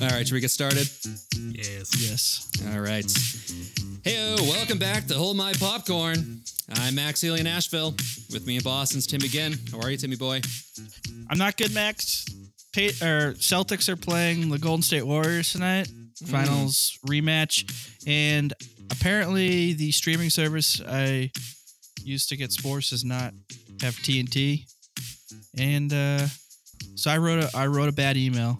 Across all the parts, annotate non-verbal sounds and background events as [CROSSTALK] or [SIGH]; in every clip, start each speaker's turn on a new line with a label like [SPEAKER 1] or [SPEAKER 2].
[SPEAKER 1] right, should we get started?
[SPEAKER 2] Yes.
[SPEAKER 3] Yes.
[SPEAKER 1] All right. Hey, welcome back to Hold My Popcorn. I'm Max Healy in Asheville. With me in Boston's Tim again. How are you, Timmy boy?
[SPEAKER 3] I'm not good, Max. Pa- or Celtics are playing the Golden State Warriors tonight, finals rematch, and apparently the streaming service I used to get sports does not have TNT, and uh, so I wrote a I wrote a bad email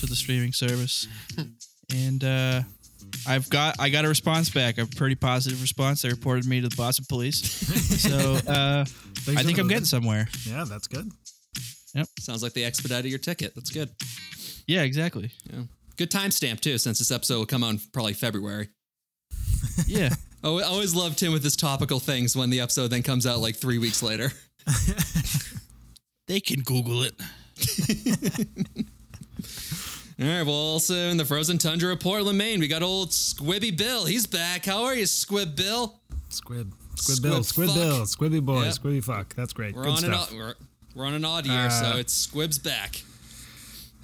[SPEAKER 3] to the streaming [LAUGHS] service, and uh, I've got I got a response back, a pretty positive response. They reported me to the Boston [LAUGHS] police, so uh, I think I'm getting somewhere.
[SPEAKER 2] Yeah, that's good.
[SPEAKER 1] Sounds like they expedited your ticket. That's good.
[SPEAKER 3] Yeah, exactly.
[SPEAKER 1] Good timestamp, too, since this episode will come out in probably February.
[SPEAKER 3] Yeah.
[SPEAKER 1] Oh, I always love Tim with his topical things when the episode then comes out like three weeks later.
[SPEAKER 3] [LAUGHS]
[SPEAKER 1] [LAUGHS]
[SPEAKER 3] They can Google it.
[SPEAKER 1] All right, well, also in the frozen tundra of Portland, Maine, we got old Squibby Bill. He's back. How are you, Squib Bill?
[SPEAKER 2] Squib.
[SPEAKER 1] Squib
[SPEAKER 2] Squib Bill. Squib
[SPEAKER 1] fuck.
[SPEAKER 2] Bill. Squibby boy.
[SPEAKER 1] Yeah.
[SPEAKER 2] Squibby fuck. That's great.
[SPEAKER 1] We're
[SPEAKER 2] good
[SPEAKER 1] on
[SPEAKER 2] stuff.
[SPEAKER 1] an odd, we're, we're on an odd year, so
[SPEAKER 2] Uh,
[SPEAKER 1] it's Squib's back.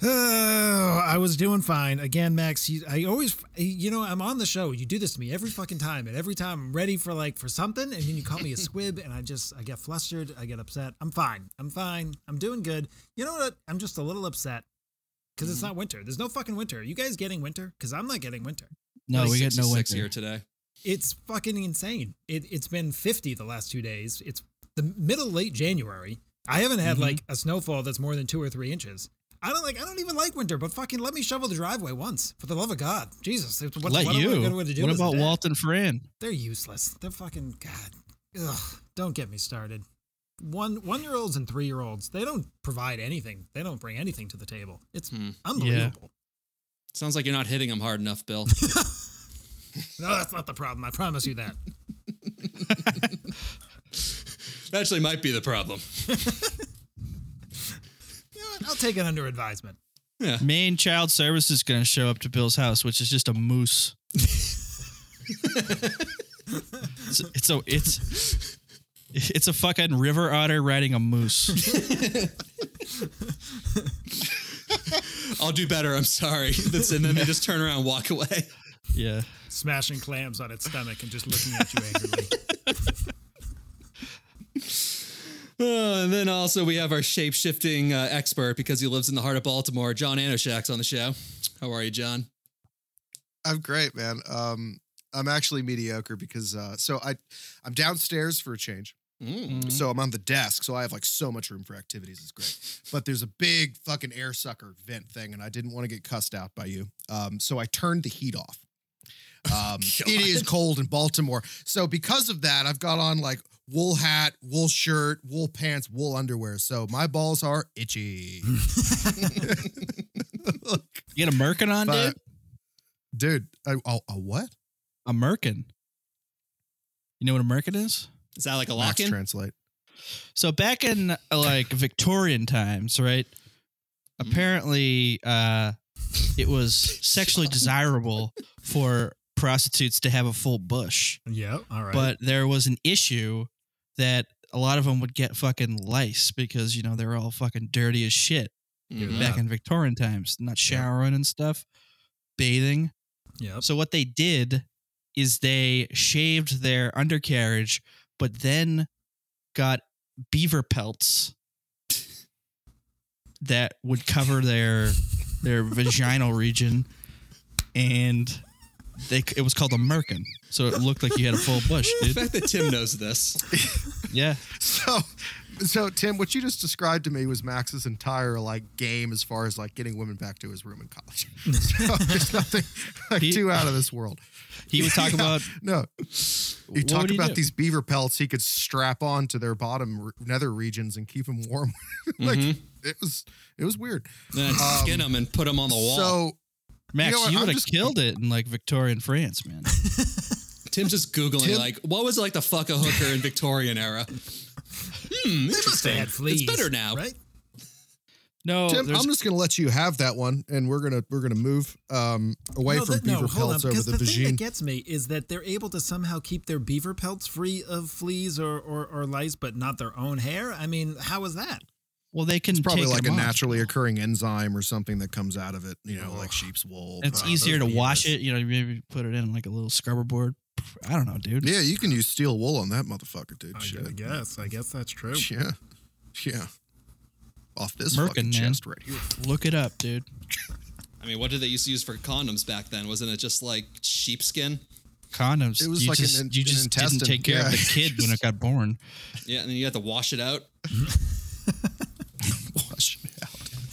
[SPEAKER 2] Oh, I was doing fine again, Max. You, I always, you know, I'm on the show. You do this to me every fucking time, and every time I'm ready for like for something, and then you call me a squib, and I just I get flustered. I get upset. I'm fine. I'm fine. I'm doing good. You know what? I'm just a little upset because it's not winter. There's no fucking winter. Are you guys getting winter? Because I'm not getting winter.
[SPEAKER 3] No,
[SPEAKER 1] Like
[SPEAKER 3] we get no
[SPEAKER 1] 66
[SPEAKER 3] winter.
[SPEAKER 1] here today.
[SPEAKER 2] It's fucking insane. It, it's been 50 the last two days. It's the middle late January. I haven't had
[SPEAKER 3] Mm-hmm.
[SPEAKER 2] like a snowfall that's more than two or three inches. I don't like. I don't even like winter, but fucking let me shovel the driveway once for the love of God, Jesus! What,
[SPEAKER 3] Let
[SPEAKER 2] what a
[SPEAKER 3] you.
[SPEAKER 2] good way to do
[SPEAKER 3] what
[SPEAKER 2] this
[SPEAKER 3] about
[SPEAKER 2] today.
[SPEAKER 3] Walt and Fran?
[SPEAKER 2] They're useless. They're fucking God. Ugh, don't get me started. One one year olds and three year olds. They don't provide anything. They don't bring anything to the table. It's
[SPEAKER 3] Hmm.
[SPEAKER 2] unbelievable.
[SPEAKER 1] Sounds like you're not hitting him hard enough,
[SPEAKER 3] [LAUGHS]
[SPEAKER 1] Bill.
[SPEAKER 2] No, that's not the problem. I promise you
[SPEAKER 3] [LAUGHS]
[SPEAKER 2] that.
[SPEAKER 1] that actually might be the problem.
[SPEAKER 2] You know what? I'll take it under advisement.
[SPEAKER 3] Maine Child Services is going to show up to Bill's house, which is just a moose. it's, it's a it's it's a fucking river otter riding
[SPEAKER 2] [LAUGHS]
[SPEAKER 3] a moose.
[SPEAKER 1] I'll do better. I'm sorry. [LAUGHS] That's, and then they just turn around and walk away. [LAUGHS]
[SPEAKER 3] yeah.
[SPEAKER 2] smashing clams on its stomach and just looking at you [LAUGHS] angrily.
[SPEAKER 1] Uh, and then also we have our shape shifting uh, expert because he lives in the heart of Baltimore, John Anoshak's on the show. How are you, John?
[SPEAKER 4] I'm great, man. Um, I'm actually mediocre because uh, so I, I'm downstairs for a change.
[SPEAKER 1] Mm. Mm-hmm.
[SPEAKER 4] So I'm on the desk, so I have like so much room for activities. It's great, but there's a big fucking air sucker vent thing, and I didn't want to get cussed out by you. Um, so I turned the heat off. Um, it is cold in Baltimore, so because of that, I've got on like wool hat, wool shirt, wool pants, wool underwear. So my balls are itchy. Look,
[SPEAKER 3] You get a merkin on,
[SPEAKER 4] But-
[SPEAKER 3] dude?
[SPEAKER 4] dude, a, a, a what?
[SPEAKER 3] A merkin. You know what a merkin is?
[SPEAKER 1] Is that like a lock
[SPEAKER 4] Max
[SPEAKER 1] in?
[SPEAKER 4] translate.
[SPEAKER 3] So back in uh, like Victorian times, right? Apparently, uh, it was sexually desirable for prostitutes to have a full bush,
[SPEAKER 2] yeah, all right.
[SPEAKER 3] but there was an issue that a lot of them would get fucking lice because you know they were all fucking dirty as shit
[SPEAKER 1] Mm.
[SPEAKER 3] back in Victorian times, not showering and stuff, bathing.
[SPEAKER 2] yep.
[SPEAKER 3] So what they did is they shaved their undercarriage, but then got beaver pelts that would cover their their vaginal region, and they it was called a merkin. So it looked like you had a full
[SPEAKER 4] [LAUGHS]
[SPEAKER 3] bush,
[SPEAKER 1] The
[SPEAKER 3] dude.
[SPEAKER 1] fact that Tim knows this.
[SPEAKER 3] Yeah,
[SPEAKER 4] So, so Tim, what you just described to me was Max's entire like game as far as like getting women back to his room in college. [LAUGHS] So there's nothing like
[SPEAKER 3] He-
[SPEAKER 4] too out of this world.
[SPEAKER 3] he would talk
[SPEAKER 4] [LAUGHS] Yeah,
[SPEAKER 3] about
[SPEAKER 4] no. He
[SPEAKER 3] What
[SPEAKER 4] talked
[SPEAKER 3] would he
[SPEAKER 4] about
[SPEAKER 3] do?
[SPEAKER 4] these beaver pelts he could strap on to their bottom re- nether regions and keep them warm. [LAUGHS] like it was, it was weird.
[SPEAKER 1] Then I'd skin him and put him on the wall.
[SPEAKER 4] Um, So
[SPEAKER 3] Max.
[SPEAKER 4] know what,
[SPEAKER 3] You,
[SPEAKER 4] I'm
[SPEAKER 3] would have
[SPEAKER 4] just-
[SPEAKER 3] killed it in like Victorian France, man.
[SPEAKER 1] Tim's just googling
[SPEAKER 4] Tim-
[SPEAKER 1] like, what was it like to fuck a hooker in Victorian era? Hmm, interesting.
[SPEAKER 2] had fleas,
[SPEAKER 1] it's better now,
[SPEAKER 2] right?
[SPEAKER 3] No,
[SPEAKER 4] Tim,
[SPEAKER 3] Oh, there's-
[SPEAKER 4] I'm just gonna let you have that one, and we're gonna we're gonna move um away
[SPEAKER 2] no,
[SPEAKER 4] from
[SPEAKER 2] that,
[SPEAKER 4] beaver
[SPEAKER 2] no, hold
[SPEAKER 4] pelts
[SPEAKER 2] on.
[SPEAKER 4] over
[SPEAKER 2] Because
[SPEAKER 4] the,
[SPEAKER 2] the, thing
[SPEAKER 4] vagine.
[SPEAKER 2] that gets me is that they're able to somehow keep their beaver pelts free of fleas or, or, or lice, but not their own hair. I mean, how is that?
[SPEAKER 3] Well, they can
[SPEAKER 4] It's probably
[SPEAKER 3] take
[SPEAKER 4] like a
[SPEAKER 3] them off.
[SPEAKER 4] naturally occurring enzyme or something that comes out of it, you know, like sheep's wool.
[SPEAKER 3] It's
[SPEAKER 4] probably.
[SPEAKER 3] easier to
[SPEAKER 4] Those are
[SPEAKER 3] wash
[SPEAKER 4] yours.
[SPEAKER 3] it. You know, maybe put it in like a little scrubber board. I don't know, dude.
[SPEAKER 4] Yeah, you can use steel wool on that motherfucker, dude.
[SPEAKER 2] I
[SPEAKER 4] Shit.
[SPEAKER 2] Oh, gotta guess. I guess that's true.
[SPEAKER 4] [LAUGHS] Yeah. Yeah. Off this
[SPEAKER 3] Merkin,
[SPEAKER 4] fucking
[SPEAKER 3] man.
[SPEAKER 4] chest right
[SPEAKER 3] [LAUGHS]
[SPEAKER 4] here.
[SPEAKER 3] Look it up, dude.
[SPEAKER 1] I mean, what did they used to use for condoms back then? Wasn't it just like sheepskin?
[SPEAKER 3] Condoms.
[SPEAKER 4] It was
[SPEAKER 3] you
[SPEAKER 4] like an
[SPEAKER 3] just,
[SPEAKER 4] in-
[SPEAKER 3] you
[SPEAKER 4] an
[SPEAKER 3] just didn't
[SPEAKER 4] intestine.
[SPEAKER 3] take care of
[SPEAKER 4] Yeah.
[SPEAKER 3] the kid when it got born.
[SPEAKER 1] Yeah, and then you had to wash it out.
[SPEAKER 4] Wash it out.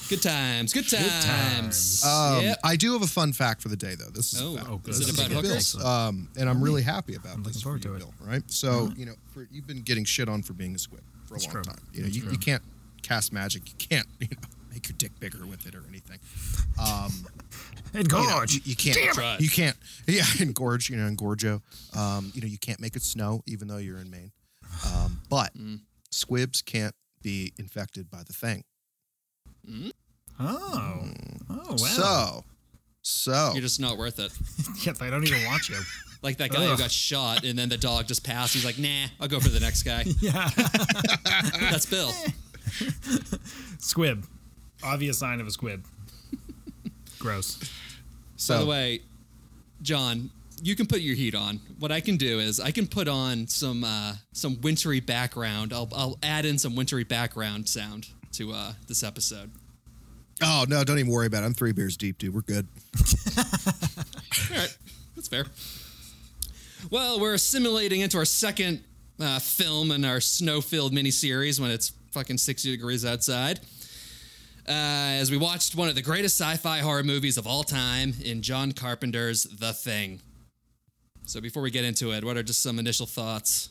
[SPEAKER 1] Good times, good times.
[SPEAKER 2] times.
[SPEAKER 4] Um,
[SPEAKER 1] Yep.
[SPEAKER 4] I do have a fun fact for the day, though. This is a
[SPEAKER 1] Oh,
[SPEAKER 4] fact.
[SPEAKER 2] Oh, good.
[SPEAKER 1] is it
[SPEAKER 2] This is
[SPEAKER 1] about
[SPEAKER 2] good.
[SPEAKER 1] hookers?
[SPEAKER 2] Bill.
[SPEAKER 4] um, and I'm really happy about
[SPEAKER 2] I'm
[SPEAKER 4] this.
[SPEAKER 2] looking
[SPEAKER 4] for
[SPEAKER 2] forward
[SPEAKER 4] you,
[SPEAKER 2] to it. Uh-huh.
[SPEAKER 4] Bill, right? So you know, for, you've been getting shit on for being a squid for a
[SPEAKER 2] That's
[SPEAKER 4] long
[SPEAKER 2] true.
[SPEAKER 4] time. You know,
[SPEAKER 2] That's
[SPEAKER 4] you,
[SPEAKER 2] true.
[SPEAKER 4] you can't cast magic. You can't [LAUGHS] you know make your dick bigger with it or anything. Um,
[SPEAKER 2] And
[SPEAKER 4] you know,
[SPEAKER 2] gorge.
[SPEAKER 4] you, you can't.
[SPEAKER 1] Damn it.
[SPEAKER 4] You can't. [LAUGHS] Yeah, and gorge. You know, and gorgio. Um, you know, you can't make it snow, even though you're in Maine. Um, but squibs can't be infected by the thing.
[SPEAKER 2] Oh. Oh wow.
[SPEAKER 4] So, so
[SPEAKER 1] You're just not worth it.
[SPEAKER 2] yes, I don't even want you.
[SPEAKER 1] Like that guy who
[SPEAKER 2] Ugh.
[SPEAKER 1] got shot, and then the dog just passed. He's like, nah, I'll go for the next
[SPEAKER 4] [LAUGHS]
[SPEAKER 1] guy.
[SPEAKER 2] yeah.
[SPEAKER 1] [LAUGHS] That's Bill.
[SPEAKER 2] squib. Obvious sign of a [LAUGHS] squib. Gross.
[SPEAKER 4] so
[SPEAKER 1] By the way, John, you can put your heat on. What I can do is I can put on some uh, some wintry background. I'll I'll add in some wintry background sound to uh, this episode.
[SPEAKER 4] Oh no, don't even worry about it. I'm three beers deep, dude. We're good.
[SPEAKER 1] All right, that's fair. Well, we're assimilating into our second uh, film in our snow-filled miniseries when it's fucking 60 degrees outside. Uh, as we watched one of the greatest sci-fi horror movies of all time in John Carpenter's The Thing. So before we get into it, what are just some initial thoughts?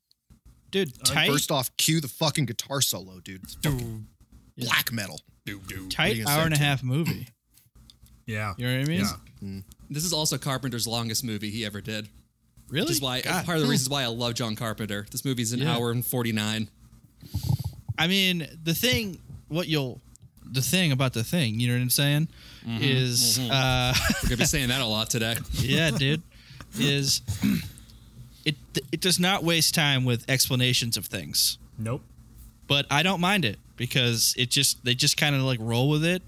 [SPEAKER 4] [LAUGHS]
[SPEAKER 3] Dude, tight,
[SPEAKER 4] First off, cue the fucking guitar solo, dude. It's fucking black metal. what are
[SPEAKER 3] tight
[SPEAKER 4] you gonna
[SPEAKER 3] hour
[SPEAKER 4] say
[SPEAKER 3] and a
[SPEAKER 4] to
[SPEAKER 3] half movie.
[SPEAKER 2] Yeah.
[SPEAKER 3] You know what I mean?
[SPEAKER 2] Yeah.
[SPEAKER 1] This is also Carpenter's longest movie he ever did.
[SPEAKER 3] Really?
[SPEAKER 1] Which is why
[SPEAKER 3] God.
[SPEAKER 1] part of the reasons why I love John Carpenter. This movie's an
[SPEAKER 3] Yeah.
[SPEAKER 1] hour and 49.
[SPEAKER 3] I mean, the thing, what you'll, the thing about the thing, you know what I'm saying, is, uh, [LAUGHS]
[SPEAKER 1] We're going to be saying that a lot today.
[SPEAKER 3] yeah, dude, is [CLEARS THROAT] it it does not waste time with explanations of things,
[SPEAKER 2] Nope.
[SPEAKER 3] but I don't mind it because it just they just kind of like roll with it.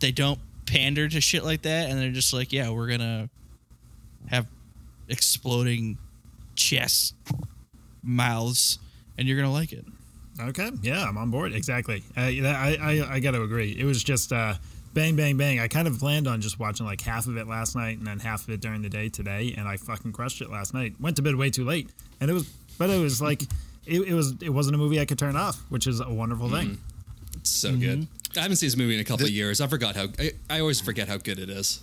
[SPEAKER 3] They don't pander to shit like that, and they're just like, yeah, we're gonna have exploding chests, mouths, and you're gonna like it.
[SPEAKER 2] Okay. Yeah, I'm on board. Exactly. I I, I, I got to agree. It was just uh, bang, bang, bang. I kind of planned on just watching like half of it last night and then half of it during the day today, and I fucking crushed it last night. Went to bed way too late, and it was, but it was like, it, it was it wasn't a movie I could turn off, which is a wonderful thing.
[SPEAKER 1] It's so good. Mm-hmm. I haven't seen this movie in a couple of years. I forgot how. I, I always forget how good it is.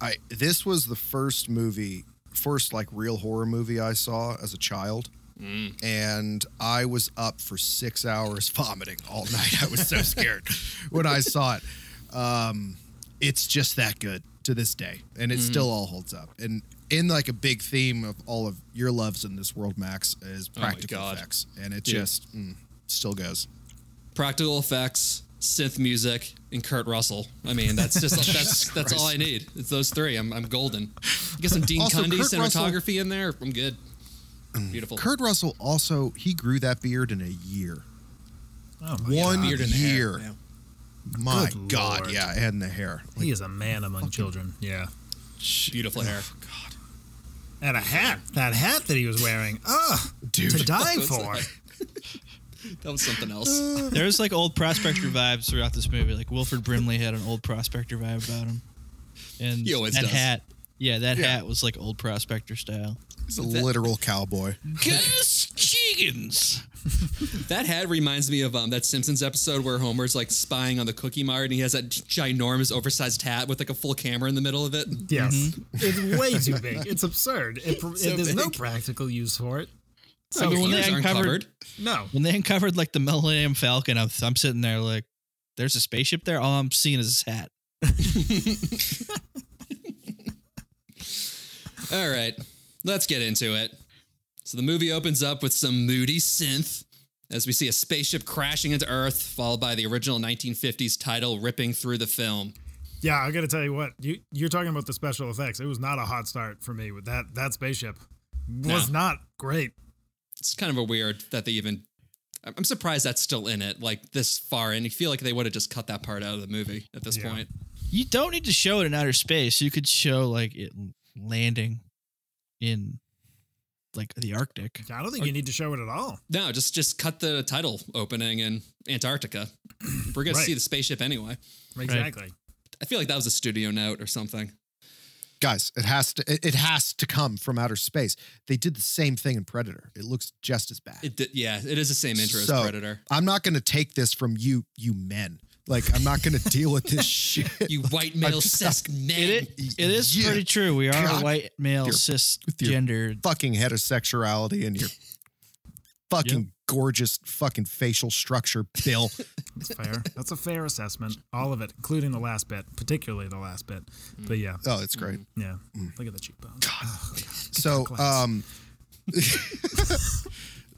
[SPEAKER 4] I this was the first movie, first like real horror movie I saw as a child.
[SPEAKER 1] Mm.
[SPEAKER 4] And I was up for six hours [LAUGHS] vomiting all night. I was so scared [LAUGHS] when I saw it. Um, it's just that good to this day, and it
[SPEAKER 1] Mm-hmm.
[SPEAKER 4] still all holds up. And in like a big theme of all of your loves in this world, Max is
[SPEAKER 1] Oh my
[SPEAKER 4] practical
[SPEAKER 1] God.
[SPEAKER 4] effects, and it
[SPEAKER 1] Dude.
[SPEAKER 4] just mm, still goes.
[SPEAKER 1] Practical effects, synth music, and Kurt Russell. I mean, that's
[SPEAKER 4] [LAUGHS]
[SPEAKER 1] just that's that's all I need. It's those three. I'm I'm golden. Get some Dean
[SPEAKER 4] Also,
[SPEAKER 1] Cundy
[SPEAKER 4] Kurt Russell-
[SPEAKER 1] cinematography in there. I'm good. Beautiful.
[SPEAKER 4] Kurt Russell also he grew that beard in a year.
[SPEAKER 2] Oh, my
[SPEAKER 4] One
[SPEAKER 1] Beard and hair,
[SPEAKER 4] year.
[SPEAKER 1] yeah.
[SPEAKER 4] My
[SPEAKER 2] Good
[SPEAKER 4] God,
[SPEAKER 2] Lord.
[SPEAKER 4] yeah, and the hair.
[SPEAKER 2] God. he is a man among children. Yeah.
[SPEAKER 4] Oh,
[SPEAKER 1] Beautiful hair.
[SPEAKER 2] And a hat. That hat that he was wearing. Ugh.
[SPEAKER 4] Dude.
[SPEAKER 2] To die for.
[SPEAKER 1] That was something
[SPEAKER 4] [LAUGHS]
[SPEAKER 1] else.
[SPEAKER 3] There's like old prospector vibes throughout this movie. Like Wilfred Brimley had an old prospector vibe about him, and
[SPEAKER 1] He always
[SPEAKER 3] that
[SPEAKER 1] does.
[SPEAKER 3] hat, yeah, that
[SPEAKER 4] Yeah.
[SPEAKER 3] hat was like old prospector style.
[SPEAKER 4] He's a literal cowboy.
[SPEAKER 3] Gus Chiggins.
[SPEAKER 1] that hat reminds me of um that Simpsons episode where Homer's like spying on the Cookie Mart and he has that ginormous oversized hat with like a full camera in the middle of it.
[SPEAKER 2] Yes. It's way too big. It's absurd. It, pr
[SPEAKER 1] So
[SPEAKER 2] it, there's no
[SPEAKER 1] big.
[SPEAKER 2] practical use for it.
[SPEAKER 4] Oh,
[SPEAKER 1] So
[SPEAKER 3] mean, when
[SPEAKER 1] ears
[SPEAKER 3] they
[SPEAKER 1] aren't
[SPEAKER 3] uncovered-
[SPEAKER 1] covered.
[SPEAKER 2] No.
[SPEAKER 3] When they uncovered like the Millennium Falcon, I'm, I'm sitting there like, there's a spaceship there. All I'm seeing is his hat.
[SPEAKER 1] All right, let's get into it. So the movie opens up with some moody synth as we see a spaceship crashing into Earth, followed by the original 1950s title ripping through the film.
[SPEAKER 2] Yeah, I gotta tell you what you you're talking about the special effects. It was not a hot start for me with that that spaceship. Was
[SPEAKER 1] No.
[SPEAKER 2] not great.
[SPEAKER 1] It's kind of a weird that they even I'm I'm surprised that's still in it, like this far. And you feel like they would have just cut that part out of the movie at this
[SPEAKER 2] Yeah.
[SPEAKER 1] point.
[SPEAKER 3] You don't need to show it in outer space. You could show like it landing in like the Arctic.
[SPEAKER 2] I don't think you need to show it at all.
[SPEAKER 1] No, just just cut the title opening in Antarctica. We're gonna
[SPEAKER 2] Right.
[SPEAKER 1] see the spaceship anyway.
[SPEAKER 2] Exactly.
[SPEAKER 1] I feel like that was a studio note or something.
[SPEAKER 4] Guys, it has to it, it has to come from outer space. They did the same thing in Predator. It looks just as bad.
[SPEAKER 1] It did, yeah, it is the same intro
[SPEAKER 4] So-
[SPEAKER 1] as Predator.
[SPEAKER 4] I'm not going to take this from you you men. Like I'm not going to deal
[SPEAKER 2] [LAUGHS]
[SPEAKER 4] with this shit.
[SPEAKER 1] You white male
[SPEAKER 4] just
[SPEAKER 1] cis men.
[SPEAKER 3] It is, it is
[SPEAKER 4] Yeah.
[SPEAKER 3] pretty true. We are
[SPEAKER 4] God.
[SPEAKER 3] a white male
[SPEAKER 4] Your- your-
[SPEAKER 3] cisgender.
[SPEAKER 4] fucking
[SPEAKER 2] [LAUGHS]
[SPEAKER 4] heterosexuality and your fucking gorgeous fucking facial structure,
[SPEAKER 2] [LAUGHS]
[SPEAKER 4] Bill.
[SPEAKER 2] That's fair. That's a fair assessment. All of it, including the last bit, particularly the last bit. But yeah,
[SPEAKER 4] Oh, it's great.
[SPEAKER 2] yeah.
[SPEAKER 4] Mm.
[SPEAKER 2] Look at the cheekbones. Ugh, God.
[SPEAKER 4] So,
[SPEAKER 2] Get that glass. [LAUGHS]
[SPEAKER 4] um, [LAUGHS]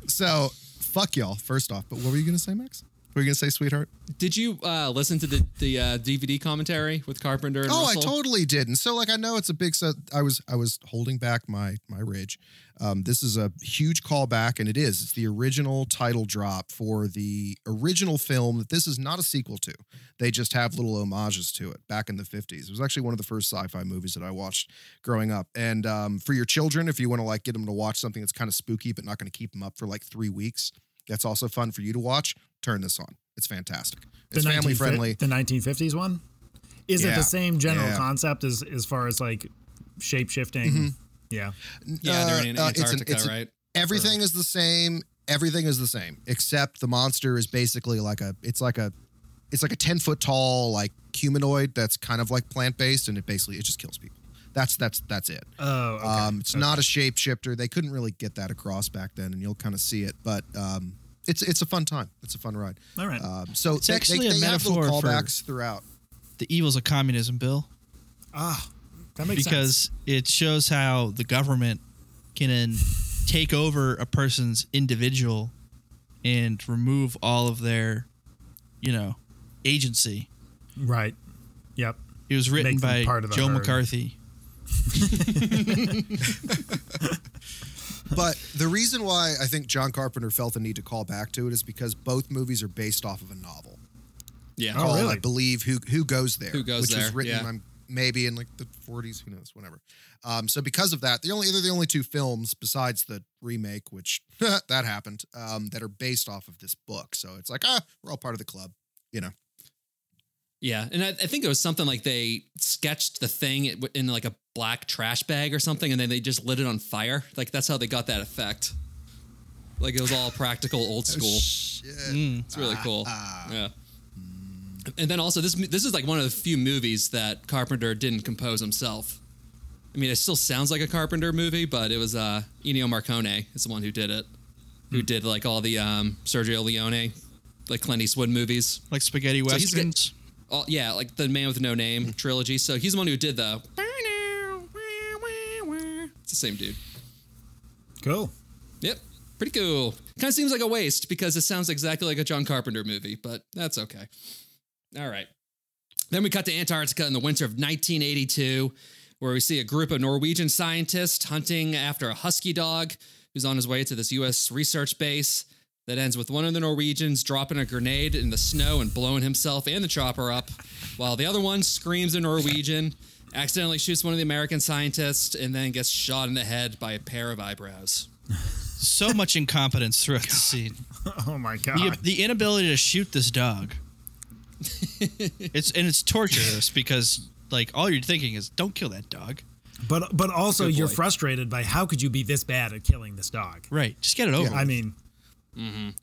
[SPEAKER 4] so fuck y'all. First off, but what were you gonna say, Max? Were you gonna say, sweetheart?
[SPEAKER 1] Did you uh, listen to the the uh, DVD commentary with Carpenter? And
[SPEAKER 4] Oh, I
[SPEAKER 1] Russell?
[SPEAKER 4] totally didn't. So like I know it's a big so I was I was holding back my my rage. Um, this is a huge callback, and it is. It's the original title drop for the original film that this is not a sequel to. They just have little homages to it back in the 50s. It was actually one of the first sci-fi movies that I watched growing up. And um, for your children, if you want to like get them to watch something that's kind of spooky but not going to keep them up for like three weeks, that's also fun for you to watch. Turn this on. It's fantastic. It's
[SPEAKER 2] 1950
[SPEAKER 4] family friendly.
[SPEAKER 2] The 1950s one. Is it
[SPEAKER 4] Yeah.
[SPEAKER 2] the same general
[SPEAKER 4] Yeah. Mm-hmm.
[SPEAKER 2] concept as as far as like shape shifting? Yeah.
[SPEAKER 1] Yeah, they're in
[SPEAKER 4] Uh, uh, it's an-
[SPEAKER 1] Antarctica,
[SPEAKER 4] it's an-
[SPEAKER 1] right?
[SPEAKER 4] Everything is the same. Everything is the same, except the monster is basically like a. It's like a. It's like a ten foot tall like humanoid that's kind of like plant based, and it basically it just kills people. That's that's that's it.
[SPEAKER 2] Oh, okay.
[SPEAKER 4] Um, it's not a shapeshifter. They couldn't really get that across back then, and you'll kind of see it. But um, it's it's a fun time. It's a fun ride.
[SPEAKER 2] All right.
[SPEAKER 4] Um, so
[SPEAKER 3] It's
[SPEAKER 4] they,
[SPEAKER 3] actually
[SPEAKER 4] they,
[SPEAKER 3] a
[SPEAKER 4] they have little
[SPEAKER 3] metaphor for-
[SPEAKER 4] callbacks throughout.
[SPEAKER 3] The evils of communism, Bill.
[SPEAKER 2] ah, that makes sense.
[SPEAKER 3] because it shows how the government can then take over a person's individual and remove all of their, you know, agency.
[SPEAKER 2] right. Yep.
[SPEAKER 3] It was written
[SPEAKER 2] Make them
[SPEAKER 3] by
[SPEAKER 2] part of the
[SPEAKER 3] Joe
[SPEAKER 2] herd.
[SPEAKER 3] McCarthy.
[SPEAKER 4] But the reason why I think John Carpenter felt the need to call back to it is because both movies are based off of a novel.
[SPEAKER 1] Yeah.
[SPEAKER 2] Oh,
[SPEAKER 4] called,
[SPEAKER 2] really?
[SPEAKER 4] I believe, Who Who Goes There?
[SPEAKER 1] Who Goes
[SPEAKER 4] which
[SPEAKER 1] There,
[SPEAKER 4] was written
[SPEAKER 1] yeah.
[SPEAKER 4] um, maybe in like the 40s, who knows, whatever. Um, so because of that, the only they're the only two films besides the remake, which [LAUGHS] that happened, um, that are based off of this book. So it's like, ah, we're all part of the club, you know.
[SPEAKER 1] Yeah, and I, I think it was something like they sketched the thing it- in like a black trash bag or something, and then they just lit it on fire. Like that's how they got that effect. Like it was all
[SPEAKER 4] [LAUGHS]
[SPEAKER 1] practical, old school.
[SPEAKER 4] Oh, Shit.
[SPEAKER 3] Mm.
[SPEAKER 1] It's really cool.
[SPEAKER 4] Ah. Mm.
[SPEAKER 1] Yeah. And then also this this is like one of the few movies that Carpenter didn't compose himself. I mean, it still sounds like a Carpenter movie, but it was uh, Ennio Marcone is the one who did it, who
[SPEAKER 4] Hmm.
[SPEAKER 1] did like all the um, Sergio Leone, like Clint Eastwood movies.
[SPEAKER 3] Like spaghetti
[SPEAKER 1] So he's
[SPEAKER 3] westerns.
[SPEAKER 1] got- all, yeah, like the Man with No Name trilogy. So he's the one who did the. It's the same dude.
[SPEAKER 2] Cool.
[SPEAKER 1] Yep, pretty cool. Kind of seems like a waste because it sounds exactly like a John Carpenter movie, but that's okay. All right. Then we cut to Antarctica in the winter of 1982, where we see a group of Norwegian scientists hunting after a husky dog who's on his way to this U.S. research base. That ends with one of the Norwegians dropping a grenade in the snow and blowing himself and the chopper up, while the other one screams in Norwegian, accidentally shoots one of the American scientists, and then gets shot in the head by a pair of eyebrows.
[SPEAKER 3] so much incompetence throughout the scene.
[SPEAKER 2] Oh my god.
[SPEAKER 3] The, the inability to shoot this dog. [LAUGHS] it's and it's torturous because like all you're thinking is don't kill that dog.
[SPEAKER 2] But but also
[SPEAKER 1] Good
[SPEAKER 2] you're
[SPEAKER 1] boy.
[SPEAKER 2] frustrated by how could you be this bad at killing this dog?
[SPEAKER 3] Right. Just get it over.
[SPEAKER 2] I
[SPEAKER 3] with.
[SPEAKER 2] mean,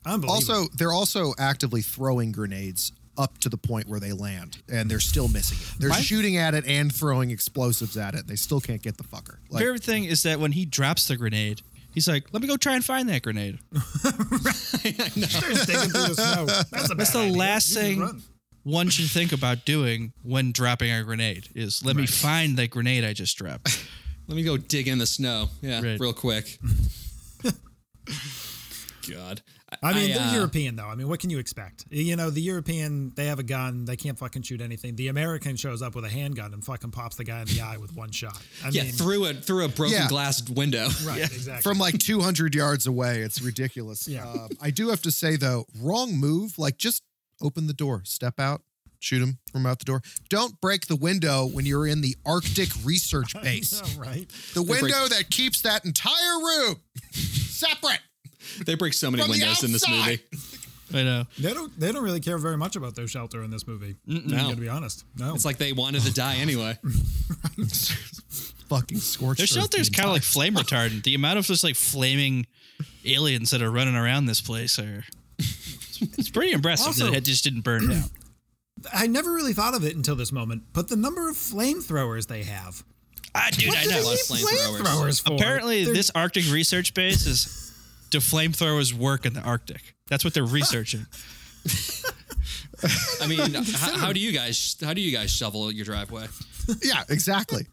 [SPEAKER 2] unbelievable.
[SPEAKER 4] Also, they're also actively throwing grenades up to the point where they land, and they're still missing it. They're
[SPEAKER 3] My-
[SPEAKER 4] shooting at it and throwing explosives at it. They still can't get the fucker. Like,
[SPEAKER 3] favorite thing is that when he drops the grenade, he's like, "Let me go try and find
[SPEAKER 2] [LAUGHS]
[SPEAKER 3] that grenade."
[SPEAKER 2] They're sticking through the snow. That's, a
[SPEAKER 3] That's
[SPEAKER 2] bad
[SPEAKER 3] the
[SPEAKER 2] idea.
[SPEAKER 3] last
[SPEAKER 2] You can
[SPEAKER 3] thing
[SPEAKER 2] run.
[SPEAKER 3] one should think about doing when dropping a grenade is let me find that grenade I
[SPEAKER 2] [LAUGHS]
[SPEAKER 3] just dropped.
[SPEAKER 1] Let me go dig in the snow. Yeah,
[SPEAKER 3] Right.
[SPEAKER 1] real quick. God.
[SPEAKER 2] I mean, they're
[SPEAKER 1] uh,
[SPEAKER 2] European though. I mean, what can you expect? You know, the European they have a gun, they can't fucking shoot anything. The American shows up with a handgun and fucking pops the guy in the eye with one shot. I
[SPEAKER 1] Yeah,
[SPEAKER 2] mean,
[SPEAKER 1] through a through a broken
[SPEAKER 4] Yeah.
[SPEAKER 1] glass window.
[SPEAKER 2] [LAUGHS] right, exactly.
[SPEAKER 4] from like 200 yards away. It's ridiculous.
[SPEAKER 2] Yeah.
[SPEAKER 4] Um, I do have to say though, wrong move. Like just open the door, step out, shoot him from out the door. Don't break the window when you're in the Arctic [LAUGHS] research base.
[SPEAKER 2] Yeah, right.
[SPEAKER 4] The
[SPEAKER 1] break-
[SPEAKER 4] window that keeps that entire room separate.
[SPEAKER 1] They break so many
[SPEAKER 4] From the
[SPEAKER 1] windows in this
[SPEAKER 4] outside.
[SPEAKER 1] movie.
[SPEAKER 3] I know.
[SPEAKER 2] They don't. They don't really care very much about their shelter in this movie.
[SPEAKER 1] No.
[SPEAKER 2] to be honest. No,
[SPEAKER 1] It's like they wanted
[SPEAKER 2] [LAUGHS]
[SPEAKER 1] to die anyway.
[SPEAKER 4] Fucking scorched.
[SPEAKER 3] Their
[SPEAKER 4] earth.
[SPEAKER 3] shelter is kind of like flame retardant. The amount of just like flaming aliens that are running around this place are. It's pretty impressive
[SPEAKER 2] Also-
[SPEAKER 3] that it just didn't burn [CLEARS THROAT] down.
[SPEAKER 2] I never really thought of it until this moment. But the number of flamethrowers they have.
[SPEAKER 3] I Ah, dude, I
[SPEAKER 1] do
[SPEAKER 3] know.
[SPEAKER 1] they
[SPEAKER 2] What
[SPEAKER 1] lot
[SPEAKER 2] do
[SPEAKER 1] of
[SPEAKER 2] they need
[SPEAKER 1] flamethrowers.
[SPEAKER 2] flamethrowers for?
[SPEAKER 3] Apparently,
[SPEAKER 2] They're-
[SPEAKER 3] this Arctic research base is do flamethrowers work in the Arctic?
[SPEAKER 2] [LAUGHS]
[SPEAKER 3] That's what they're researching.
[SPEAKER 1] I
[SPEAKER 2] [LAUGHS]
[SPEAKER 1] mean, h- how do you guys how do you guys shovel your driveway?
[SPEAKER 4] Yeah, exactly.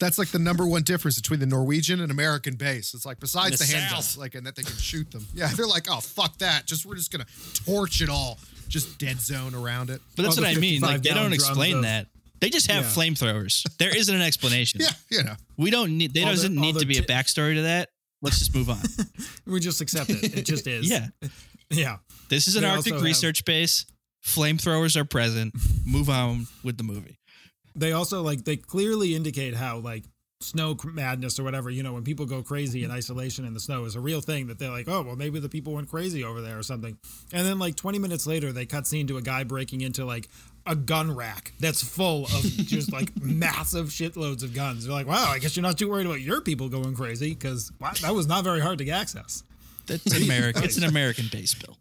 [SPEAKER 4] That's like the number one difference between the Norwegian and American base. It's like besides the,
[SPEAKER 1] The
[SPEAKER 4] handguns,
[SPEAKER 1] South.
[SPEAKER 4] like and that they can shoot them. Yeah, they're like, oh fuck that. Just we're just gonna torch it all. Just dead zone around it.
[SPEAKER 3] But that's
[SPEAKER 2] Oh, the
[SPEAKER 3] what I mean. Like they
[SPEAKER 2] 55
[SPEAKER 3] don't
[SPEAKER 2] gallon drums
[SPEAKER 3] explain
[SPEAKER 2] of-
[SPEAKER 3] that. They just have
[SPEAKER 2] Yeah.
[SPEAKER 3] flamethrowers. There isn't
[SPEAKER 2] [LAUGHS]
[SPEAKER 3] an explanation.
[SPEAKER 4] Yeah, you know.
[SPEAKER 3] We don't need. There
[SPEAKER 2] All the-
[SPEAKER 3] doesn't
[SPEAKER 2] all
[SPEAKER 3] need
[SPEAKER 2] the
[SPEAKER 3] to be a
[SPEAKER 2] ti-
[SPEAKER 3] backstory to that. Let's
[SPEAKER 2] [LAUGHS]
[SPEAKER 3] just move on.
[SPEAKER 2] we just accept it. It just is.
[SPEAKER 3] yeah,
[SPEAKER 2] yeah.
[SPEAKER 3] this is an
[SPEAKER 2] They
[SPEAKER 3] Arctic
[SPEAKER 2] also have-
[SPEAKER 3] research base. Flamethrowers are present. Move on with the movie.
[SPEAKER 2] They also like they clearly indicate how like snow cr- madness or whatever. You know, when people go crazy in isolation in the snow is a real thing. That they're like, oh well, maybe the people went crazy over there or something. And then like 20 minutes later, they cut scene to a guy breaking into like a gun rack that's full of just like massive shitloads of guns. They're like, wow, I guess you're not too worried about your people going crazy because wow, that was not very hard to access.
[SPEAKER 3] That's an American. it's an American base bill.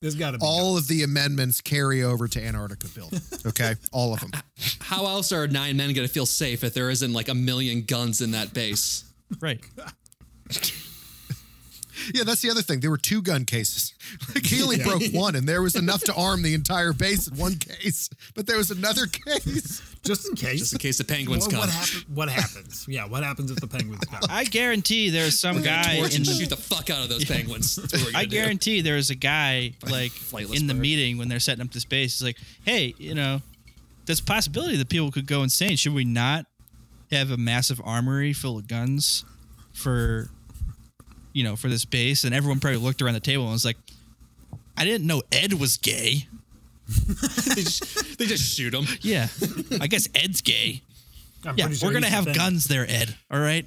[SPEAKER 2] There's got to be
[SPEAKER 4] All of the amendments carry over to Antarctica, Bill.
[SPEAKER 1] [LAUGHS]
[SPEAKER 4] Okay, all of them.
[SPEAKER 1] How else are nine men gonna feel safe if there isn't like a million guns in that base?
[SPEAKER 3] Right.
[SPEAKER 4] Yeah, that's the other thing. There were two gun cases. [LAUGHS] Like he only broke one, and
[SPEAKER 1] [LAUGHS]
[SPEAKER 4] there was enough to arm the entire base in one case. But there was another case.
[SPEAKER 2] just in case.
[SPEAKER 1] Just in case the penguins
[SPEAKER 2] what,
[SPEAKER 1] come.
[SPEAKER 2] what, happen- what happens? Yeah, what happens if the penguins
[SPEAKER 3] [LAUGHS]
[SPEAKER 2] come?
[SPEAKER 3] I guarantee there's some guy
[SPEAKER 1] Torch
[SPEAKER 3] in
[SPEAKER 1] and
[SPEAKER 3] the
[SPEAKER 1] shoot the fuck out of those penguins. That's what we're
[SPEAKER 3] I
[SPEAKER 1] gonna do.
[SPEAKER 3] guarantee there is a guy like
[SPEAKER 1] flightless
[SPEAKER 3] in the
[SPEAKER 1] bird.
[SPEAKER 3] meeting when they're setting up this base. He's like, "Hey, you know, there's a possibility that people could go insane. Should we not have a massive armory full of guns for, you know, for this base?" And everyone probably looked around the table and was like, "I didn't know Ed was gay.
[SPEAKER 1] [LAUGHS] they, just, they just shoot them.
[SPEAKER 3] Yeah, I guess Ed's gay.
[SPEAKER 2] I'm
[SPEAKER 3] Yeah,
[SPEAKER 2] pretty sure
[SPEAKER 3] we're gonna
[SPEAKER 2] he's the
[SPEAKER 3] have
[SPEAKER 2] thing.
[SPEAKER 3] guns there, Ed. All right."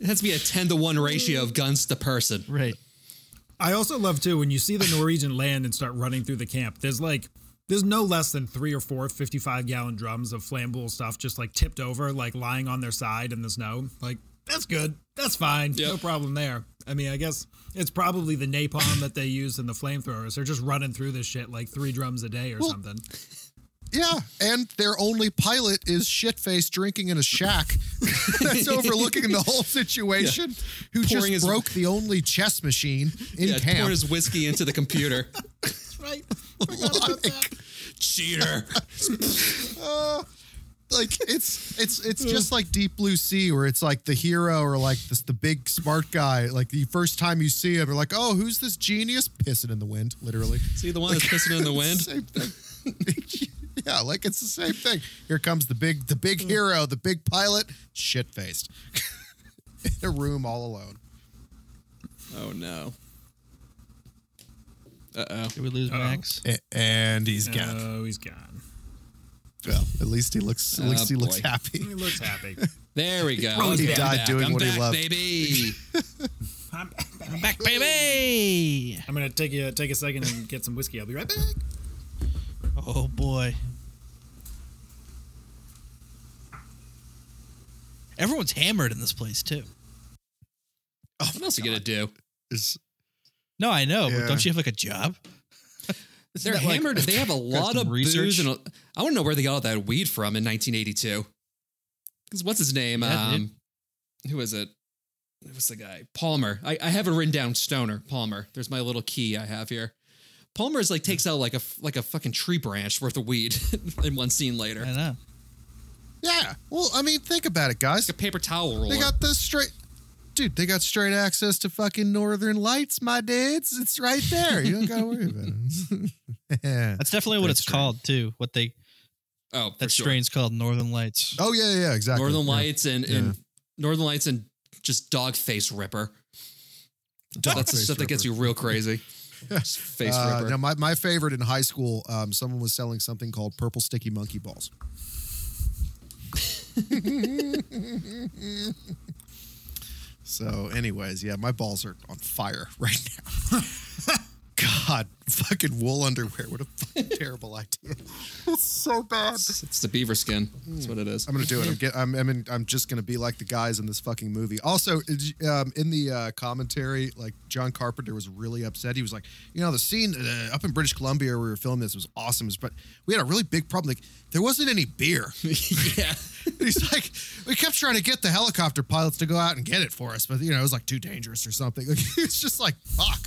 [SPEAKER 1] It has to be a ten to one ratio of guns to person.
[SPEAKER 3] Right.
[SPEAKER 2] I also love too when you see the Norwegian land and start running through the camp. There's like there's no less than three or four 55 gallon drums of flammable stuff just like tipped over, like lying on their side in the snow. Like that's good. That's fine.
[SPEAKER 1] Yep.
[SPEAKER 2] No problem there. I mean, I guess it's probably the napalm that they use in the flamethrowers. They're just running through this shit like three drums a day or something.
[SPEAKER 4] Yeah, and their only pilot is shitface drinking in a shack [LAUGHS] that's overlooking the
[SPEAKER 1] [LAUGHS]
[SPEAKER 4] whole situation. Who just
[SPEAKER 1] Pouring his-
[SPEAKER 4] broke the only chess machine in
[SPEAKER 1] Yeah,
[SPEAKER 4] camp.
[SPEAKER 1] pour
[SPEAKER 4] [LAUGHS]
[SPEAKER 1] his whiskey into the computer.
[SPEAKER 2] Right.
[SPEAKER 4] like,
[SPEAKER 1] Cheater.
[SPEAKER 4] like it's it's it's just like Deep Blue Sea, where it's like the hero or like this the big smart guy. Like the first time you see him, you're like, oh, who's this genius pissing in the wind?
[SPEAKER 1] [LAUGHS]
[SPEAKER 4] Literally,
[SPEAKER 1] See the one that's pissing in the wind.
[SPEAKER 4] same thing. [LAUGHS] yeah, like it's the same thing. Here comes the big the big hero, the big pilot, shit faced, [LAUGHS] in a room all alone.
[SPEAKER 1] Oh no. Uh oh.
[SPEAKER 3] Did we lose Max?
[SPEAKER 4] A- and he's gone.
[SPEAKER 2] Oh, he's gone.
[SPEAKER 4] well, at least he looks. At least he looks
[SPEAKER 1] Ah, boy.
[SPEAKER 2] He
[SPEAKER 1] [LAUGHS]
[SPEAKER 4] happy.
[SPEAKER 2] looks happy.
[SPEAKER 3] [LAUGHS]
[SPEAKER 1] There we go.
[SPEAKER 2] Oh, he
[SPEAKER 1] I'm
[SPEAKER 4] died
[SPEAKER 1] back.
[SPEAKER 4] doing
[SPEAKER 1] I'm
[SPEAKER 4] what he
[SPEAKER 1] back,
[SPEAKER 4] loved. [LAUGHS]
[SPEAKER 1] baby.
[SPEAKER 2] I'm,
[SPEAKER 3] I'm back, baby.
[SPEAKER 2] I'm gonna take a take a second and get some whiskey. I'll be right back.
[SPEAKER 3] Oh boy. Everyone's hammered in this place too.
[SPEAKER 4] Oh,
[SPEAKER 1] What else are you gonna do?
[SPEAKER 4] Is-
[SPEAKER 3] No, I know,
[SPEAKER 4] Yeah.
[SPEAKER 3] but don't you have like a job?
[SPEAKER 1] They're hammered. they have a lot
[SPEAKER 3] some
[SPEAKER 1] of
[SPEAKER 3] research?
[SPEAKER 1] booze, and a, I want to know where they got all that weed from in 1982. Because what's his name?
[SPEAKER 3] Yeah, dude.
[SPEAKER 1] um, who was it? What's the guy? Palmer. I, I have it written down. Stoner. Palmer. There's my little key I have here. Palmer's like takes out like a f- like a fucking tree branch worth of weed [LAUGHS] in one scene later.
[SPEAKER 3] I
[SPEAKER 1] Like
[SPEAKER 3] know.
[SPEAKER 4] yeah. Well, I mean, think about it, guys.
[SPEAKER 1] a paper towel roller.
[SPEAKER 4] They got the straight. dude, they got straight access to fucking Northern Lights, my dudes. It's right there. You don't gotta worry about it. [LAUGHS]
[SPEAKER 3] That's definitely what
[SPEAKER 4] That's
[SPEAKER 3] it's
[SPEAKER 4] strange.
[SPEAKER 3] called too. What they
[SPEAKER 1] Oh, for
[SPEAKER 3] that
[SPEAKER 1] sure.
[SPEAKER 3] strain's called Northern Lights.
[SPEAKER 4] oh yeah, yeah, exactly.
[SPEAKER 1] Northern
[SPEAKER 4] Yeah.
[SPEAKER 1] Lights and, and Northern Lights and just dog face ripper. That's the
[SPEAKER 4] Face
[SPEAKER 1] stuff that gets
[SPEAKER 4] ripper.
[SPEAKER 1] you real
[SPEAKER 4] [LAUGHS]
[SPEAKER 1] crazy. Just face
[SPEAKER 4] Uh,
[SPEAKER 1] ripper.
[SPEAKER 4] now, my, my favorite in high school, um, someone was selling something called purple sticky monkey balls. so, anyways, yeah, my balls are on fire [LAUGHS] right now. God, fucking wool underwear. What a fucking [LAUGHS] terrible idea. It's so bad.
[SPEAKER 1] It's, it's the beaver skin. That's what it is.
[SPEAKER 4] I'm gonna do it. I'm get. I'm. I'm, in, I'm just gonna be like the guys in this fucking movie. Also, is- um, in the uh, commentary, like John Carpenter was really upset. He was like, you know, the scene uh, up in British Columbia where we were filming this was awesome, but we had a really big problem. Like, there wasn't any beer. [LAUGHS]
[SPEAKER 1] [LAUGHS] yeah.
[SPEAKER 4] He's like, we kept trying to get the helicopter pilots to go out and get it for us, but you know, it was like too dangerous or something. [LAUGHS] Like, it's just like fuck.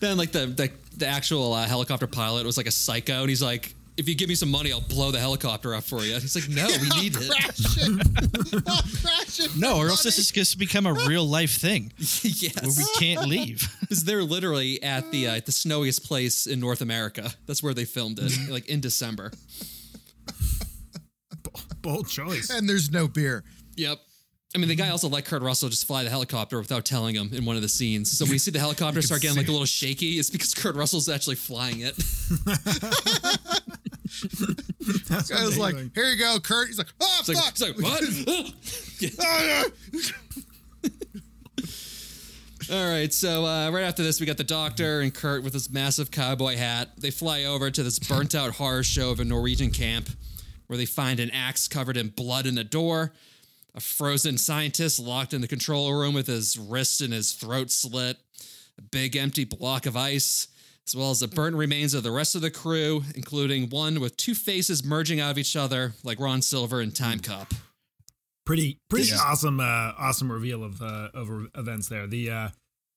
[SPEAKER 1] Then like the the, the actual uh, helicopter pilot was like a psycho, and he's like, "If you give me some money, I'll blow the helicopter up for you." And he's like, "No, [LAUGHS] we need it."
[SPEAKER 4] Crash it.
[SPEAKER 3] [LAUGHS]
[SPEAKER 4] I'll crash it.
[SPEAKER 3] No, or else
[SPEAKER 4] Money.
[SPEAKER 3] this is going to become a real life thing where we
[SPEAKER 1] yes,
[SPEAKER 3] can't leave.
[SPEAKER 1] because they're literally at the uh, the snowiest place in North America. That's where they filmed [LAUGHS] it, like in December.
[SPEAKER 2] Bold [LAUGHS] choice.
[SPEAKER 4] and there's no beer.
[SPEAKER 1] Yep. I mean, the guy also let Kurt Russell just fly the helicopter without telling him in one of the scenes. So when you see the helicopter start getting like a little shaky, it's because Kurt Russell's actually flying it.
[SPEAKER 2] That's
[SPEAKER 4] I was like,
[SPEAKER 2] amazing.
[SPEAKER 4] here you go, Kurt. He's like, oh
[SPEAKER 1] It's like,
[SPEAKER 4] fuck.
[SPEAKER 1] it's like what? Oh. All right, so uh, right after this, we got the doctor and Kurt with his massive cowboy hat. They fly over to this burnt out horror show of a Norwegian camp where they find an axe covered in blood in a door, a frozen scientist locked in the control room with his wrist and his throat slit, a big empty block of ice, as well as the burnt remains of the rest of the crew, including one with two faces merging out of each other, like Ron Silver and Time Cop.
[SPEAKER 2] pretty pretty awesome uh awesome reveal of uh of re- events there the uh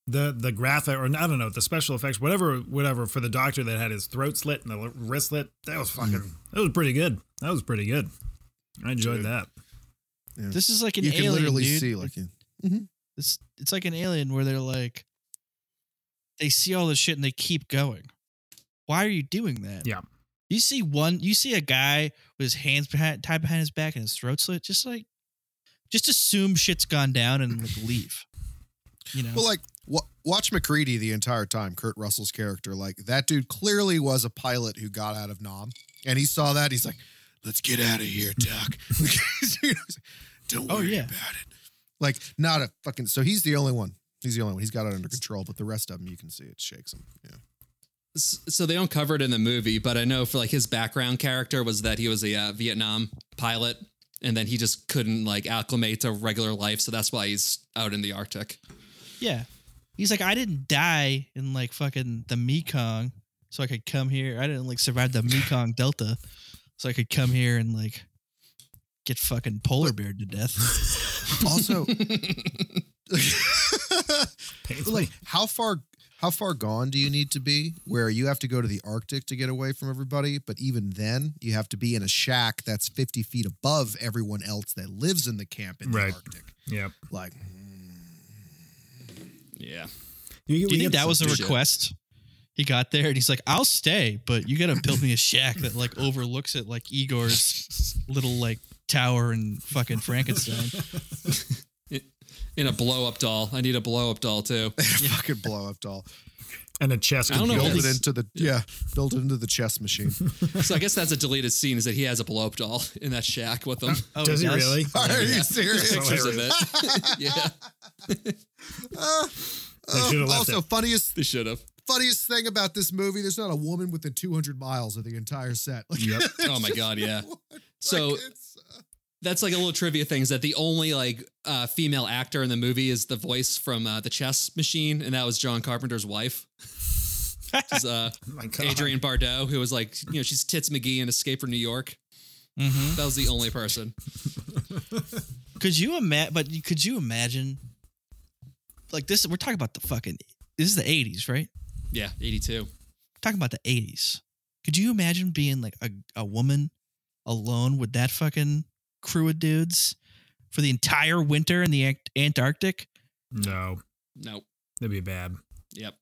[SPEAKER 2] the the graphic or i don't know the special effects whatever whatever for the doctor that had his throat slit and the l- wrist slit that was fucking that was pretty good that was pretty good i enjoyed
[SPEAKER 4] Dude.
[SPEAKER 2] that
[SPEAKER 3] This is like an
[SPEAKER 4] you can
[SPEAKER 3] alien,
[SPEAKER 4] literally
[SPEAKER 3] dude.
[SPEAKER 4] see like you.
[SPEAKER 3] it's it's like an alien where they're like they see all this shit and they keep going. Why are you doing that?
[SPEAKER 2] Yeah.
[SPEAKER 3] You see one you see a guy with his hands behind tied behind his back and his throat slit, just like just assume shit's gone down and like leave. You know?
[SPEAKER 4] Well, like wa watch McCready the entire time. Kurt Russell's character, like that dude, clearly was a pilot who got out of Nam, and he saw that. He's like, "Let's get out of here, [LAUGHS] Doc." He's like, Don't
[SPEAKER 3] Oh,
[SPEAKER 4] worry
[SPEAKER 3] yeah.
[SPEAKER 4] about it. Like, not a fucking. So he's the only one. He's the only one. He's got it under control, but the rest of them, you can see it shakes him. Yeah. [LAUGHS]
[SPEAKER 1] S- so they don't cover it in the movie, but I know for like his background character was that he was a uh, Vietnam pilot, and then he just couldn't like acclimate to regular life, so that's why he's out in the Arctic.
[SPEAKER 3] yeah. He's like, I didn't die in like fucking the Mekong, so I could come here. I didn't like survive the Mekong Delta, so I could come here and like get fucking polar bear to death. [LAUGHS]
[SPEAKER 4] Also,
[SPEAKER 2] Painful.
[SPEAKER 4] like how far how far gone do you need to be where you have to go to the arctic to get away from everybody but even then you have to be in a shack that's 50 feet above everyone else that lives in the camp in
[SPEAKER 2] Right.
[SPEAKER 4] the arctic
[SPEAKER 2] yeah
[SPEAKER 4] like [LAUGHS]
[SPEAKER 1] Yeah,
[SPEAKER 2] you,
[SPEAKER 3] Do you think that was a
[SPEAKER 1] some shit.
[SPEAKER 3] request? He got there and he's like, "I'll stay, but you gotta build me a shack that like overlooks it, like
[SPEAKER 4] [LAUGHS]
[SPEAKER 3] Igor's little like tower and fucking Frankenstein."
[SPEAKER 1] in a blow up doll. I need a blow up doll too.
[SPEAKER 4] fucking blow up doll
[SPEAKER 2] and a chest
[SPEAKER 1] I don't know
[SPEAKER 2] with
[SPEAKER 1] all
[SPEAKER 4] build
[SPEAKER 2] gills.
[SPEAKER 4] it
[SPEAKER 1] these-
[SPEAKER 4] into the yeah build it into the chess machine
[SPEAKER 1] so I guess that's a deleted scene is that he has a blow up doll in that shack with him.
[SPEAKER 3] Oh,
[SPEAKER 2] does he really
[SPEAKER 4] [LAUGHS] are you
[SPEAKER 2] That's
[SPEAKER 4] serious
[SPEAKER 1] Pictures of it. [LAUGHS] yeah,
[SPEAKER 2] They should have left
[SPEAKER 4] Oh, also
[SPEAKER 2] it.
[SPEAKER 4] funniest
[SPEAKER 1] they should
[SPEAKER 4] [LAUGHS]
[SPEAKER 1] have.
[SPEAKER 4] funniest thing about this movie there's not a woman within 200 miles of the entire set like,
[SPEAKER 2] Yep.
[SPEAKER 1] Oh my god, yeah. So
[SPEAKER 4] like, it's, uh,
[SPEAKER 1] that's like a little trivia thing is that the only like uh, female actor in the movie is the voice from uh, the chess machine, and that was John Carpenter's wife. Which is, uh,
[SPEAKER 2] [LAUGHS] My God.
[SPEAKER 1] Adrian Bardot, who was like, you know, she's Tits McGee in Escape from New York.
[SPEAKER 3] Mm-hmm.
[SPEAKER 1] That was the only person.
[SPEAKER 3] Could you imagine? But you- could you imagine? Like this, we're talking about the fucking. This is the '80s, right?
[SPEAKER 1] Yeah, 82.
[SPEAKER 3] talking about the 80s. Could you imagine being like a, a woman alone with that fucking crew of dudes for the entire winter in the Ant- Antarctic?
[SPEAKER 2] No,
[SPEAKER 1] Nope.
[SPEAKER 2] that'd be bad.
[SPEAKER 1] Yep.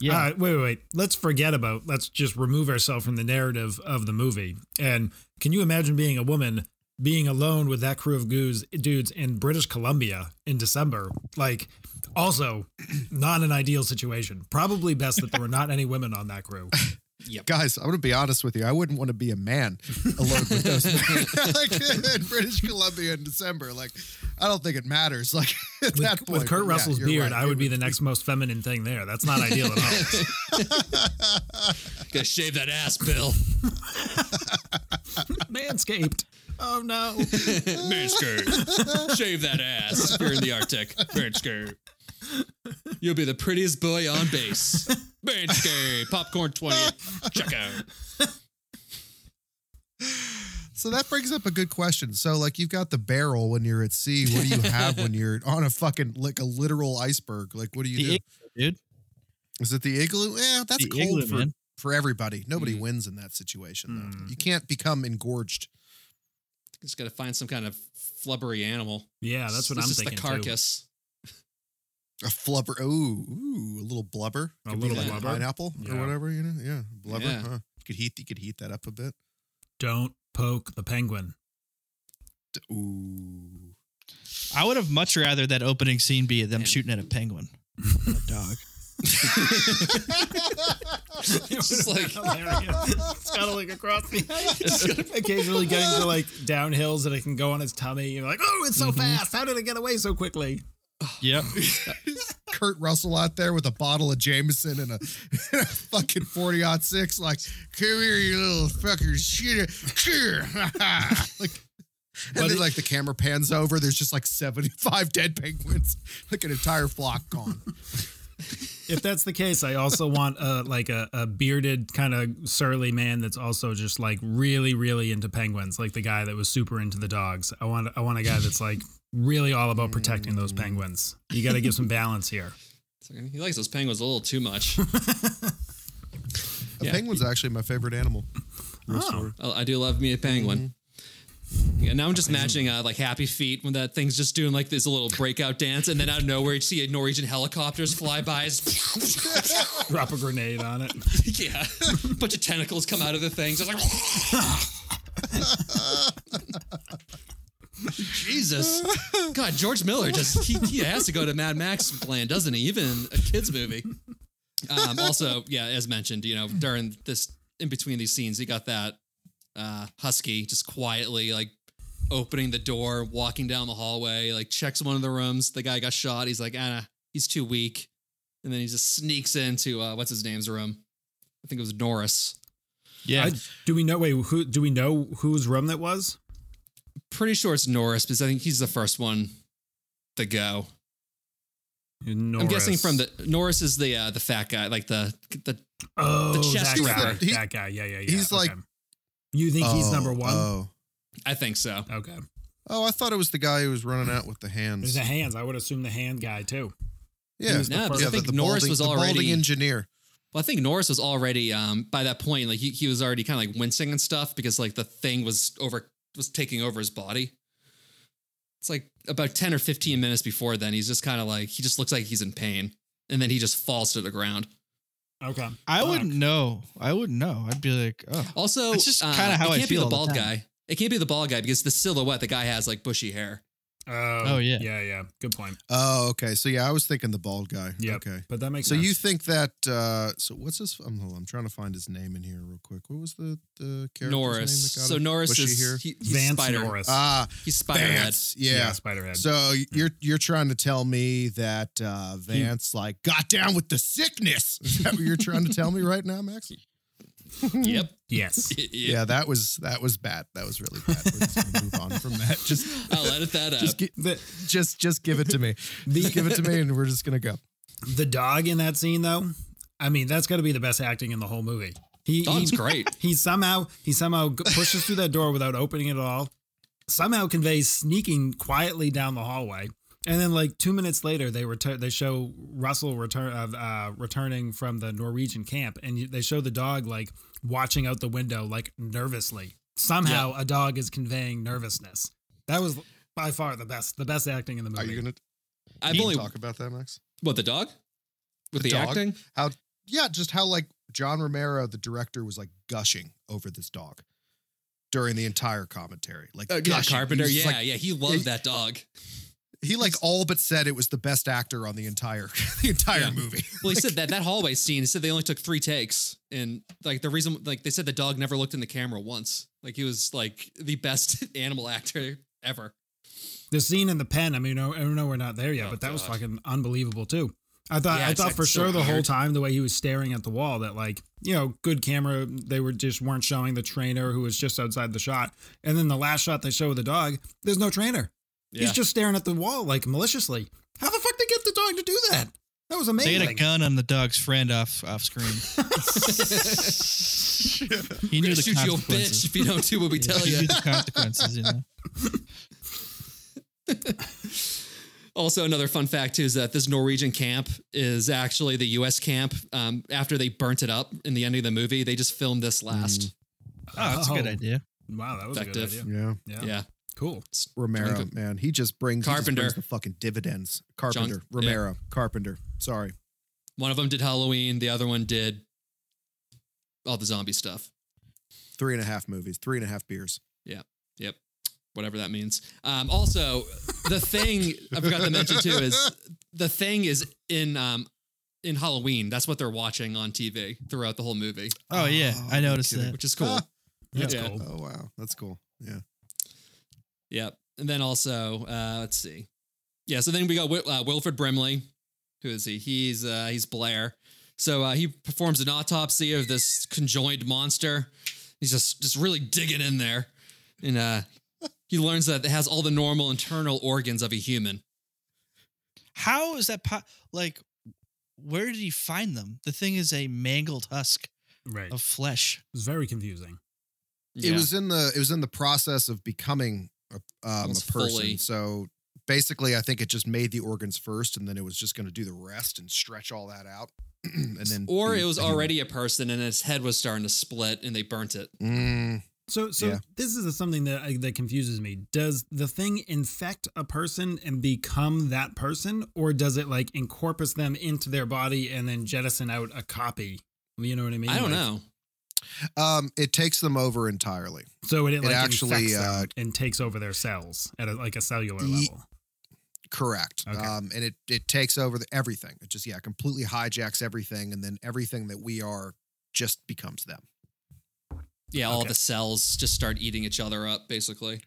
[SPEAKER 3] Yeah.
[SPEAKER 2] Uh, wait, wait, wait. Let's forget about. Let's just remove ourselves from the narrative of the movie. And can you imagine being a woman being alone with that crew of goos dudes in British Columbia in December? Like, also [CLEARS THROAT] not an ideal situation. Probably best that there were not any women on that crew.
[SPEAKER 1] Yep.
[SPEAKER 4] Guys, I'm gonna be honest with you. I wouldn't want to be a man alone
[SPEAKER 2] [LAUGHS]
[SPEAKER 4] with those men like in British Columbia in December. Like, I don't think it matters. Like at
[SPEAKER 2] With,
[SPEAKER 4] that point,
[SPEAKER 2] with Kurt
[SPEAKER 4] but yeah,
[SPEAKER 2] Russell's
[SPEAKER 4] you're
[SPEAKER 2] beard,
[SPEAKER 4] right.
[SPEAKER 2] I
[SPEAKER 4] It
[SPEAKER 2] would be the next most feminine thing there. That's not ideal at all.
[SPEAKER 1] Gotta shave that ass, Bill.
[SPEAKER 2] Manscaped. Oh no.
[SPEAKER 1] Manscaped. Shave that ass if you're in the Arctic. Manscaped. You'll be the prettiest boy on base. Manscaped. Popcorn 20. Check out.
[SPEAKER 4] So that brings up a good question. So like you've got the barrel when you're at sea. What
[SPEAKER 2] [LAUGHS]
[SPEAKER 4] do you have when you're on a fucking like a literal iceberg? Like what do you do?
[SPEAKER 3] The igloo, dude.
[SPEAKER 4] Is it the igloo? Yeah, that's
[SPEAKER 3] The
[SPEAKER 4] cold
[SPEAKER 3] igloo,
[SPEAKER 4] for,
[SPEAKER 3] man.
[SPEAKER 4] for everybody. Nobody wins in that situation though.
[SPEAKER 2] Mm.
[SPEAKER 4] You can't become engorged.
[SPEAKER 1] Just gotta find some kind of flubbery animal.
[SPEAKER 2] Yeah, that's what
[SPEAKER 1] It's
[SPEAKER 2] I'm
[SPEAKER 1] just
[SPEAKER 2] thinking.
[SPEAKER 1] the
[SPEAKER 2] too. [LAUGHS]
[SPEAKER 1] carcass.
[SPEAKER 4] A flubber. Ooh, ooh, a little blubber.
[SPEAKER 2] A
[SPEAKER 4] Could be
[SPEAKER 2] little
[SPEAKER 4] like
[SPEAKER 2] blubber.
[SPEAKER 4] Pineapple
[SPEAKER 2] Yeah.
[SPEAKER 4] or whatever, you know? Yeah. Blubber.
[SPEAKER 1] Yeah.
[SPEAKER 4] Huh. You could heat you could heat that up a bit.
[SPEAKER 2] Don't poke the penguin.
[SPEAKER 4] D- Ooh.
[SPEAKER 3] I would have much rather that opening scene be them shooting at a penguin. than a dog.
[SPEAKER 1] Just like
[SPEAKER 2] scuttling
[SPEAKER 1] [LAUGHS]
[SPEAKER 2] across the occasionally getting to like downhills and it can go on its tummy. You're like, oh, it's so
[SPEAKER 1] Mm-hmm.
[SPEAKER 2] fast. How did it get away so quickly?
[SPEAKER 3] Yep.
[SPEAKER 4] Kurt Russell out there with a bottle of Jameson and a, [LAUGHS] and a fucking 40 six, like, come here, you little fucker, shit. Here. [LAUGHS] like, and then, like, the camera pans over. There's just like 75 dead penguins, [LAUGHS] like an entire flock gone.
[SPEAKER 2] If that's the case, I also want a like a, a bearded kind of surly man that's also just like really, really into penguins, like the guy that was super into the dogs. I want I want a guy that's like really all about protecting
[SPEAKER 1] Mm.
[SPEAKER 2] those penguins. You got to give some balance here.
[SPEAKER 1] he likes those penguins a little too
[SPEAKER 2] [LAUGHS]
[SPEAKER 1] much.
[SPEAKER 4] A
[SPEAKER 1] Yeah.
[SPEAKER 4] penguin's actually my favorite animal. Real story.
[SPEAKER 1] Oh, I do love me a penguin. Yeah, now I'm just imagining uh, like Happy Feet when that thing's just doing like this little breakout dance, and then out of nowhere you see a Norwegian helicopters fly by. [LAUGHS] It's-
[SPEAKER 2] Drop a grenade on it.
[SPEAKER 1] [LAUGHS] yeah, bunch of tentacles come out of the things. It's like [LAUGHS] Jesus, God, George Miller just he, he has to go to Mad Max land, doesn't he? Even in a kids movie. Um, also, yeah, as mentioned, you know, during this in between these scenes, he got that uh, husky just quietly like opening the door, walking down the hallway, like checks one of the rooms. The guy got shot. He's like, Anna, he's too weak. And then he just sneaks into uh, what's his name's room. I think it was Norris.
[SPEAKER 3] [LAUGHS] Yeah.
[SPEAKER 2] I- do we know? Wait, who do we know whose room that was?
[SPEAKER 1] Pretty sure it's Norris because I think he's the first one to go. I'm guessing from the Norris is the uh, the fat guy, like the the
[SPEAKER 2] Oh,
[SPEAKER 1] the chest
[SPEAKER 2] that
[SPEAKER 1] wrapper.
[SPEAKER 2] guy.
[SPEAKER 4] He-
[SPEAKER 2] that guy. Yeah, yeah, yeah.
[SPEAKER 4] he's like-
[SPEAKER 2] you think he's
[SPEAKER 4] Oh,
[SPEAKER 2] number one?
[SPEAKER 4] Oh.
[SPEAKER 1] I think so.
[SPEAKER 2] Okay.
[SPEAKER 4] Oh, I thought it was the guy who was running out with the
[SPEAKER 2] There's
[SPEAKER 4] hands.
[SPEAKER 2] the hands. I would assume the hand guy too.
[SPEAKER 4] yeah.
[SPEAKER 2] was the
[SPEAKER 1] No,
[SPEAKER 2] first-
[SPEAKER 1] because
[SPEAKER 4] yeah,
[SPEAKER 1] I
[SPEAKER 4] the,
[SPEAKER 1] think
[SPEAKER 4] the
[SPEAKER 1] Norris
[SPEAKER 4] balding,
[SPEAKER 1] was
[SPEAKER 4] the balding
[SPEAKER 1] already.
[SPEAKER 4] engineer.
[SPEAKER 1] well, I think Norris was already um, by that point. Like he, he was already kind of like wincing and stuff because like the thing was over was taking over his body. It's like about ten or fifteen minutes before then. He's just kind of like he just looks like he's in pain, and then he just falls to the ground.
[SPEAKER 2] Okay.
[SPEAKER 3] I
[SPEAKER 2] Fuck.
[SPEAKER 3] wouldn't know. I wouldn't know. I'd be like, oh.
[SPEAKER 1] Also,
[SPEAKER 3] That's just
[SPEAKER 1] uh,
[SPEAKER 3] kinda how
[SPEAKER 1] it
[SPEAKER 3] I
[SPEAKER 1] can't be
[SPEAKER 3] feel
[SPEAKER 1] the
[SPEAKER 3] all the
[SPEAKER 1] bald
[SPEAKER 3] time.
[SPEAKER 1] guy. It can't be the bald guy because the silhouette the guy has like bushy hair.
[SPEAKER 2] Oh,
[SPEAKER 3] Oh, yeah.
[SPEAKER 2] Yeah, yeah. Good point.
[SPEAKER 4] Oh, okay. So yeah, I was thinking the bald guy.
[SPEAKER 2] Yep.
[SPEAKER 4] Okay.
[SPEAKER 2] But that makes
[SPEAKER 4] So
[SPEAKER 2] sense.
[SPEAKER 4] you think that? uh So what's his? I'm, hold on, I'm trying to find his name in here real quick. What was the the character's
[SPEAKER 1] Norris.
[SPEAKER 4] Name that got
[SPEAKER 1] So
[SPEAKER 4] him?
[SPEAKER 1] Norris
[SPEAKER 4] Was she
[SPEAKER 1] is
[SPEAKER 4] here?
[SPEAKER 1] He, he's
[SPEAKER 2] Vance
[SPEAKER 1] Spider.
[SPEAKER 2] Norris.
[SPEAKER 4] Ah,
[SPEAKER 1] He's Spiderhead.
[SPEAKER 4] Vance. Yeah.
[SPEAKER 2] Spiderhead.
[SPEAKER 4] So
[SPEAKER 1] Mm-hmm.
[SPEAKER 4] you're you're trying to tell me that uh Vance like got down with the sickness? Is that what you're trying to tell me right
[SPEAKER 1] [LAUGHS]
[SPEAKER 4] now, Max?
[SPEAKER 1] [LAUGHS]
[SPEAKER 3] [LAUGHS]
[SPEAKER 1] yep.
[SPEAKER 4] [LAUGHS]
[SPEAKER 2] yes.
[SPEAKER 1] yeah.
[SPEAKER 4] Yeah, that was that was bad. That was really bad. We're just gonna move on from that. Just
[SPEAKER 1] I'll edit that out.
[SPEAKER 4] just gi-
[SPEAKER 2] The
[SPEAKER 4] just just give it
[SPEAKER 1] [LAUGHS]
[SPEAKER 4] to me. Just give it to me, and we're just gonna go.
[SPEAKER 2] the dog in that scene though, I mean, that's got to be the best acting in the whole movie. He,
[SPEAKER 1] Dog's
[SPEAKER 2] he-
[SPEAKER 1] great.
[SPEAKER 2] He somehow he somehow g- pushes through that door without opening it at all. Somehow conveys sneaking quietly down the hallway, and then like two minutes later, they return. They show Russell return uh, uh, returning from the Norwegian camp, and you- they show the dog like watching out the window like nervously. Somehow, a dog is conveying nervousness. That was by far the best the best acting in the movie.
[SPEAKER 4] Are you gonna
[SPEAKER 1] [LAUGHS] I've
[SPEAKER 4] Can you
[SPEAKER 1] only
[SPEAKER 4] talk about that, Max.
[SPEAKER 1] what the dog with the,
[SPEAKER 4] The dog?
[SPEAKER 1] acting.
[SPEAKER 4] Yeah, just how like John Romero, the director, was like gushing over this dog during the entire commentary. Like
[SPEAKER 1] Uh, yeah,
[SPEAKER 4] gushing.
[SPEAKER 1] Carpenter.
[SPEAKER 4] He was
[SPEAKER 1] Yeah,
[SPEAKER 4] just, like,
[SPEAKER 1] yeah, he loved
[SPEAKER 4] Yeah,
[SPEAKER 1] that dog.
[SPEAKER 4] he like all but said it was the best actor on the entire [LAUGHS] the entire
[SPEAKER 1] Yeah.
[SPEAKER 4] movie.
[SPEAKER 1] Well, he said that that hallway scene. He said they only took three takes, and like the reason, like they said the dog never looked in the camera once. Like he was like the best [LAUGHS] animal actor ever.
[SPEAKER 2] The scene in the pen. I mean, I I know we're not there yet,
[SPEAKER 1] Oh,
[SPEAKER 2] but that was
[SPEAKER 1] God.
[SPEAKER 2] fucking unbelievable too. I thought
[SPEAKER 1] Yeah,
[SPEAKER 2] I
[SPEAKER 1] it's,
[SPEAKER 2] thought
[SPEAKER 1] like,
[SPEAKER 2] for
[SPEAKER 1] so
[SPEAKER 2] sure the whole
[SPEAKER 1] weird.
[SPEAKER 2] time the way he was staring at the wall that like you know good camera they were just weren't showing the trainer who was just outside the shot and then the last shot they show of the dog there's no trainer
[SPEAKER 1] Yeah,
[SPEAKER 2] he's just staring at the wall like maliciously how the fuck did they get the dog to do that that was
[SPEAKER 3] They
[SPEAKER 2] amazing
[SPEAKER 3] had a gun on the dog's friend off off
[SPEAKER 1] [LAUGHS]
[SPEAKER 3] screen. he
[SPEAKER 1] We're
[SPEAKER 3] knew
[SPEAKER 1] gonna
[SPEAKER 3] the
[SPEAKER 1] shoot you a
[SPEAKER 3] consequences.
[SPEAKER 1] bitch if you don't do what we
[SPEAKER 3] Yeah,
[SPEAKER 1] tell
[SPEAKER 3] he [LAUGHS]
[SPEAKER 1] you.
[SPEAKER 3] knew the consequences. You
[SPEAKER 1] [LAUGHS]
[SPEAKER 3] know?
[SPEAKER 1] Also, another fun fact too is that this Norwegian camp is actually the U.S. camp. Um, after they burnt it up in the end of the movie, they just filmed this last.
[SPEAKER 3] Oh, that's a good
[SPEAKER 2] Oh.
[SPEAKER 3] idea.
[SPEAKER 2] wow that was a
[SPEAKER 1] Effective.
[SPEAKER 2] good idea
[SPEAKER 4] Yeah.
[SPEAKER 3] Mm,
[SPEAKER 2] yeah,
[SPEAKER 1] Yeah,
[SPEAKER 2] cool
[SPEAKER 4] Romero, man, he just brings he just
[SPEAKER 1] Carpenter.
[SPEAKER 4] brings the fucking dividends. Carpenter,
[SPEAKER 1] John-
[SPEAKER 4] Romero, Carpenter. Sorry,
[SPEAKER 1] one of them did Halloween, the other one did all the zombie stuff.
[SPEAKER 4] three and a half movies, three and a half beers.
[SPEAKER 1] Yep. Whatever that means. Um, also, the thing I forgot to mention too is the thing is in um, in Halloween. That's what they're watching on TV throughout the whole movie,
[SPEAKER 3] Oh yeah, I noticed
[SPEAKER 4] kidding.
[SPEAKER 3] that.
[SPEAKER 1] which is cool.
[SPEAKER 4] Ah.
[SPEAKER 2] that's
[SPEAKER 1] Yeah.
[SPEAKER 2] cool
[SPEAKER 4] Oh wow, that's cool. Yeah,
[SPEAKER 1] Yep. And then also, uh, let's see. Yeah. So then we got Wil- uh, Wilfred Brimley. Who is he? He's uh, he's Blair. So uh, he performs an autopsy of this conjoined monster. He's just just really digging in there, and uh, he learns that it has all the normal internal organs of a human.
[SPEAKER 3] How is that? Po- like, where did he find them? The thing is a mangled husk
[SPEAKER 2] right
[SPEAKER 3] of flesh.
[SPEAKER 2] it was very confusing
[SPEAKER 4] it
[SPEAKER 1] Yeah.
[SPEAKER 4] was in the it was in the process of becoming a, um, a
[SPEAKER 1] Almost
[SPEAKER 4] person.
[SPEAKER 1] fully.
[SPEAKER 4] So basically, I think it just made the organs first, and then it was just going to do the rest and stretch all that out, [CLEARS THROAT] and then
[SPEAKER 1] or
[SPEAKER 4] be
[SPEAKER 1] it was
[SPEAKER 4] a human.
[SPEAKER 1] already a person and its head was starting to split and they burnt it.
[SPEAKER 4] Mm,
[SPEAKER 2] So, so
[SPEAKER 4] Yeah.
[SPEAKER 2] this is something that I- that confuses me. Does the thing infect a person and become that person, or does it like incorporate them into their body and then jettison out a copy? You know what I mean?
[SPEAKER 1] I don't
[SPEAKER 2] Like,
[SPEAKER 1] know.
[SPEAKER 4] um, it takes them over entirely.
[SPEAKER 2] So it,
[SPEAKER 4] It
[SPEAKER 2] like
[SPEAKER 4] actually,
[SPEAKER 2] actually
[SPEAKER 4] uh,
[SPEAKER 2] and takes over their cells at a, like a cellular
[SPEAKER 4] Ye-
[SPEAKER 2] level.
[SPEAKER 4] Correct.
[SPEAKER 2] Okay.
[SPEAKER 4] Um, and it it takes over the, everything. It just yeah, completely hijacks everything, and then everything that we are just becomes them.
[SPEAKER 1] Yeah, all
[SPEAKER 2] Okay.
[SPEAKER 1] the cells just start eating each other up, basically.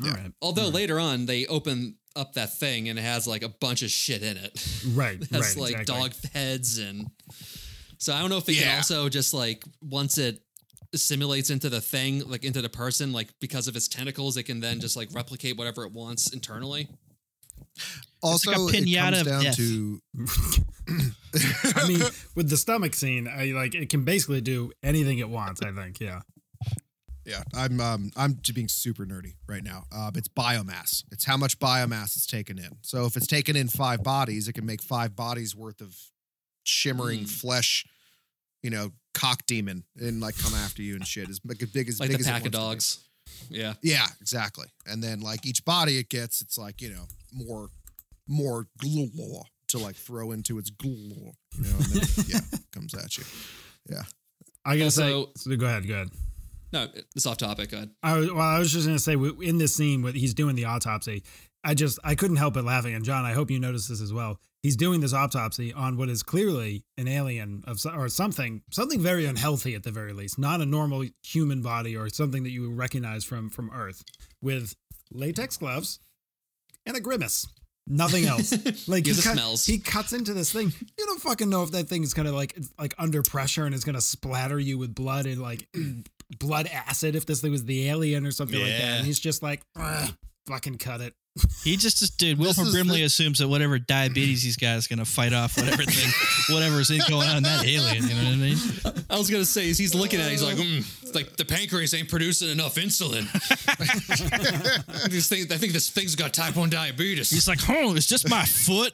[SPEAKER 2] All
[SPEAKER 4] yeah.
[SPEAKER 2] right,
[SPEAKER 1] Although
[SPEAKER 2] Right.
[SPEAKER 1] later on they open up that thing and it has like a bunch of shit in it. [LAUGHS]
[SPEAKER 2] right,
[SPEAKER 1] It
[SPEAKER 2] right,
[SPEAKER 1] has like
[SPEAKER 2] exactly.
[SPEAKER 1] dog heads and so I don't know if it can
[SPEAKER 4] Yeah.
[SPEAKER 1] also just like once it assimilates into the thing, like into the person, like because of its tentacles, it can then just like replicate whatever it wants internally.
[SPEAKER 3] It's
[SPEAKER 4] Also,
[SPEAKER 3] like a
[SPEAKER 4] it
[SPEAKER 3] pinata
[SPEAKER 4] comes
[SPEAKER 3] of
[SPEAKER 4] down
[SPEAKER 3] death.
[SPEAKER 4] to
[SPEAKER 1] [CLEARS THROAT]
[SPEAKER 4] [CLEARS THROAT]
[SPEAKER 1] [LAUGHS]
[SPEAKER 2] I mean, with the stomach scene, I like it can basically do anything it wants. I think, yeah.
[SPEAKER 4] yeah. I'm um I'm j- being super nerdy right now. Um, it's biomass. It's how much biomass is taken in. So if it's taken in five bodies, it can make five bodies worth of shimmering
[SPEAKER 1] Mm.
[SPEAKER 4] flesh. You know, cock demon and like come after you and shit. Is like as big as
[SPEAKER 1] Like
[SPEAKER 4] big
[SPEAKER 1] the
[SPEAKER 4] as it
[SPEAKER 1] pack of
[SPEAKER 4] wants to be.
[SPEAKER 1] dogs. Yeah.
[SPEAKER 4] Yeah, exactly. And then like each body it gets, it's like you know more, more glore to like throw into its glore. You know, and then, yeah, [LAUGHS] comes at you.
[SPEAKER 2] I gotta
[SPEAKER 1] Also-
[SPEAKER 2] say, so go ahead, go ahead.
[SPEAKER 1] No, it's off topic. Go ahead.
[SPEAKER 2] I was, well, I was just gonna say w- in this scene where he's doing the autopsy, I just I couldn't help but laughing. And John, I hope you noticed this as well. He's doing this autopsy on what is clearly an alien of so- or something, something very unhealthy at the very least, not a normal human body or something that you would recognize from from Earth, with latex gloves and a grimace. Nothing
[SPEAKER 1] [LAUGHS]
[SPEAKER 2] else. Like
[SPEAKER 1] Yeah,
[SPEAKER 2] he,
[SPEAKER 1] the
[SPEAKER 2] cut-
[SPEAKER 1] smells.
[SPEAKER 2] he cuts into this thing. You don't fucking know if that thing is gonna like it's, like under pressure and it's gonna splatter you with blood and like [CLEARS THROAT] blood acid if this thing was the alien or something like that.
[SPEAKER 1] Yeah.
[SPEAKER 2] And he's just like, "Ugh, fucking cut it.
[SPEAKER 3] He just, just dude.
[SPEAKER 4] This
[SPEAKER 3] Wilford
[SPEAKER 4] is
[SPEAKER 3] Brimley
[SPEAKER 4] the-
[SPEAKER 3] assumes that whatever diabetes he's got is gonna fight off whatever thing, whatever's going on in that alien. You know what I mean?
[SPEAKER 1] I was gonna say he's, he's looking at it, he's like, mm, it's like the pancreas ain't producing enough insulin. [LAUGHS] This thing- I think this thing's got type one diabetes.
[SPEAKER 3] He's like, oh, it's just my foot.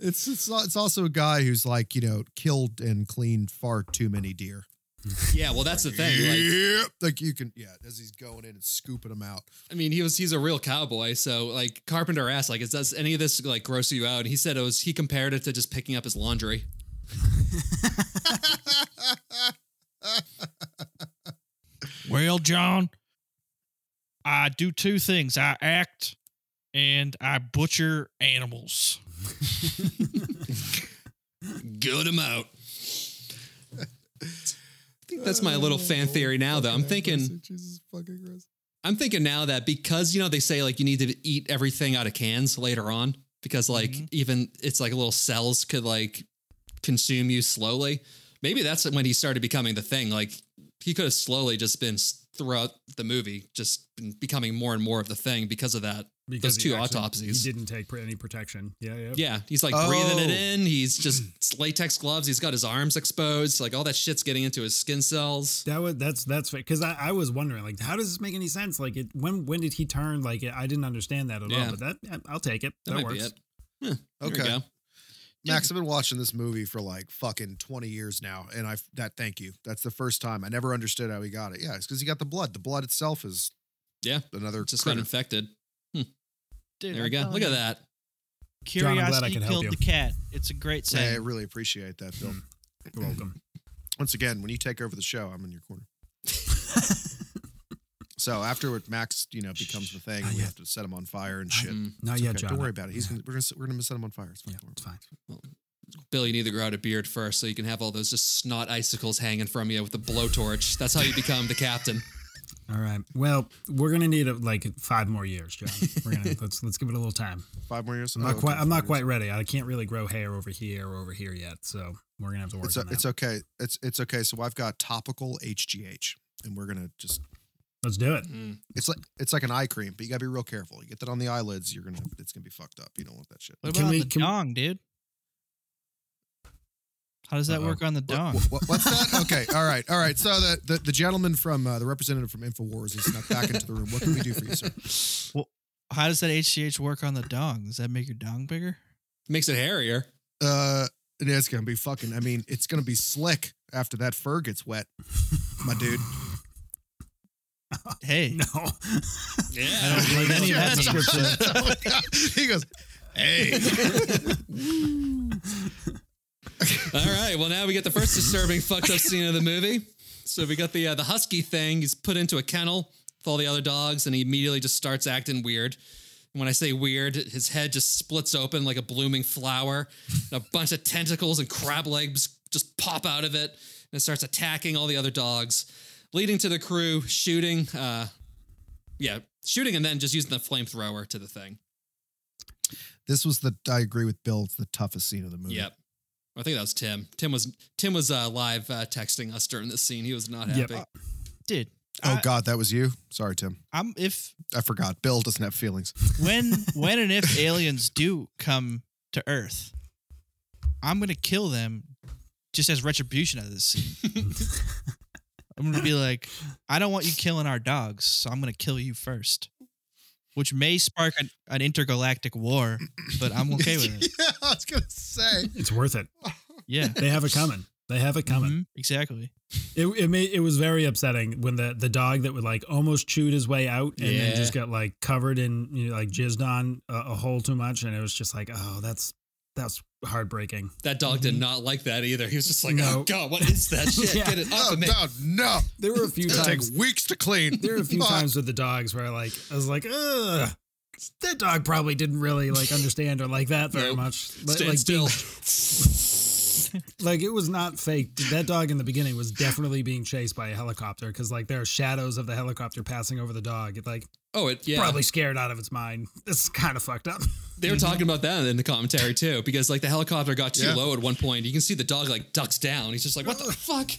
[SPEAKER 4] It's it's al- it's also a guy who's like you know killed and cleaned far too many deer.
[SPEAKER 1] Yeah, well, that's the thing. Like,
[SPEAKER 4] Yep. Like, you can, yeah, as he's going in and scooping him out.
[SPEAKER 1] I mean, he was he's a real cowboy. So like Carpenter asked, like, is does any of this like gross you out? And he said it was he compared it to just picking up his laundry.
[SPEAKER 3] Well, John, I do two things I act and I butcher animals.
[SPEAKER 1] Good him out. [LAUGHS] I think that's my little fan theory now, though. I'm thinking,
[SPEAKER 4] Jesus fucking Christ.
[SPEAKER 1] I'm thinking now that because you know they say like you need to eat everything out of cans later on because like
[SPEAKER 4] Mm-hmm.
[SPEAKER 3] Mhm.
[SPEAKER 1] even it's like little cells could like consume you slowly. Maybe that's when he started becoming the thing. Like he could have slowly just been s- throughout the movie, just been becoming more and more of the thing because of that.
[SPEAKER 2] Because
[SPEAKER 1] Those
[SPEAKER 2] he
[SPEAKER 1] two
[SPEAKER 2] actually-
[SPEAKER 1] autopsies.
[SPEAKER 2] He didn't take pr- any protection. Yeah, yeah.
[SPEAKER 1] Yeah, he's like breathing it
[SPEAKER 4] Oh.
[SPEAKER 1] in. He's
[SPEAKER 4] [CLEARS THROAT]
[SPEAKER 1] just it's latex gloves. He's got his arms exposed. Like all that shit's getting into his skin cells.
[SPEAKER 2] That was that's that's because I, I was wondering like how does this make any sense like it when when did he turn like I didn't understand that at
[SPEAKER 1] Yeah.
[SPEAKER 2] all but that yeah, I'll take it
[SPEAKER 1] That,
[SPEAKER 2] that,
[SPEAKER 1] might
[SPEAKER 2] works
[SPEAKER 1] be it. There
[SPEAKER 4] Okay.
[SPEAKER 1] we go.
[SPEAKER 4] Max, I've been watching this movie for like fucking 20 years now. And I, that, thank you. That's the first time. I never understood how he got it. Yeah, it's because he got the blood. The blood itself is
[SPEAKER 1] Yeah,
[SPEAKER 4] another.
[SPEAKER 1] It's just got
[SPEAKER 4] critter.
[SPEAKER 1] infected.
[SPEAKER 3] Dude,
[SPEAKER 1] There we go. Look at that.
[SPEAKER 2] John, I'm glad I
[SPEAKER 3] Curiosity
[SPEAKER 2] could help
[SPEAKER 3] killed
[SPEAKER 2] you.
[SPEAKER 3] the cat. It's a great
[SPEAKER 4] Hey, I
[SPEAKER 3] saying.
[SPEAKER 4] really appreciate that, Bill.
[SPEAKER 2] You're
[SPEAKER 1] [LAUGHS]
[SPEAKER 2] welcome
[SPEAKER 4] Once again, when you take over the show, I'm in your
[SPEAKER 2] [LAUGHS]
[SPEAKER 4] corner. so afterward, Max, you know, becomes the thing. and We
[SPEAKER 2] yeah.
[SPEAKER 4] have to set him on fire and shit.
[SPEAKER 1] Mm.
[SPEAKER 2] not
[SPEAKER 4] It's
[SPEAKER 2] yet
[SPEAKER 4] okay.
[SPEAKER 2] John
[SPEAKER 4] Don't worry about it. He's gonna, we're gonna we're gonna set him on fire. It's fine.
[SPEAKER 2] yeah
[SPEAKER 4] Don't worry.
[SPEAKER 2] it's fine
[SPEAKER 1] Bill, you need to grow out a beard first so you can have all those just snot icicles hanging from you with the blowtorch. That's how you become the captain.
[SPEAKER 2] all right well we're gonna need uh, like five more years John we're
[SPEAKER 1] [LAUGHS]
[SPEAKER 2] gonna let's let's give it a little time
[SPEAKER 4] Five more years.
[SPEAKER 2] I'm not
[SPEAKER 4] Oh,
[SPEAKER 2] quite
[SPEAKER 4] okay,
[SPEAKER 2] I'm
[SPEAKER 4] five
[SPEAKER 2] not
[SPEAKER 4] years.
[SPEAKER 2] quite ready I can't really grow hair over here or over here yet so we're gonna have to work
[SPEAKER 4] It's
[SPEAKER 2] on that
[SPEAKER 4] it's okay. It's it's okay. So I've got topical HGH, and we're gonna just.
[SPEAKER 2] let's do it
[SPEAKER 1] Mm.
[SPEAKER 4] It's like it's like an eye cream, but you gotta be real careful. You get that on the eyelids, you're gonna it's gonna be fucked up. You don't want that shit.
[SPEAKER 3] What
[SPEAKER 2] Can
[SPEAKER 3] about on
[SPEAKER 2] we-
[SPEAKER 3] the
[SPEAKER 2] can we-
[SPEAKER 3] dong, dude? How does that
[SPEAKER 2] Uh-oh.
[SPEAKER 3] work on the dong?
[SPEAKER 4] What, what- what's
[SPEAKER 2] [LAUGHS]
[SPEAKER 4] that? Okay, all right, all right. So the the, the gentleman from uh, the representative from Infowars is snuck back into the room. What can we do for you, sir?
[SPEAKER 3] How does that HCH work on the dong? Does that make your dong bigger?
[SPEAKER 1] Makes it hairier.
[SPEAKER 4] Uh, and it's gonna be fucking. I mean, it's gonna be slick after that fur gets wet, my dude. [LAUGHS]
[SPEAKER 2] Uh,
[SPEAKER 3] Hey,
[SPEAKER 2] no
[SPEAKER 1] Yeah.
[SPEAKER 3] I don't believe any
[SPEAKER 2] [LAUGHS]
[SPEAKER 3] of that
[SPEAKER 1] That's-
[SPEAKER 3] description.
[SPEAKER 4] he goes, "Hey,
[SPEAKER 1] All right. Well, now we get the first disturbing fucked up scene of the movie. So we got the uh, the husky thing. He's put into a kennel with all the other dogs, and he immediately just starts acting weird. And when I say weird, his head just splits open like a blooming flower. And a bunch of tentacles and crab legs just pop out of it, and it starts attacking all the other dogs, leading to the crew shooting. Uh, yeah, shooting, and then just using the flamethrower to the thing.
[SPEAKER 4] This was the. I agree with Bill. It's the toughest scene of the movie.
[SPEAKER 2] Mm-hmm.
[SPEAKER 1] Yep. I think that was Tim. Tim was Tim was uh, live uh, texting us during this scene. He was not
[SPEAKER 2] Yep.
[SPEAKER 1] happy.
[SPEAKER 3] dude.
[SPEAKER 4] Oh
[SPEAKER 3] I-
[SPEAKER 4] God, that was you. Sorry, Tim.
[SPEAKER 3] I'm if
[SPEAKER 4] I forgot. Bill doesn't have feelings.
[SPEAKER 3] when when and if aliens do come to Earth, I'm gonna kill them just as retribution of this scene.
[SPEAKER 2] [LAUGHS]
[SPEAKER 3] I'm gonna be like, I don't want you killing our dogs, so I'm gonna kill you first. Which may spark an, an intergalactic war, but I'm okay
[SPEAKER 2] [LAUGHS]
[SPEAKER 3] with it.
[SPEAKER 4] [LAUGHS] yeah, I was gonna say.
[SPEAKER 2] [LAUGHS] it's worth it
[SPEAKER 3] Yeah.
[SPEAKER 2] they have it coming they have it coming
[SPEAKER 3] Mhm, Exactly.
[SPEAKER 2] It it, made, it was very upsetting when the, the dog that would like almost chewed his way out and
[SPEAKER 1] Yeah.
[SPEAKER 2] then just got like covered in you know, like jizzed on a, a hole too much and it was just like oh that's that's heartbreaking.
[SPEAKER 1] That dog did not like that either. He was just like, "Oh
[SPEAKER 2] Mm-hmm. No.
[SPEAKER 1] God, what is
[SPEAKER 2] [LAUGHS]
[SPEAKER 1] that shit?
[SPEAKER 2] Yeah.
[SPEAKER 1] Get it off
[SPEAKER 4] Oh
[SPEAKER 1] of me!"
[SPEAKER 4] no, no.
[SPEAKER 2] There were a few
[SPEAKER 4] It'll take
[SPEAKER 2] times
[SPEAKER 4] weeks to
[SPEAKER 2] [LAUGHS]
[SPEAKER 4] clean.
[SPEAKER 2] there were a few
[SPEAKER 4] Fuck.
[SPEAKER 2] times with the dogs where like I was like ugh. That dog probably didn't really like understand or like that very
[SPEAKER 1] Nope.
[SPEAKER 2] much. Li-
[SPEAKER 1] Stand
[SPEAKER 2] like,
[SPEAKER 1] still.
[SPEAKER 2] like it was not fake. That dog in the beginning was definitely being chased by a helicopter because like there are shadows of the helicopter passing over the dog. It like
[SPEAKER 1] Oh, it yeah.
[SPEAKER 2] probably Mm-hmm. scared out of its mind. It's kind of fucked up. [LAUGHS]
[SPEAKER 1] They were talking about that in the commentary too, because like the helicopter got too
[SPEAKER 4] Yeah.
[SPEAKER 1] low at one point. You can see the dog like ducks down. He's just like, "What the fuck?"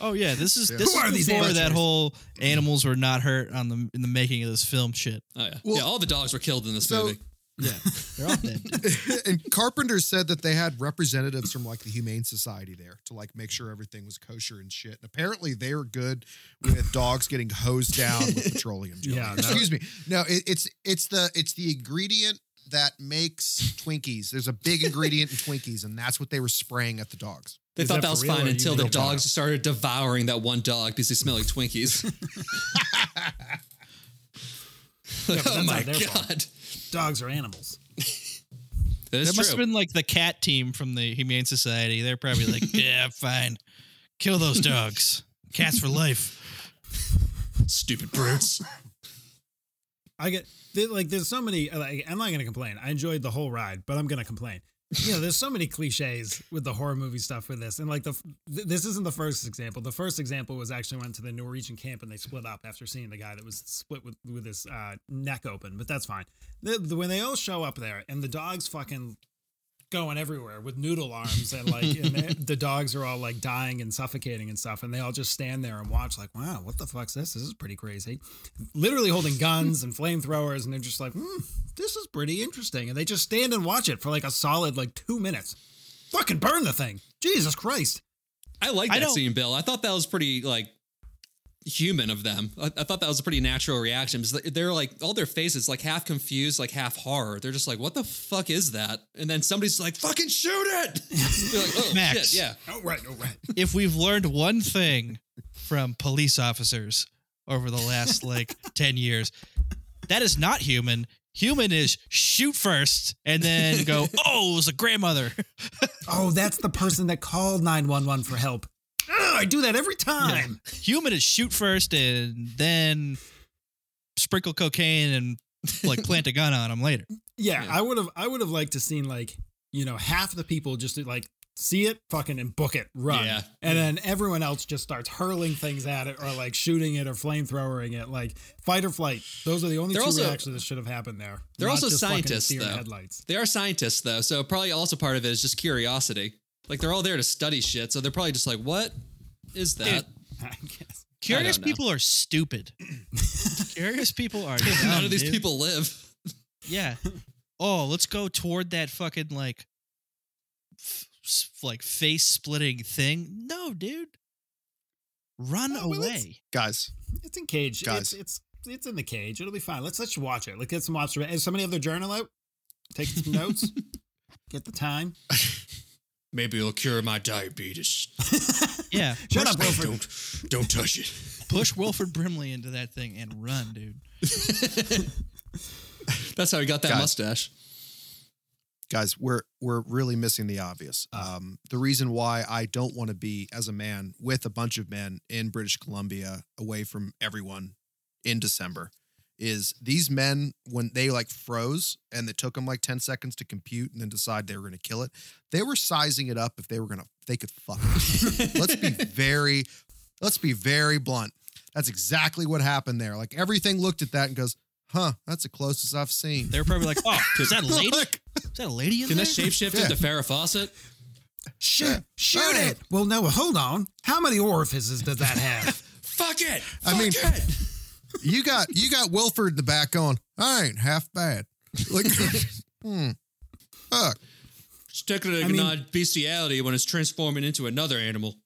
[SPEAKER 3] Oh yeah, this is this
[SPEAKER 2] Who are
[SPEAKER 3] is
[SPEAKER 2] these
[SPEAKER 3] before that
[SPEAKER 2] amateurs?
[SPEAKER 3] whole animals were not hurt on the in the making of this film
[SPEAKER 2] [LAUGHS]
[SPEAKER 3] shit.
[SPEAKER 1] Oh yeah,
[SPEAKER 4] Well-
[SPEAKER 1] yeah. All the dogs were killed in this
[SPEAKER 4] So-
[SPEAKER 1] movie.
[SPEAKER 3] Yeah, they're all dead. dude.
[SPEAKER 4] [LAUGHS] and Carpenter said that they had representatives from like the Humane Society there to like make sure everything was kosher and shit. And apparently they were good with dogs getting hosed down with petroleum jelly.
[SPEAKER 2] Yeah, no.
[SPEAKER 4] Excuse me. No, it, it's it's the it's the ingredient that makes Twinkies. There's a big ingredient in Twinkies, and that's what they were spraying at the dogs.
[SPEAKER 1] They
[SPEAKER 2] Is
[SPEAKER 1] thought
[SPEAKER 2] that
[SPEAKER 1] that was
[SPEAKER 2] for real,
[SPEAKER 1] fine
[SPEAKER 2] or you
[SPEAKER 1] until
[SPEAKER 2] made
[SPEAKER 1] the
[SPEAKER 2] it up?
[SPEAKER 1] dogs started devouring that one dog because they smelled like
[SPEAKER 2] [LAUGHS]
[SPEAKER 1] Twinkies. [LAUGHS] Like,
[SPEAKER 2] but
[SPEAKER 1] oh
[SPEAKER 2] that's
[SPEAKER 1] my
[SPEAKER 2] not their fault.
[SPEAKER 1] god,
[SPEAKER 2] Dogs are animals.
[SPEAKER 1] that is
[SPEAKER 3] That must have
[SPEAKER 1] true.
[SPEAKER 3] been like the cat team from the Humane Society. They're probably like, yeah, fine. Kill those dogs. Cats for life.
[SPEAKER 1] Stupid brutes.
[SPEAKER 2] I get there, like there's so many. uh, Like, I'm not gonna complain. I enjoyed the whole ride, but I'm gonna complain. You know, there's so many cliches with the horror movie stuff with this, and like the f- th- this isn't the first example. The first example was actually went to the Norwegian camp and they split up after seeing the guy that was split with with his uh, neck open, but that's fine. The, the, when they all show up there and the dogs fucking going everywhere with noodle arms and like and the, the dogs are all like dying and suffocating and stuff and they all just stand there and watch like wow what the fuck's this this is pretty crazy literally [LAUGHS] holding guns and flamethrowers and they're just like hmm, this is pretty interesting and they just stand and watch it for like a solid like two minutes fucking burn the thing jesus christ
[SPEAKER 1] [LAUGHS] I like
[SPEAKER 3] I
[SPEAKER 1] that
[SPEAKER 3] don't-
[SPEAKER 1] scene, Bill. I thought that was pretty like human of them. I, I thought that was a pretty natural reaction because they- they're like all their faces like half confused, like half horror. They're just like, "What the fuck is that?" And then somebody's like, "Fucking shoot it!" [LAUGHS] They're like, "Oh
[SPEAKER 3] Max.
[SPEAKER 1] shit, yeah."
[SPEAKER 2] oh right oh right
[SPEAKER 3] If we've learned one thing from police officers over the last like 10 years, that is not human. Human is shoot first and then go, oh, it was a grandmother.
[SPEAKER 2] [LAUGHS] oh that's the person that called 911 for help Ugh, i do that every time
[SPEAKER 3] Human is shoot first and then sprinkle cocaine and like plant a gun on them later.
[SPEAKER 2] Yeah,
[SPEAKER 1] Yeah.
[SPEAKER 2] I would have I would have liked to seen like, you know, half the people just like see it fucking and book it, run.
[SPEAKER 1] Yeah.
[SPEAKER 2] And then everyone else just starts hurling things at it or like shooting it or flamethrowering it. Like fight or flight. Those are the only
[SPEAKER 1] They're
[SPEAKER 2] two
[SPEAKER 1] also-
[SPEAKER 2] reactions that should have happened there.
[SPEAKER 1] They're
[SPEAKER 2] Not
[SPEAKER 1] also
[SPEAKER 2] just fucking
[SPEAKER 1] scientists,
[SPEAKER 2] deer in
[SPEAKER 1] though.
[SPEAKER 2] Headlights. [LAUGHS]
[SPEAKER 1] They are scientists though, so probably also part of it is just curiosity. Like they're all there to study shit, so they're probably just like, "What is that?"
[SPEAKER 2] I guess.
[SPEAKER 3] Curious
[SPEAKER 1] know.
[SPEAKER 3] people are stupid. Curious people are dumb,
[SPEAKER 1] [LAUGHS] None of these
[SPEAKER 3] dude.
[SPEAKER 1] people live.
[SPEAKER 3] Yeah. Oh, let's go toward that fucking like, f- s- like face splitting thing. No, dude. Run
[SPEAKER 2] Well, well, it's-
[SPEAKER 3] away.
[SPEAKER 4] Guys,
[SPEAKER 2] It's in cage. It's
[SPEAKER 4] Guys.
[SPEAKER 2] it's it's in the cage. It'll be fine. Let's let's watch it. Let's get some watch. Is somebody have their journal out? Take
[SPEAKER 1] [LAUGHS]
[SPEAKER 2] some notes. Get the time.
[SPEAKER 1] Maybe it'll cure my diabetes.
[SPEAKER 3] yeah.
[SPEAKER 2] Shut up,
[SPEAKER 3] push,
[SPEAKER 2] Wilfred.
[SPEAKER 1] don't touch it.
[SPEAKER 3] push Wilford Brimley into that thing and run, dude.
[SPEAKER 1] That's how he got that
[SPEAKER 4] Guys.
[SPEAKER 1] mustache.
[SPEAKER 4] guys, we're we're really missing the obvious. Um, the reason why I don't want to be as a man with a bunch of men in British Columbia, away from everyone, in December, is these men when they like froze and it took them like ten seconds to compute and then decide they were going to kill it. They were sizing it up if they were going to they could fuck. it. let's be very, let's be very blunt. That's exactly what happened there. Like everything looked at that and goes, "Huh, that's the closest I've seen."
[SPEAKER 3] They were probably like, oh, is that a
[SPEAKER 4] [LAUGHS]
[SPEAKER 3] lady? Is that a lady in
[SPEAKER 1] Can
[SPEAKER 3] there?
[SPEAKER 1] that
[SPEAKER 3] [LAUGHS]
[SPEAKER 1] shapeshift into Farrah Fawcett?
[SPEAKER 2] Shoot, shoot it. Well, no, hold on. How many orifices does [LAUGHS] that have?
[SPEAKER 1] Fuck it!
[SPEAKER 4] I mean, you got you got Wilford in the back going. I ain't half bad. Like, [LAUGHS] hmm, fuck.
[SPEAKER 1] It's technically
[SPEAKER 2] I mean-
[SPEAKER 1] not bestiality when it's transforming into another animal.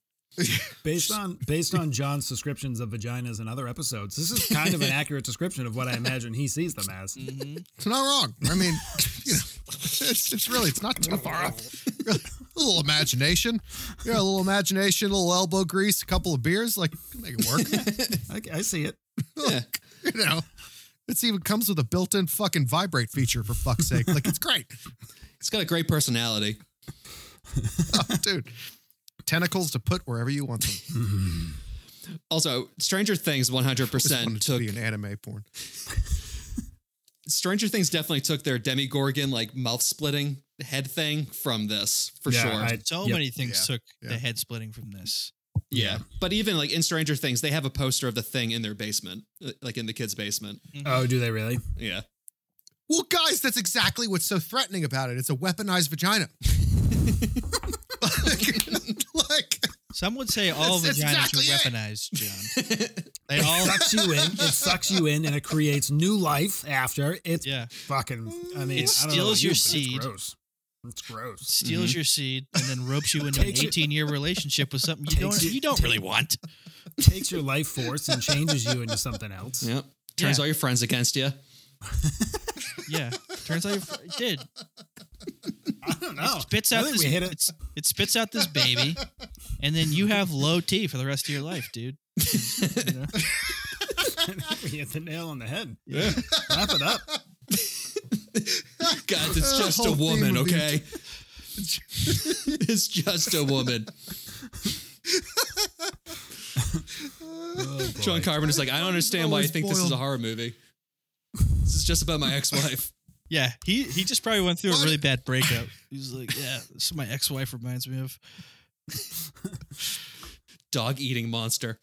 [SPEAKER 2] based on based on John's descriptions of vaginas in other episodes, this is kind [LAUGHS] of an accurate description of what I imagine he sees them as.
[SPEAKER 4] It's not wrong. I mean, [LAUGHS] you know, it's, it's really it's not too far off. [LAUGHS] Really, a little imagination, yeah, a little imagination, a little elbow grease, a couple of beers, like can make it work. [LAUGHS]
[SPEAKER 2] I, I see it.
[SPEAKER 4] you know, it's even comes with a built-in fucking vibrate feature for fuck's sake. Like it's great, [LAUGHS]
[SPEAKER 1] It's got a great personality.
[SPEAKER 4] oh, dude. Tentacles to put wherever you want them.
[SPEAKER 1] Also, Stranger Things 100%
[SPEAKER 4] Wanted to
[SPEAKER 1] took
[SPEAKER 4] be an anime porn.
[SPEAKER 1] Stranger Things definitely took their demigorgon like mouth splitting head thing from this for
[SPEAKER 2] Yeah,
[SPEAKER 1] sure.
[SPEAKER 2] I-
[SPEAKER 3] So
[SPEAKER 2] Yep.
[SPEAKER 3] many things
[SPEAKER 4] Yeah.
[SPEAKER 3] took
[SPEAKER 4] Yeah.
[SPEAKER 3] the head splitting from this.
[SPEAKER 1] yeah. But even like in Stranger Things, they have a poster of the thing in their basement, uh, like in the kid's basement.
[SPEAKER 2] Oh, do they really?
[SPEAKER 1] Yeah.
[SPEAKER 4] Well, guys, that's exactly what's so threatening about it. It's a weaponized vagina. [LAUGHS] like,
[SPEAKER 1] [LAUGHS]
[SPEAKER 4] like,
[SPEAKER 3] Some would say all
[SPEAKER 4] That's
[SPEAKER 3] vaginas
[SPEAKER 4] exactly it.
[SPEAKER 3] are weaponized, John. They all,
[SPEAKER 2] Sucks you in. It sucks you in, and it creates new life after. It's
[SPEAKER 3] [LAUGHS] yeah,
[SPEAKER 2] fucking. I mean,
[SPEAKER 3] It
[SPEAKER 2] I don't know about
[SPEAKER 3] steals
[SPEAKER 2] you,
[SPEAKER 3] your
[SPEAKER 2] but
[SPEAKER 3] seed.
[SPEAKER 2] It's gross. It's [LAUGHS] gross.
[SPEAKER 3] steals your seed and then ropes [LAUGHS] you into an
[SPEAKER 2] Takes you-
[SPEAKER 3] 18 year relationship with something you
[SPEAKER 2] Takes
[SPEAKER 3] don't
[SPEAKER 2] you-
[SPEAKER 3] you don't really [LAUGHS] want.
[SPEAKER 2] Takes your life force and changes you into something else.
[SPEAKER 1] Yep. Turns
[SPEAKER 3] Yeah.
[SPEAKER 1] all your friends against you.
[SPEAKER 3] Yeah, Turns out you did.
[SPEAKER 2] I don't know.
[SPEAKER 3] Spits
[SPEAKER 2] I
[SPEAKER 3] out
[SPEAKER 2] think
[SPEAKER 3] this.
[SPEAKER 2] we hit it. [LAUGHS]
[SPEAKER 3] It's, it spits out this baby, and then you have low T for the rest of your life, dude.
[SPEAKER 2] we hit the nail on the [LAUGHS] head.
[SPEAKER 1] Yeah.
[SPEAKER 2] Wrap it up.
[SPEAKER 1] [LAUGHS] Guys, it's just a
[SPEAKER 4] whole thing
[SPEAKER 1] woman,
[SPEAKER 4] would be-
[SPEAKER 1] okay? it's just a woman.
[SPEAKER 2] Oh,
[SPEAKER 1] John Carpenter's like, I don't understand why you
[SPEAKER 4] Always
[SPEAKER 1] think this is
[SPEAKER 4] boiled.
[SPEAKER 1] a horror movie. This is just about my ex-wife. [LAUGHS]
[SPEAKER 3] Yeah, he he just probably went through a
[SPEAKER 4] What?
[SPEAKER 3] really bad breakup. He was like, "Yeah, this is what my ex-wife reminds me of."
[SPEAKER 1] Dog eating monster.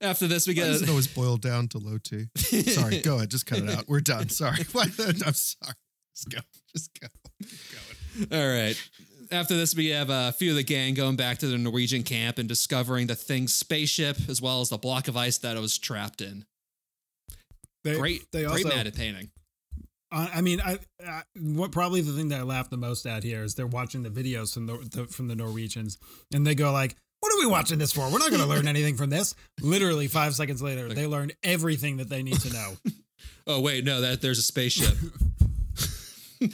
[SPEAKER 1] After this, we
[SPEAKER 4] Why
[SPEAKER 1] get [LAUGHS]
[SPEAKER 4] does it always boil down to low T? Sorry, go ahead. Just cut it out. We're done. Sorry. [LAUGHS] Why- I'm sorry. Just go. Just go. Keep going.
[SPEAKER 1] All right. After this, we have uh, a few of the gang going back to the Norwegian camp and discovering the thing's spaceship, as well as the block of ice that it was trapped in.
[SPEAKER 2] They,
[SPEAKER 1] Great,
[SPEAKER 2] They
[SPEAKER 1] great
[SPEAKER 2] also,
[SPEAKER 1] mad at painting.
[SPEAKER 2] I I mean, I, I what probably the thing that I laugh the most at here is they're watching the videos from the, the from the Norwegians, and they go like, "What are we watching this for? We're not going
[SPEAKER 1] [LAUGHS]
[SPEAKER 2] to learn anything from this." Literally five seconds later, they learned everything that they need
[SPEAKER 1] [LAUGHS]
[SPEAKER 2] to know.
[SPEAKER 1] Oh wait, no, that there's a
[SPEAKER 2] [LAUGHS]
[SPEAKER 1] spaceship.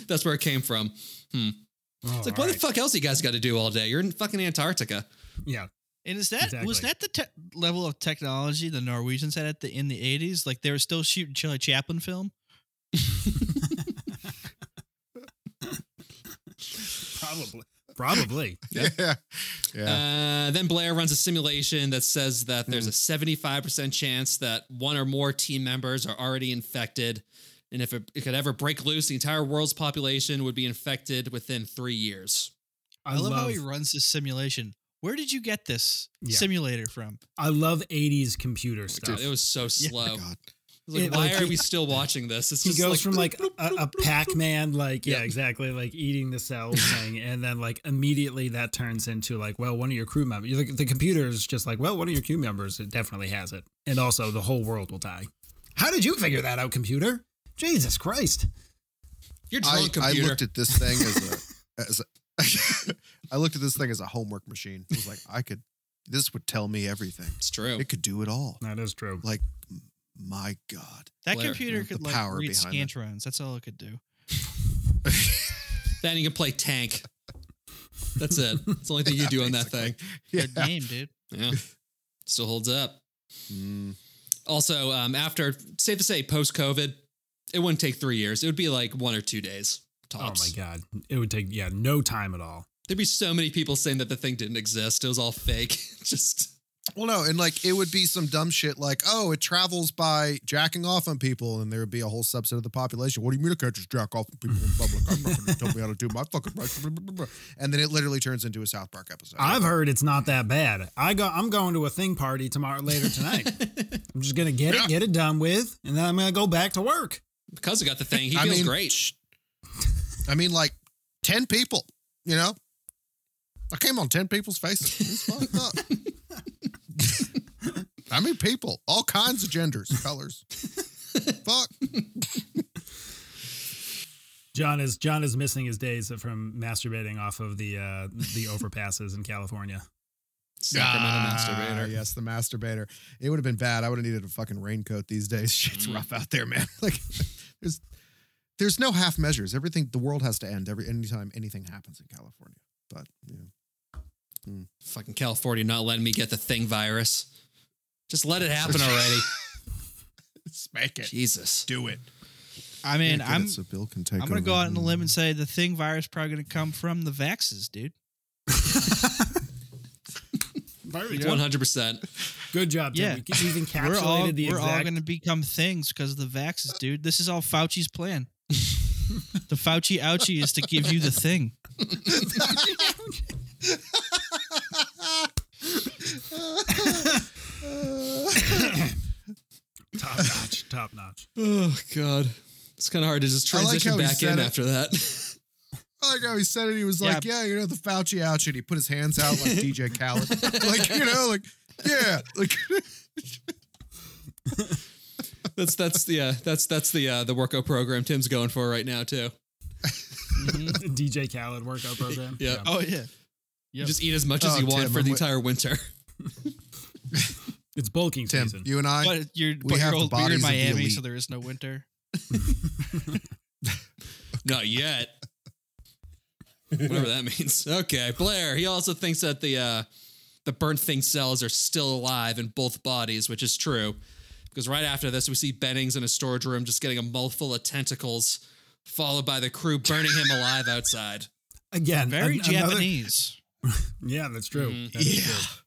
[SPEAKER 1] That's where it came from. It's like, what the fuck else you guys got to do all day? You're in fucking Antarctica.
[SPEAKER 2] Yeah,
[SPEAKER 3] And is that was
[SPEAKER 2] Exactly.
[SPEAKER 3] that the te- level of technology the Norwegians had at the in the eighties? Like they were still shooting Charlie Chaplin film.
[SPEAKER 2] probably,
[SPEAKER 1] [LAUGHS]
[SPEAKER 2] probably.
[SPEAKER 1] Yeah.
[SPEAKER 4] Yeah. Yeah.
[SPEAKER 1] Uh, then Blair runs a simulation that says that
[SPEAKER 2] Hmm.
[SPEAKER 1] there's a 75% chance that one or more team members are already infected. And if it, it could ever break loose, the entire world's population would be infected within three years.
[SPEAKER 2] I,
[SPEAKER 3] I, love,
[SPEAKER 2] love,
[SPEAKER 3] how he runs this simulation. Where did you get this
[SPEAKER 2] Yeah.
[SPEAKER 3] simulator from?
[SPEAKER 2] I love '80s computer stuff.
[SPEAKER 1] God, it was so slow.
[SPEAKER 4] My God.
[SPEAKER 1] I was like,
[SPEAKER 2] It-
[SPEAKER 1] why
[SPEAKER 2] like,
[SPEAKER 1] are
[SPEAKER 2] he-
[SPEAKER 1] we still watching this? It's
[SPEAKER 2] he
[SPEAKER 1] just
[SPEAKER 2] goes
[SPEAKER 1] like,
[SPEAKER 2] from like a, a [LAUGHS] Pac-Man, like yeah,
[SPEAKER 1] Yep.
[SPEAKER 2] exactly, like eating the cells thing, and then like immediately that turns into like, well, one of your crew members, the, the computer is just like, well, one of your crew members it definitely has it, and also the whole world will die. How did you figure that out, computer? Jesus Christ!
[SPEAKER 1] you're
[SPEAKER 4] I,
[SPEAKER 1] drunk
[SPEAKER 4] I
[SPEAKER 1] computer.
[SPEAKER 4] looked at this thing as
[SPEAKER 1] [LAUGHS]
[SPEAKER 4] a as a, [LAUGHS] I looked at this thing as a homework machine. It was like I could this would tell me everything.
[SPEAKER 1] it's
[SPEAKER 2] [LAUGHS]
[SPEAKER 1] true.
[SPEAKER 4] It could do it all.
[SPEAKER 2] That is true.
[SPEAKER 4] Like my God.
[SPEAKER 3] That
[SPEAKER 1] Blair,
[SPEAKER 3] computer
[SPEAKER 4] the
[SPEAKER 3] could like
[SPEAKER 4] power
[SPEAKER 3] read
[SPEAKER 4] behind it.
[SPEAKER 3] scantrons. That's all it could
[SPEAKER 4] [LAUGHS]
[SPEAKER 3] do.
[SPEAKER 1] Then you can play tank. That's it. It's the only thing you do on that
[SPEAKER 4] Basically.
[SPEAKER 1] thing.
[SPEAKER 4] [LAUGHS]
[SPEAKER 3] Good name, dude.
[SPEAKER 1] Yeah. [LAUGHS] Still holds up.
[SPEAKER 4] Mm,
[SPEAKER 1] Also, um, after safe to say, post COVID, it wouldn't take three years. It would be like one or two days
[SPEAKER 2] Oh
[SPEAKER 1] tops.
[SPEAKER 2] my God! It would take yeah, no time at all.
[SPEAKER 1] There'd be so many people saying that the thing didn't exist. It was all fake. [LAUGHS] Just
[SPEAKER 4] well, no, and like it would be some dumb shit like, oh, it travels by jacking off on people, and there would be a whole subset of the population. What do you mean I can't just jack off on people in public? I'm not going to tell me how to do my fucking rights. And then it literally turns into a South Park episode.
[SPEAKER 2] I've heard it's not that bad. I go, I'm going to a thing party tomorrow later [LAUGHS] tonight. I'm just gonna get it, get it done with, and then I'm gonna go back to work.
[SPEAKER 1] because we got the thing, he
[SPEAKER 4] I
[SPEAKER 1] feels
[SPEAKER 4] mean,
[SPEAKER 1] great.
[SPEAKER 4] I mean, like ten people. You know, I came on ten people's faces. It's fucked
[SPEAKER 2] [LAUGHS]
[SPEAKER 4] up. I mean, people, all kinds of genders,
[SPEAKER 2] [LAUGHS]
[SPEAKER 4] colors. Fuck.
[SPEAKER 2] John is John is missing his days from masturbating off of the uh, the overpasses in California.
[SPEAKER 1] Sacramento
[SPEAKER 4] Ah,
[SPEAKER 1] masturbator.
[SPEAKER 4] Yes, the masturbator. It would have been bad. I would have needed a fucking raincoat these days. [LAUGHS] Shit's rough out there, man. [LAUGHS] Like, there's there's no half measures. Everything the world has to end every anytime anything happens in California. But you [LAUGHS] know,
[SPEAKER 1] Fucking California not letting me get the thing virus. Just let it
[SPEAKER 4] [LAUGHS]
[SPEAKER 1] happen already.
[SPEAKER 4] smack it,
[SPEAKER 1] Jesus.
[SPEAKER 4] do it.
[SPEAKER 3] I mean,
[SPEAKER 4] Make it
[SPEAKER 3] I'm
[SPEAKER 4] so Bill can take.
[SPEAKER 3] I'm gonna
[SPEAKER 4] over.
[SPEAKER 3] go out on a limb and say the thing virus probably gonna come from the vaxes, dude.
[SPEAKER 1] One hundred percent.
[SPEAKER 2] Good job, Tim.
[SPEAKER 3] Yeah.
[SPEAKER 2] You c- You've encapsulated
[SPEAKER 3] We're all
[SPEAKER 2] the
[SPEAKER 3] we're all
[SPEAKER 2] exact.
[SPEAKER 3] gonna become things because of the vaxes, dude. This is all Fauci's
[SPEAKER 4] [LAUGHS]
[SPEAKER 3] plan. the Fauci ouchie is to give you the thing.
[SPEAKER 2] [LAUGHS] Top notch. Top notch. [LAUGHS]
[SPEAKER 1] Oh God. It's kind of hard to just
[SPEAKER 4] I like
[SPEAKER 1] transition
[SPEAKER 4] how he
[SPEAKER 1] back
[SPEAKER 4] said
[SPEAKER 1] in
[SPEAKER 4] it.
[SPEAKER 1] after that.
[SPEAKER 4] I like how he said it. He was
[SPEAKER 3] Yeah.
[SPEAKER 4] like, "Yeah, you know the Fauci ouch," and he put his hands
[SPEAKER 3] [LAUGHS]
[SPEAKER 4] out like DJ Khaled, like you know, like yeah, like [LAUGHS]
[SPEAKER 1] that's that's the uh, that's that's the uh, the worko program Tim's going for right now too.
[SPEAKER 4] Mm-hmm.
[SPEAKER 2] DJ Khaled workout program.
[SPEAKER 1] Yeah.
[SPEAKER 3] Oh yeah.
[SPEAKER 1] You just eat as much as
[SPEAKER 4] Oh,
[SPEAKER 1] you want
[SPEAKER 4] Tim,
[SPEAKER 1] for
[SPEAKER 4] I'm
[SPEAKER 1] the
[SPEAKER 4] wi-
[SPEAKER 1] entire
[SPEAKER 4] [LAUGHS]
[SPEAKER 1] winter. [LAUGHS]
[SPEAKER 2] It's bulking
[SPEAKER 4] Tim,
[SPEAKER 2] season.
[SPEAKER 4] you and I,
[SPEAKER 3] But you're,
[SPEAKER 4] we
[SPEAKER 3] but you're,
[SPEAKER 4] have the
[SPEAKER 3] old, but you're in
[SPEAKER 4] bodies of the
[SPEAKER 3] Miami,
[SPEAKER 4] elite.
[SPEAKER 3] so there is no winter.
[SPEAKER 1] Not yet. Whatever that means. [LAUGHS] Okay, Blair. He also thinks that the uh, the burnt thing cells are still alive in both bodies, which is true. Because right after this, we see Bennings in a storage room just getting a mouthful of tentacles, followed by the crew burning him alive outside.
[SPEAKER 2] Again,
[SPEAKER 3] Very
[SPEAKER 2] an- another-
[SPEAKER 3] Japanese.
[SPEAKER 2] Yeah, that's true. That is true.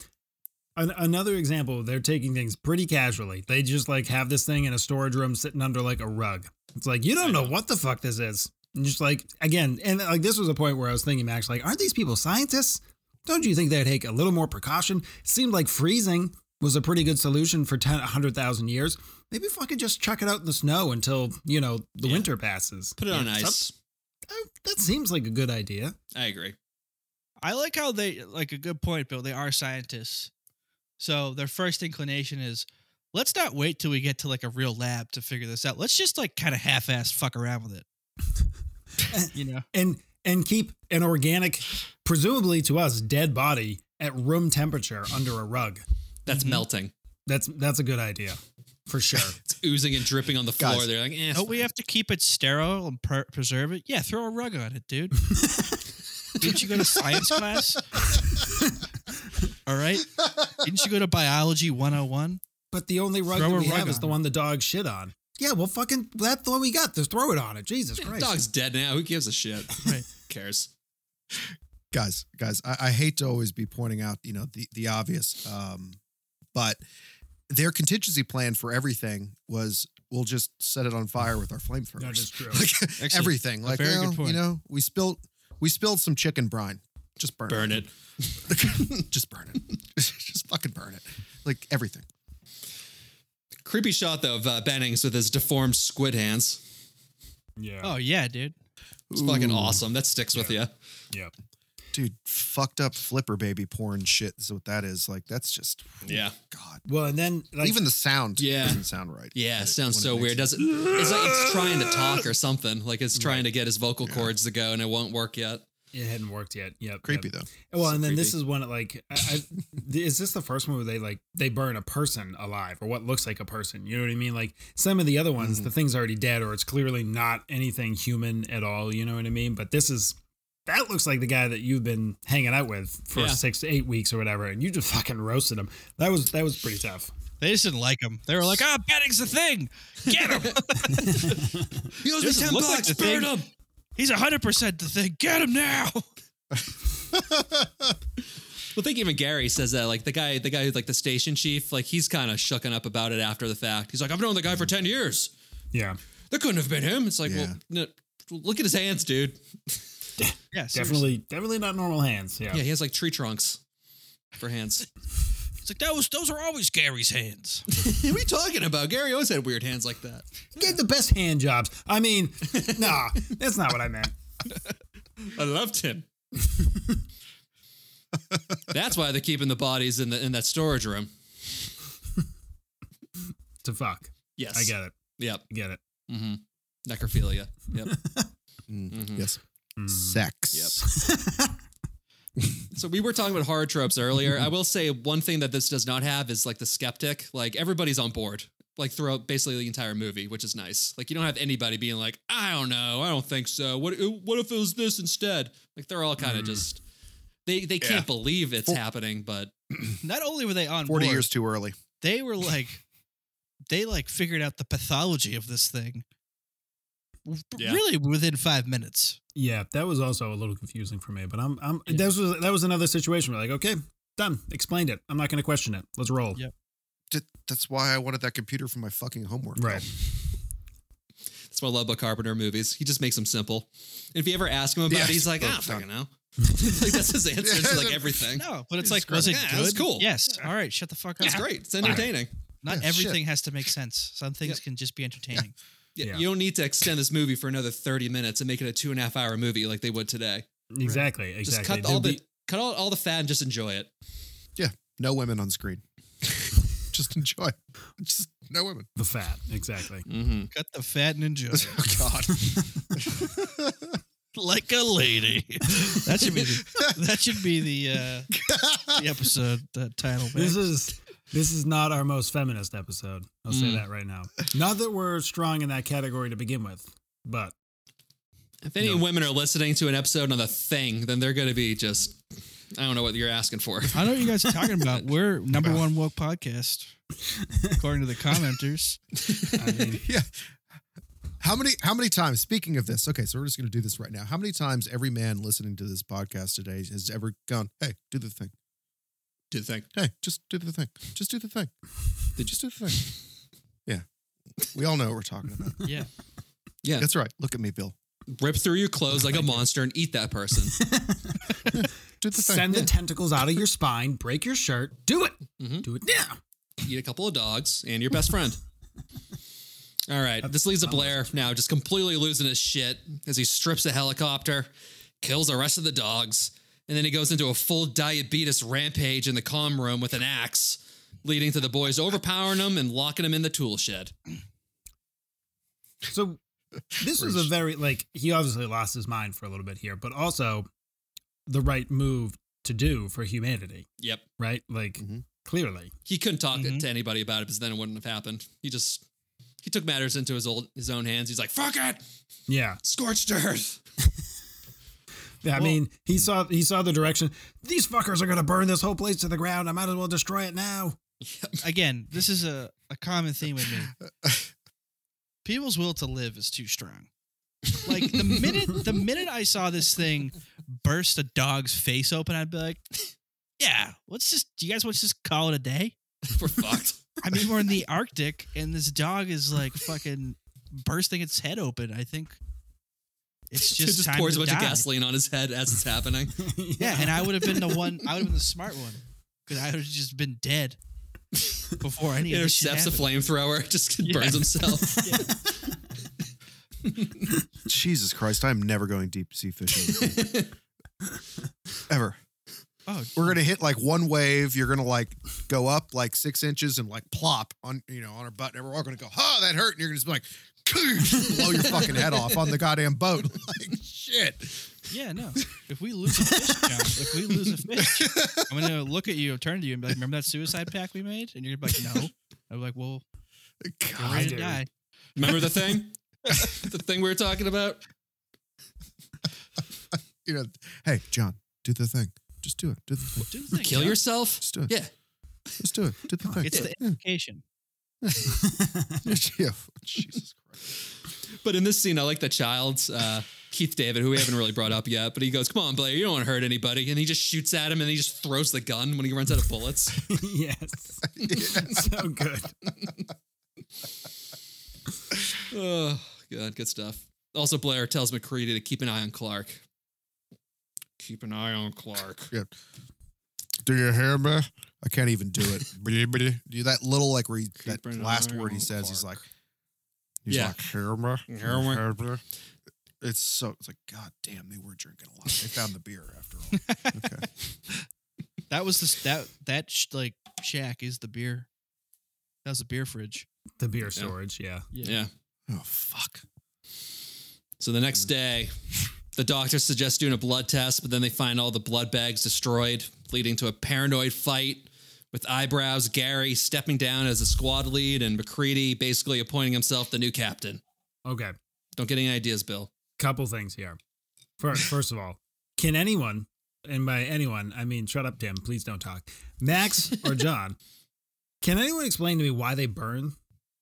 [SPEAKER 2] An- another example, they're taking things pretty casually. They just like have this thing in a storage room sitting under like a rug. It's like, you don't know what the fuck this is. And just like, again, and like this was a point where I was thinking, Max, like, aren't these people scientists? Don't you think they'd take a little more precaution? It seemed like freezing was a pretty good solution for 10, 100,000 years. Maybe fucking just chuck it out in the snow until, you know, the winter passes.
[SPEAKER 1] Put it on
[SPEAKER 2] Yeah,
[SPEAKER 1] ice.
[SPEAKER 2] some- uh, That seems like a good idea.
[SPEAKER 1] I agree.
[SPEAKER 3] I like how they like a good point, Bill. They are scientists, so their first inclination is, let's not wait till we get to like a real lab to figure this out. Let's just like kind of half-ass fuck around with it. you know,
[SPEAKER 2] and and keep an organic, presumably to us, dead body at room temperature under a rug.
[SPEAKER 1] That's
[SPEAKER 4] Mm-hmm.
[SPEAKER 1] melting.
[SPEAKER 2] That's that's a good idea, for sure.
[SPEAKER 4] [LAUGHS]
[SPEAKER 1] It's oozing and dripping on the floor.
[SPEAKER 4] Guys.
[SPEAKER 1] They're like, eh, it's
[SPEAKER 3] don't we
[SPEAKER 1] fine.
[SPEAKER 3] have to keep it sterile and per- preserve it? Yeah, throw a rug on it, dude. Didn't you go to science class? All right. Didn't you go to biology 101?
[SPEAKER 2] but the only rug
[SPEAKER 3] Throw
[SPEAKER 2] that
[SPEAKER 3] a
[SPEAKER 2] we
[SPEAKER 3] rug
[SPEAKER 2] have is
[SPEAKER 3] on
[SPEAKER 2] the
[SPEAKER 3] it.
[SPEAKER 2] one the dog shit on. Yeah, well, fucking that's the one we got. Just throw it on it. Jesus Christ.
[SPEAKER 1] Dog's dead now. Who gives a [LAUGHS] shit?
[SPEAKER 3] Right.
[SPEAKER 1] Cares.
[SPEAKER 4] guys, guys, I, I hate to always be pointing out, you know, the the obvious, um, but their contingency plan for everything was we'll just set it on fire with our flamethrowers.
[SPEAKER 2] That
[SPEAKER 4] [LAUGHS]
[SPEAKER 2] is true.
[SPEAKER 4] Like
[SPEAKER 3] Excellent.
[SPEAKER 4] everything, like
[SPEAKER 3] very
[SPEAKER 4] well,
[SPEAKER 3] good point.
[SPEAKER 4] you know, we spilled we spilled some chicken brine. Just burn,
[SPEAKER 1] Burn it.
[SPEAKER 4] it. [LAUGHS] just burn it. [LAUGHS] just fucking burn it. Like everything.
[SPEAKER 1] Creepy shot though of uh, Bennings with his deformed squid hands.
[SPEAKER 2] yeah.
[SPEAKER 3] Oh, yeah, dude.
[SPEAKER 1] It's fucking
[SPEAKER 4] Ooh.
[SPEAKER 1] awesome. That sticks with you.
[SPEAKER 2] Yep.
[SPEAKER 4] Dude, fucked up flipper baby porn shit is what that is. Like that's just
[SPEAKER 1] Yeah.
[SPEAKER 4] God.
[SPEAKER 2] Well, and then like
[SPEAKER 4] Even the sound
[SPEAKER 1] Yeah.
[SPEAKER 4] doesn't sound right.
[SPEAKER 1] Yeah,
[SPEAKER 4] When
[SPEAKER 1] it sounds
[SPEAKER 4] when
[SPEAKER 1] so
[SPEAKER 4] makes
[SPEAKER 1] weird.
[SPEAKER 4] it.
[SPEAKER 1] Does it? It's like it's trying to talk or something. Like it's trying to get his vocal cords to go, and it won't work yet.
[SPEAKER 2] it hadn't worked yet. Yep.
[SPEAKER 4] Creepy
[SPEAKER 2] yep.
[SPEAKER 4] though.
[SPEAKER 2] Well, and then this
[SPEAKER 1] creepy.
[SPEAKER 2] is when it like, I, I, [LAUGHS] th- is this the first one where they like they burn a person alive or what looks like a person? You know what I mean? Like some of the other ones,
[SPEAKER 1] Mm-hmm.
[SPEAKER 2] the thing's already dead or it's clearly not anything human at all. You know what I mean? But this is that looks like the guy that you've been hanging out with for
[SPEAKER 1] Yeah.
[SPEAKER 2] six to eight weeks or whatever, and you just [LAUGHS] fucking roasted him. That was that was pretty tough.
[SPEAKER 3] They just didn't like him. They were like, ah, betting's the thing. Get him.
[SPEAKER 1] He owes me
[SPEAKER 3] Doesn't
[SPEAKER 1] ten
[SPEAKER 3] look like
[SPEAKER 1] bucks.
[SPEAKER 3] the
[SPEAKER 1] burn
[SPEAKER 3] thing.
[SPEAKER 1] him.
[SPEAKER 3] He's 100% the thing. Get him now.
[SPEAKER 1] Well, I think even Gary says that. Like the guy, the guy who's like the station chief, like he's kind of shooken up about it after the fact. He's like, I've known the guy for ten years.
[SPEAKER 2] Yeah,
[SPEAKER 1] That couldn't have been him. It's like,
[SPEAKER 4] Yeah.
[SPEAKER 1] well, no, look at his hands, dude.
[SPEAKER 3] [LAUGHS] Yeah,
[SPEAKER 2] definitely,
[SPEAKER 3] seriously.
[SPEAKER 2] definitely not normal hands. Yeah,
[SPEAKER 1] Yeah, he has like tree trunks for hands.
[SPEAKER 3] It's like, those, those are always Gary's [LAUGHS] hands.
[SPEAKER 1] what are you talking about? Gary always had weird hands like that.
[SPEAKER 2] get the best hand jobs.
[SPEAKER 1] [LAUGHS]
[SPEAKER 2] I mean, nah, that's not what I meant.
[SPEAKER 1] I loved [LAUGHS] him. That's why they're keeping the bodies in the in that storage room.
[SPEAKER 2] To fuck,
[SPEAKER 1] Yes,
[SPEAKER 2] I get it,
[SPEAKER 1] Yep.
[SPEAKER 2] I get it.
[SPEAKER 1] Mm-hmm. Necrophilia. Yep.
[SPEAKER 4] Mm,
[SPEAKER 1] Mhm.
[SPEAKER 4] Yes.
[SPEAKER 2] Mm.
[SPEAKER 4] Sex.
[SPEAKER 1] so we were talking about horror tropes earlier. I will say one thing that this does not have is like the skeptic. Like everybody's on board, like throughout basically the entire movie, which is nice. Like you don't have anybody being like, I don't know, I don't think so. What uh, what if it was this instead? Like they're all kind of just they they can't believe it's happening, but
[SPEAKER 3] Not only were they
[SPEAKER 4] [LAUGHS]
[SPEAKER 3] on
[SPEAKER 4] 40
[SPEAKER 3] board,
[SPEAKER 4] years too early.
[SPEAKER 3] they were like, they like figured out the pathology of this thing w-
[SPEAKER 1] Yeah.
[SPEAKER 3] really within five minutes.
[SPEAKER 2] Yeah, that was also a little confusing for me, but I'm I'm that was that was another situation where like, okay, done, explained it. I'm not going to question it. Let's roll.
[SPEAKER 3] Yeah.
[SPEAKER 4] Th- That's why I wanted that computer for my fucking homework.
[SPEAKER 2] Right.
[SPEAKER 1] that's what I love about Carpenter movies. He just makes them simple. And if you ever ask him about
[SPEAKER 4] Yeah.
[SPEAKER 1] it, he's like, I don't
[SPEAKER 4] Oh,
[SPEAKER 1] fucking know. [LAUGHS] like that's his answer to like everything.
[SPEAKER 3] No, but it's
[SPEAKER 4] Jesus
[SPEAKER 3] like, was it
[SPEAKER 1] Christ. Yeah,
[SPEAKER 3] good?
[SPEAKER 1] it was cool.
[SPEAKER 3] Yes. All right, shut the fuck up.
[SPEAKER 1] It's great. It's entertaining.
[SPEAKER 3] Not
[SPEAKER 4] Yeah,
[SPEAKER 3] everything has to make sense. Some things
[SPEAKER 1] Yep.
[SPEAKER 3] can just be entertaining.
[SPEAKER 1] Yeah,
[SPEAKER 2] Yeah.
[SPEAKER 1] You don't need to extend this movie for another 30 minutes and make it a two and a half hour movie like they would today.
[SPEAKER 2] Exactly. Exactly.
[SPEAKER 1] Just cut
[SPEAKER 2] There'd
[SPEAKER 1] all
[SPEAKER 2] be-
[SPEAKER 1] the cut all, all the fat and just enjoy it.
[SPEAKER 4] No women on
[SPEAKER 2] [LAUGHS]
[SPEAKER 4] screen. Just enjoy. Just
[SPEAKER 2] [LAUGHS]
[SPEAKER 4] no women.
[SPEAKER 2] the fat.
[SPEAKER 1] [LAUGHS]
[SPEAKER 2] Exactly.
[SPEAKER 1] Mm-hmm.
[SPEAKER 3] [LAUGHS] Cut the fat and enjoy. it.
[SPEAKER 4] Oh God.
[SPEAKER 3] [LAUGHS] like a [LAUGHS] lady. [LAUGHS] That should be the, that should be the uh, the episode uh, title. man.
[SPEAKER 2] This is This is not our most feminist episode. I'll say
[SPEAKER 1] Mm.
[SPEAKER 2] that right now. Not that we're strong in that category to begin with, but
[SPEAKER 1] If any women are listening to an episode on the thing, then they're going to be just, I don't know what you're asking for.
[SPEAKER 3] I know what you guys are
[SPEAKER 1] [LAUGHS]
[SPEAKER 3] talking about. We're number one woke podcast, according to the commenters.
[SPEAKER 1] [LAUGHS]
[SPEAKER 2] I mean,
[SPEAKER 4] [LAUGHS] Yeah. How many how many times speaking of this? Okay, so we're just going to do this right now. How many times every man listening to this podcast today has ever gone, "Hey, do the thing.
[SPEAKER 1] Do you think?
[SPEAKER 4] Hey, just do the thing. Just do the thing. Just do the thing." Yeah. We all know what we're talking
[SPEAKER 2] [LAUGHS]
[SPEAKER 4] about.
[SPEAKER 3] Yeah.
[SPEAKER 1] Yeah.
[SPEAKER 4] That's right. Look at me, Bill.
[SPEAKER 1] Rip through your clothes like a monster and eat that person.
[SPEAKER 4] Do the thing.
[SPEAKER 2] send the tentacles out of your spine, break your shirt, do it.
[SPEAKER 1] Mhm.
[SPEAKER 2] Do it now.
[SPEAKER 1] eat a couple of dogs and your best
[SPEAKER 3] [LAUGHS]
[SPEAKER 1] friend. All right, this leads to Blair now just completely losing his shit as he strips the helicopter, kills the rest of the dogs, and then he goes into a full diabetes rampage in the comm room with an axe, leading to the boys overpowering him and locking him in the tool shed.
[SPEAKER 2] So this was a very like he obviously lost his mind for a little bit here, but also the right move to do for humanity,
[SPEAKER 1] Yep.
[SPEAKER 2] right? Like
[SPEAKER 4] Mhm.
[SPEAKER 2] clearly.
[SPEAKER 1] He couldn't talk
[SPEAKER 3] Mhm.
[SPEAKER 1] to anybody about it because then it wouldn't have happened. He just he took matters into his old his own hands. He's like, fuck it!
[SPEAKER 2] Yeah.
[SPEAKER 1] Scorched earth. [LAUGHS]
[SPEAKER 2] I mean, he saw he saw the direction. These fuckers are gonna burn this whole place to the ground. I might as well destroy it now. [LAUGHS]
[SPEAKER 3] Again, this is a, a common theme with me.
[SPEAKER 1] [LAUGHS]
[SPEAKER 3] People's will to live is too strong. Like the minute the minute I saw this thing burst a dog's face open, I'd be like, Yeah, let's just do you guys want to just call it a day?
[SPEAKER 1] We're fucked.
[SPEAKER 3] I mean, we're in the Arctic and this dog is like fucking bursting its head open. I think
[SPEAKER 1] [LAUGHS]
[SPEAKER 3] it's
[SPEAKER 1] Just,
[SPEAKER 3] [LAUGHS] just,
[SPEAKER 1] just
[SPEAKER 3] time
[SPEAKER 1] pours a
[SPEAKER 3] to
[SPEAKER 1] bunch of
[SPEAKER 3] die.
[SPEAKER 1] gasoline on his head as it's happening.
[SPEAKER 3] Yeah, and I would have been the one. I would have been the smart one because I would have just been dead before any of this shit
[SPEAKER 1] intercepts a
[SPEAKER 3] happened.
[SPEAKER 1] flamethrower, [LAUGHS] just
[SPEAKER 3] [LAUGHS] Yeah.
[SPEAKER 1] burns himself.
[SPEAKER 4] Jesus Christ, I'm never going deep sea fishing.
[SPEAKER 3] [LAUGHS]
[SPEAKER 4] Ever.
[SPEAKER 3] Oh,
[SPEAKER 4] We're gonna hit like one wave. You're gonna like go up like six inches and like plop on you know on our butt, and we're all gonna go, "Oh, that hurt!" And you're gonna just be like, [LAUGHS] blow your fucking head off on the goddamn boat. [LAUGHS] Like shit.
[SPEAKER 3] yeah, no. If we lose a fish, John, if we lose a fish, I'm gonna look at you, turn to you, and be like, "Remember that suicide pact we made?" And you're gonna be like, "No." I'm like, "Well, we're
[SPEAKER 4] God.
[SPEAKER 3] ready
[SPEAKER 2] do.
[SPEAKER 3] to die."
[SPEAKER 1] Remember the thing? [LAUGHS] the thing we were talking about?
[SPEAKER 4] You know, hey John, do the thing. Just do it. Do the thing.
[SPEAKER 3] Do the thing,
[SPEAKER 1] Kill
[SPEAKER 3] John.
[SPEAKER 1] yourself?
[SPEAKER 4] Just do it.
[SPEAKER 1] Yeah.
[SPEAKER 4] Just do it. Do the thing.
[SPEAKER 3] It's the implication.
[SPEAKER 4] yeah. [LAUGHS] Jesus Christ.
[SPEAKER 1] But in this scene, I like the child's uh, Keith David, who we haven't really brought up yet, but he goes, Come on, Blair, you don't want to hurt anybody. And he just shoots at him and he just throws the gun when he runs out of
[SPEAKER 3] [LAUGHS]
[SPEAKER 1] bullets.
[SPEAKER 2] yes. [LAUGHS] so good.
[SPEAKER 1] oh, God, good stuff. Also, Blair tells McCready to keep an eye on Clark. Keep an eye on Clark.
[SPEAKER 4] Do you hear me? I can't even do
[SPEAKER 1] [LAUGHS]
[SPEAKER 4] it. Bitty, bitty. do that little like where he, that
[SPEAKER 1] Keep an
[SPEAKER 4] last
[SPEAKER 1] eye
[SPEAKER 4] word he
[SPEAKER 1] on
[SPEAKER 4] says, he's like,
[SPEAKER 1] Clark.
[SPEAKER 4] he's
[SPEAKER 1] Yeah.
[SPEAKER 4] like, hear me?
[SPEAKER 1] Hear me?
[SPEAKER 4] Hear me? It's so it's like, God damn, they were drinking a lot. They found the beer after
[SPEAKER 1] [LAUGHS]
[SPEAKER 4] all. okay.
[SPEAKER 3] That was this that that sh- like shack is the beer. That was the beer fridge.
[SPEAKER 2] The beer storage, yeah.
[SPEAKER 1] yeah.
[SPEAKER 4] Oh fuck.
[SPEAKER 1] So the next day, the doctor suggests doing a blood test, but then they find all the blood bags destroyed, leading to a paranoid fight with eyebrows, Gary stepping down as a squad lead, and McCready basically appointing himself the new captain.
[SPEAKER 2] Okay.
[SPEAKER 1] Don't get any ideas, Bill.
[SPEAKER 2] Couple things here.
[SPEAKER 1] [LAUGHS]
[SPEAKER 2] First, first of all, can anyone, and by anyone, I mean, shut up, Tim, please don't talk, Max
[SPEAKER 1] [LAUGHS]
[SPEAKER 2] or John, can anyone explain to me why they burn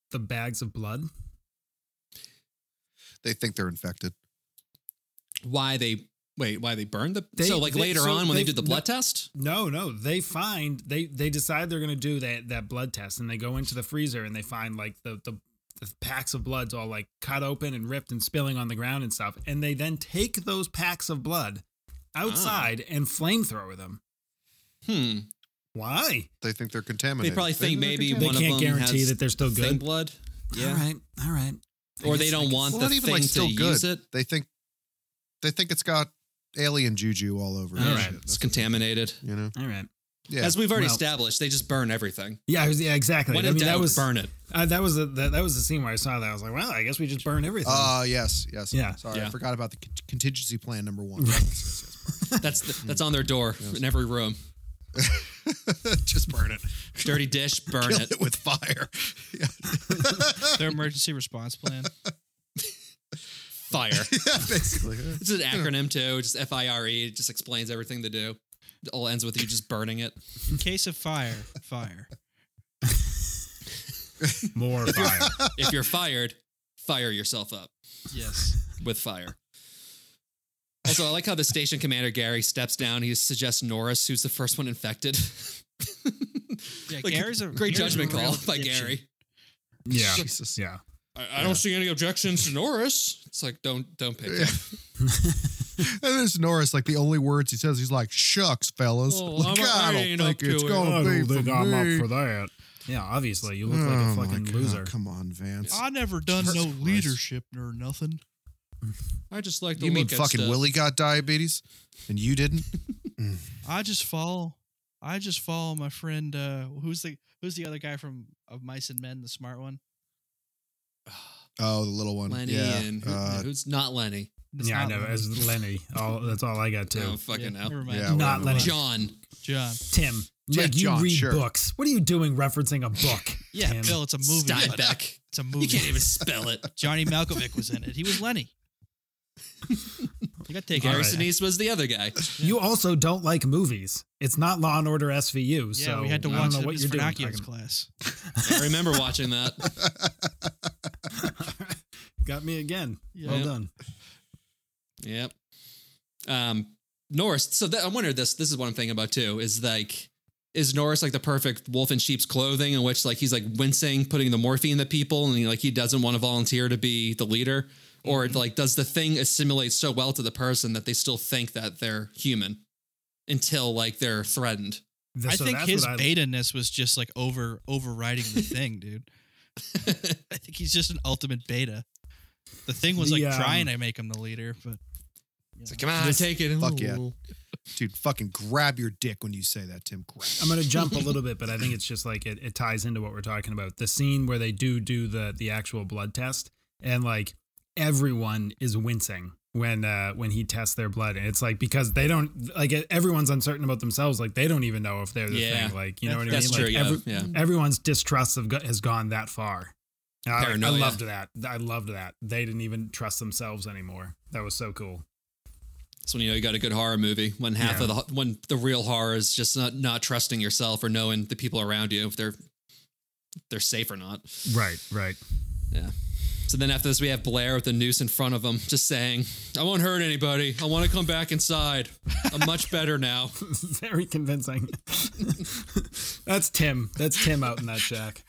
[SPEAKER 2] the bags of blood?
[SPEAKER 4] They think they're infected.
[SPEAKER 1] Why they wait, why they burned the
[SPEAKER 2] They-
[SPEAKER 1] So like
[SPEAKER 2] they-
[SPEAKER 1] later
[SPEAKER 2] so
[SPEAKER 1] on when they
[SPEAKER 2] they-
[SPEAKER 1] did the blood test?
[SPEAKER 2] No, no. They find they they decide they're gonna do that that blood test, and they go into the freezer and they find like the the, the packs of bloods all like cut open and ripped and spilling on the ground and stuff. And they then take those packs of blood
[SPEAKER 1] Ah.
[SPEAKER 2] outside and flamethrower them.
[SPEAKER 1] Hmm.
[SPEAKER 2] Why?
[SPEAKER 4] They think they're contaminated.
[SPEAKER 1] They probably think
[SPEAKER 4] they're
[SPEAKER 1] maybe one
[SPEAKER 4] contaminated.
[SPEAKER 1] of
[SPEAKER 2] can't
[SPEAKER 1] them
[SPEAKER 2] guarantee
[SPEAKER 1] has
[SPEAKER 2] that they're still
[SPEAKER 1] thing
[SPEAKER 2] good.
[SPEAKER 1] blood.
[SPEAKER 2] All
[SPEAKER 1] Yeah.
[SPEAKER 2] right, all right. I
[SPEAKER 1] Or
[SPEAKER 2] guess
[SPEAKER 1] they
[SPEAKER 2] I
[SPEAKER 1] don't
[SPEAKER 2] can-
[SPEAKER 1] want
[SPEAKER 4] Well,
[SPEAKER 1] the
[SPEAKER 4] not even,
[SPEAKER 1] thing
[SPEAKER 4] like,
[SPEAKER 1] to
[SPEAKER 4] still
[SPEAKER 1] use
[SPEAKER 4] good.
[SPEAKER 1] it.
[SPEAKER 4] They think they think it's got alien juju all over it.
[SPEAKER 2] All
[SPEAKER 4] and
[SPEAKER 2] right.
[SPEAKER 4] shit.
[SPEAKER 1] It's
[SPEAKER 4] That's-
[SPEAKER 1] contaminated.
[SPEAKER 4] You know?
[SPEAKER 2] All right.
[SPEAKER 4] Yeah.
[SPEAKER 1] As we've already
[SPEAKER 2] Well-
[SPEAKER 1] established, they just burn everything.
[SPEAKER 2] Yeah, it was- yeah, exactly.
[SPEAKER 1] When
[SPEAKER 2] I
[SPEAKER 1] in
[SPEAKER 2] mean,
[SPEAKER 1] doubt,
[SPEAKER 2] that was
[SPEAKER 1] burn it.
[SPEAKER 2] uh, that was the that, that was the scene where I saw that. I was like, well, I guess we just burn everything.
[SPEAKER 4] Ah, yes, yes.
[SPEAKER 2] Yeah.
[SPEAKER 4] Sorry,
[SPEAKER 1] Yeah.
[SPEAKER 4] I forgot about the con- contingency plan number one.
[SPEAKER 2] Right.
[SPEAKER 4] Yes, yes, yes.
[SPEAKER 1] That's the, that's on their door in every room.
[SPEAKER 4] [LAUGHS] Just burn it.
[SPEAKER 1] Dirty dish, burn
[SPEAKER 4] Kill
[SPEAKER 1] it.
[SPEAKER 4] it. with fire. [LAUGHS] Yeah.
[SPEAKER 3] Their emergency response plan.
[SPEAKER 4] [LAUGHS]
[SPEAKER 1] Fire.
[SPEAKER 4] yeah, basically. [LAUGHS]
[SPEAKER 1] It's an acronym too. Just F I R E. It just explains everything to do. It all ends with you just burning it.
[SPEAKER 3] In case of fire, fire.
[SPEAKER 2] [LAUGHS]
[SPEAKER 4] [LAUGHS]
[SPEAKER 2] More fire.
[SPEAKER 1] If you're fired, fire yourself up
[SPEAKER 3] Yes.
[SPEAKER 1] with fire. Also, I like how the station commander Gary steps down. He suggests Norris, who's the first one infected.
[SPEAKER 3] Yeah,
[SPEAKER 1] Like,
[SPEAKER 3] Gary's a
[SPEAKER 1] Great
[SPEAKER 3] Gary's a
[SPEAKER 1] judgment
[SPEAKER 3] real
[SPEAKER 1] call by
[SPEAKER 3] dipshit.
[SPEAKER 1] Gary.
[SPEAKER 2] yeah.
[SPEAKER 4] Jesus.
[SPEAKER 2] Yeah.
[SPEAKER 1] I, I don't see any objections to Norris. It's like don't don't pick.
[SPEAKER 4] Yeah.
[SPEAKER 1] him.
[SPEAKER 4] And there's Norris, like the only words he says, he's like, shucks, fellas.
[SPEAKER 1] Oh,
[SPEAKER 4] like,
[SPEAKER 1] I'm- I
[SPEAKER 4] I
[SPEAKER 1] ain't
[SPEAKER 4] don't
[SPEAKER 1] up
[SPEAKER 4] think it's
[SPEAKER 1] to it.
[SPEAKER 4] going to be for me.
[SPEAKER 2] that. Yeah, obviously. You look
[SPEAKER 4] Oh,
[SPEAKER 2] like
[SPEAKER 4] my
[SPEAKER 2] a fucking
[SPEAKER 4] God,
[SPEAKER 2] loser.
[SPEAKER 4] Come on, Vance.
[SPEAKER 3] I never done
[SPEAKER 4] Jesus
[SPEAKER 3] no
[SPEAKER 4] Christ.
[SPEAKER 3] leadership nor nothing.
[SPEAKER 1] I just like to
[SPEAKER 4] You
[SPEAKER 1] look
[SPEAKER 4] mean
[SPEAKER 1] at
[SPEAKER 4] fucking
[SPEAKER 1] stuff.
[SPEAKER 4] Willie got diabetes and
[SPEAKER 1] [LAUGHS]
[SPEAKER 4] you didn't?
[SPEAKER 3] I just follow. I just follow my friend. Uh, who's the Who's the other guy from of Mice and Men, the smart one?
[SPEAKER 4] Oh, the little one.
[SPEAKER 1] Lenny
[SPEAKER 4] yeah.
[SPEAKER 1] and who-
[SPEAKER 4] uh,
[SPEAKER 1] who's not Lenny?
[SPEAKER 3] It's
[SPEAKER 2] yeah, I
[SPEAKER 3] not
[SPEAKER 2] know.
[SPEAKER 3] Lenny.
[SPEAKER 2] As Lenny. All, that's all I got,
[SPEAKER 1] I
[SPEAKER 2] too.
[SPEAKER 1] don't fucking
[SPEAKER 3] Yeah,
[SPEAKER 1] know.
[SPEAKER 3] Never mind.
[SPEAKER 4] Yeah,
[SPEAKER 2] Not
[SPEAKER 4] whatever.
[SPEAKER 2] Lenny.
[SPEAKER 1] John.
[SPEAKER 3] John.
[SPEAKER 2] Tim,
[SPEAKER 4] Yeah,
[SPEAKER 2] like, you
[SPEAKER 4] John,
[SPEAKER 2] read
[SPEAKER 4] sure.
[SPEAKER 2] books. What are you doing referencing a book?
[SPEAKER 3] [LAUGHS] Yeah,
[SPEAKER 2] Tim?
[SPEAKER 3] Bill. It's a movie. but
[SPEAKER 1] Steinbeck.
[SPEAKER 3] It's a
[SPEAKER 1] You
[SPEAKER 3] movie.
[SPEAKER 1] can't even spell it.
[SPEAKER 3] Johnny Malkovich was in it. He was Lenny. you got to take
[SPEAKER 1] Gary
[SPEAKER 2] All right.
[SPEAKER 3] everything.
[SPEAKER 1] Sinise was the other guy.
[SPEAKER 2] You also don't like movies. It's not Law and Order SVU.
[SPEAKER 3] Yeah,
[SPEAKER 2] so
[SPEAKER 3] we had to
[SPEAKER 2] I don't
[SPEAKER 3] watch
[SPEAKER 2] know
[SPEAKER 3] it
[SPEAKER 2] what
[SPEAKER 3] in
[SPEAKER 2] you're doing.
[SPEAKER 3] Pinocchio's
[SPEAKER 2] talking-
[SPEAKER 3] class.
[SPEAKER 1] I remember watching that.
[SPEAKER 2] Got me again.
[SPEAKER 3] Yeah.
[SPEAKER 2] Well done.
[SPEAKER 1] Yep. Um, Norris. So that, I wonder this. This is what I'm thinking about too. Is like, is Norris like the perfect wolf in sheep's clothing, in which like he's like wincing, putting the morphine to people, and he, like he doesn't want to volunteer to be the leader, or like does the thing assimilate so well to the person that they still think that they're human until like they're threatened?
[SPEAKER 2] Th-
[SPEAKER 3] I
[SPEAKER 2] so
[SPEAKER 3] think
[SPEAKER 2] that's
[SPEAKER 3] his
[SPEAKER 2] what I-
[SPEAKER 3] beta ness was just like over overriding the thing, [LAUGHS] dude. I think he's just an ultimate beta. The thing was like
[SPEAKER 2] The, um,
[SPEAKER 3] trying to make him the leader, but
[SPEAKER 1] It's like, come on, take it.
[SPEAKER 4] Fuck yeah.
[SPEAKER 1] Ooh.
[SPEAKER 4] Dude, fucking grab your dick when you say that, Tim. Grab.
[SPEAKER 2] I'm going to jump a little bit, but I think it's just like it, it ties into what we're talking about. The scene where they do do the the actual blood test, and like everyone is wincing when uh when he tests their blood, and it's like because they don't like e, everyone's uncertain about themselves. Like they don't even know if they're the
[SPEAKER 1] Yeah.
[SPEAKER 2] thing. Like you know what I mean?
[SPEAKER 1] That's
[SPEAKER 2] Like,
[SPEAKER 1] true. yeah,
[SPEAKER 2] every-
[SPEAKER 1] yeah.
[SPEAKER 2] everyone's distrust of go- has gone that far. And I, I
[SPEAKER 1] Paranoia.
[SPEAKER 2] loved that. I loved that. They didn't even trust themselves anymore. That was so cool.
[SPEAKER 1] That's when you know you got a good horror movie. When half
[SPEAKER 2] Yeah.
[SPEAKER 1] of the when the real horror is just not not trusting yourself or knowing the people around you if they're they're safe or not.
[SPEAKER 2] Right, right.
[SPEAKER 1] So then after this, we have Blair with the noose in front of him, just saying, "I won't hurt anybody. I want to come back inside. I'm much better now."
[SPEAKER 2] [LAUGHS] Very convincing. [LAUGHS] That's Tim. That's Tim out in that shack.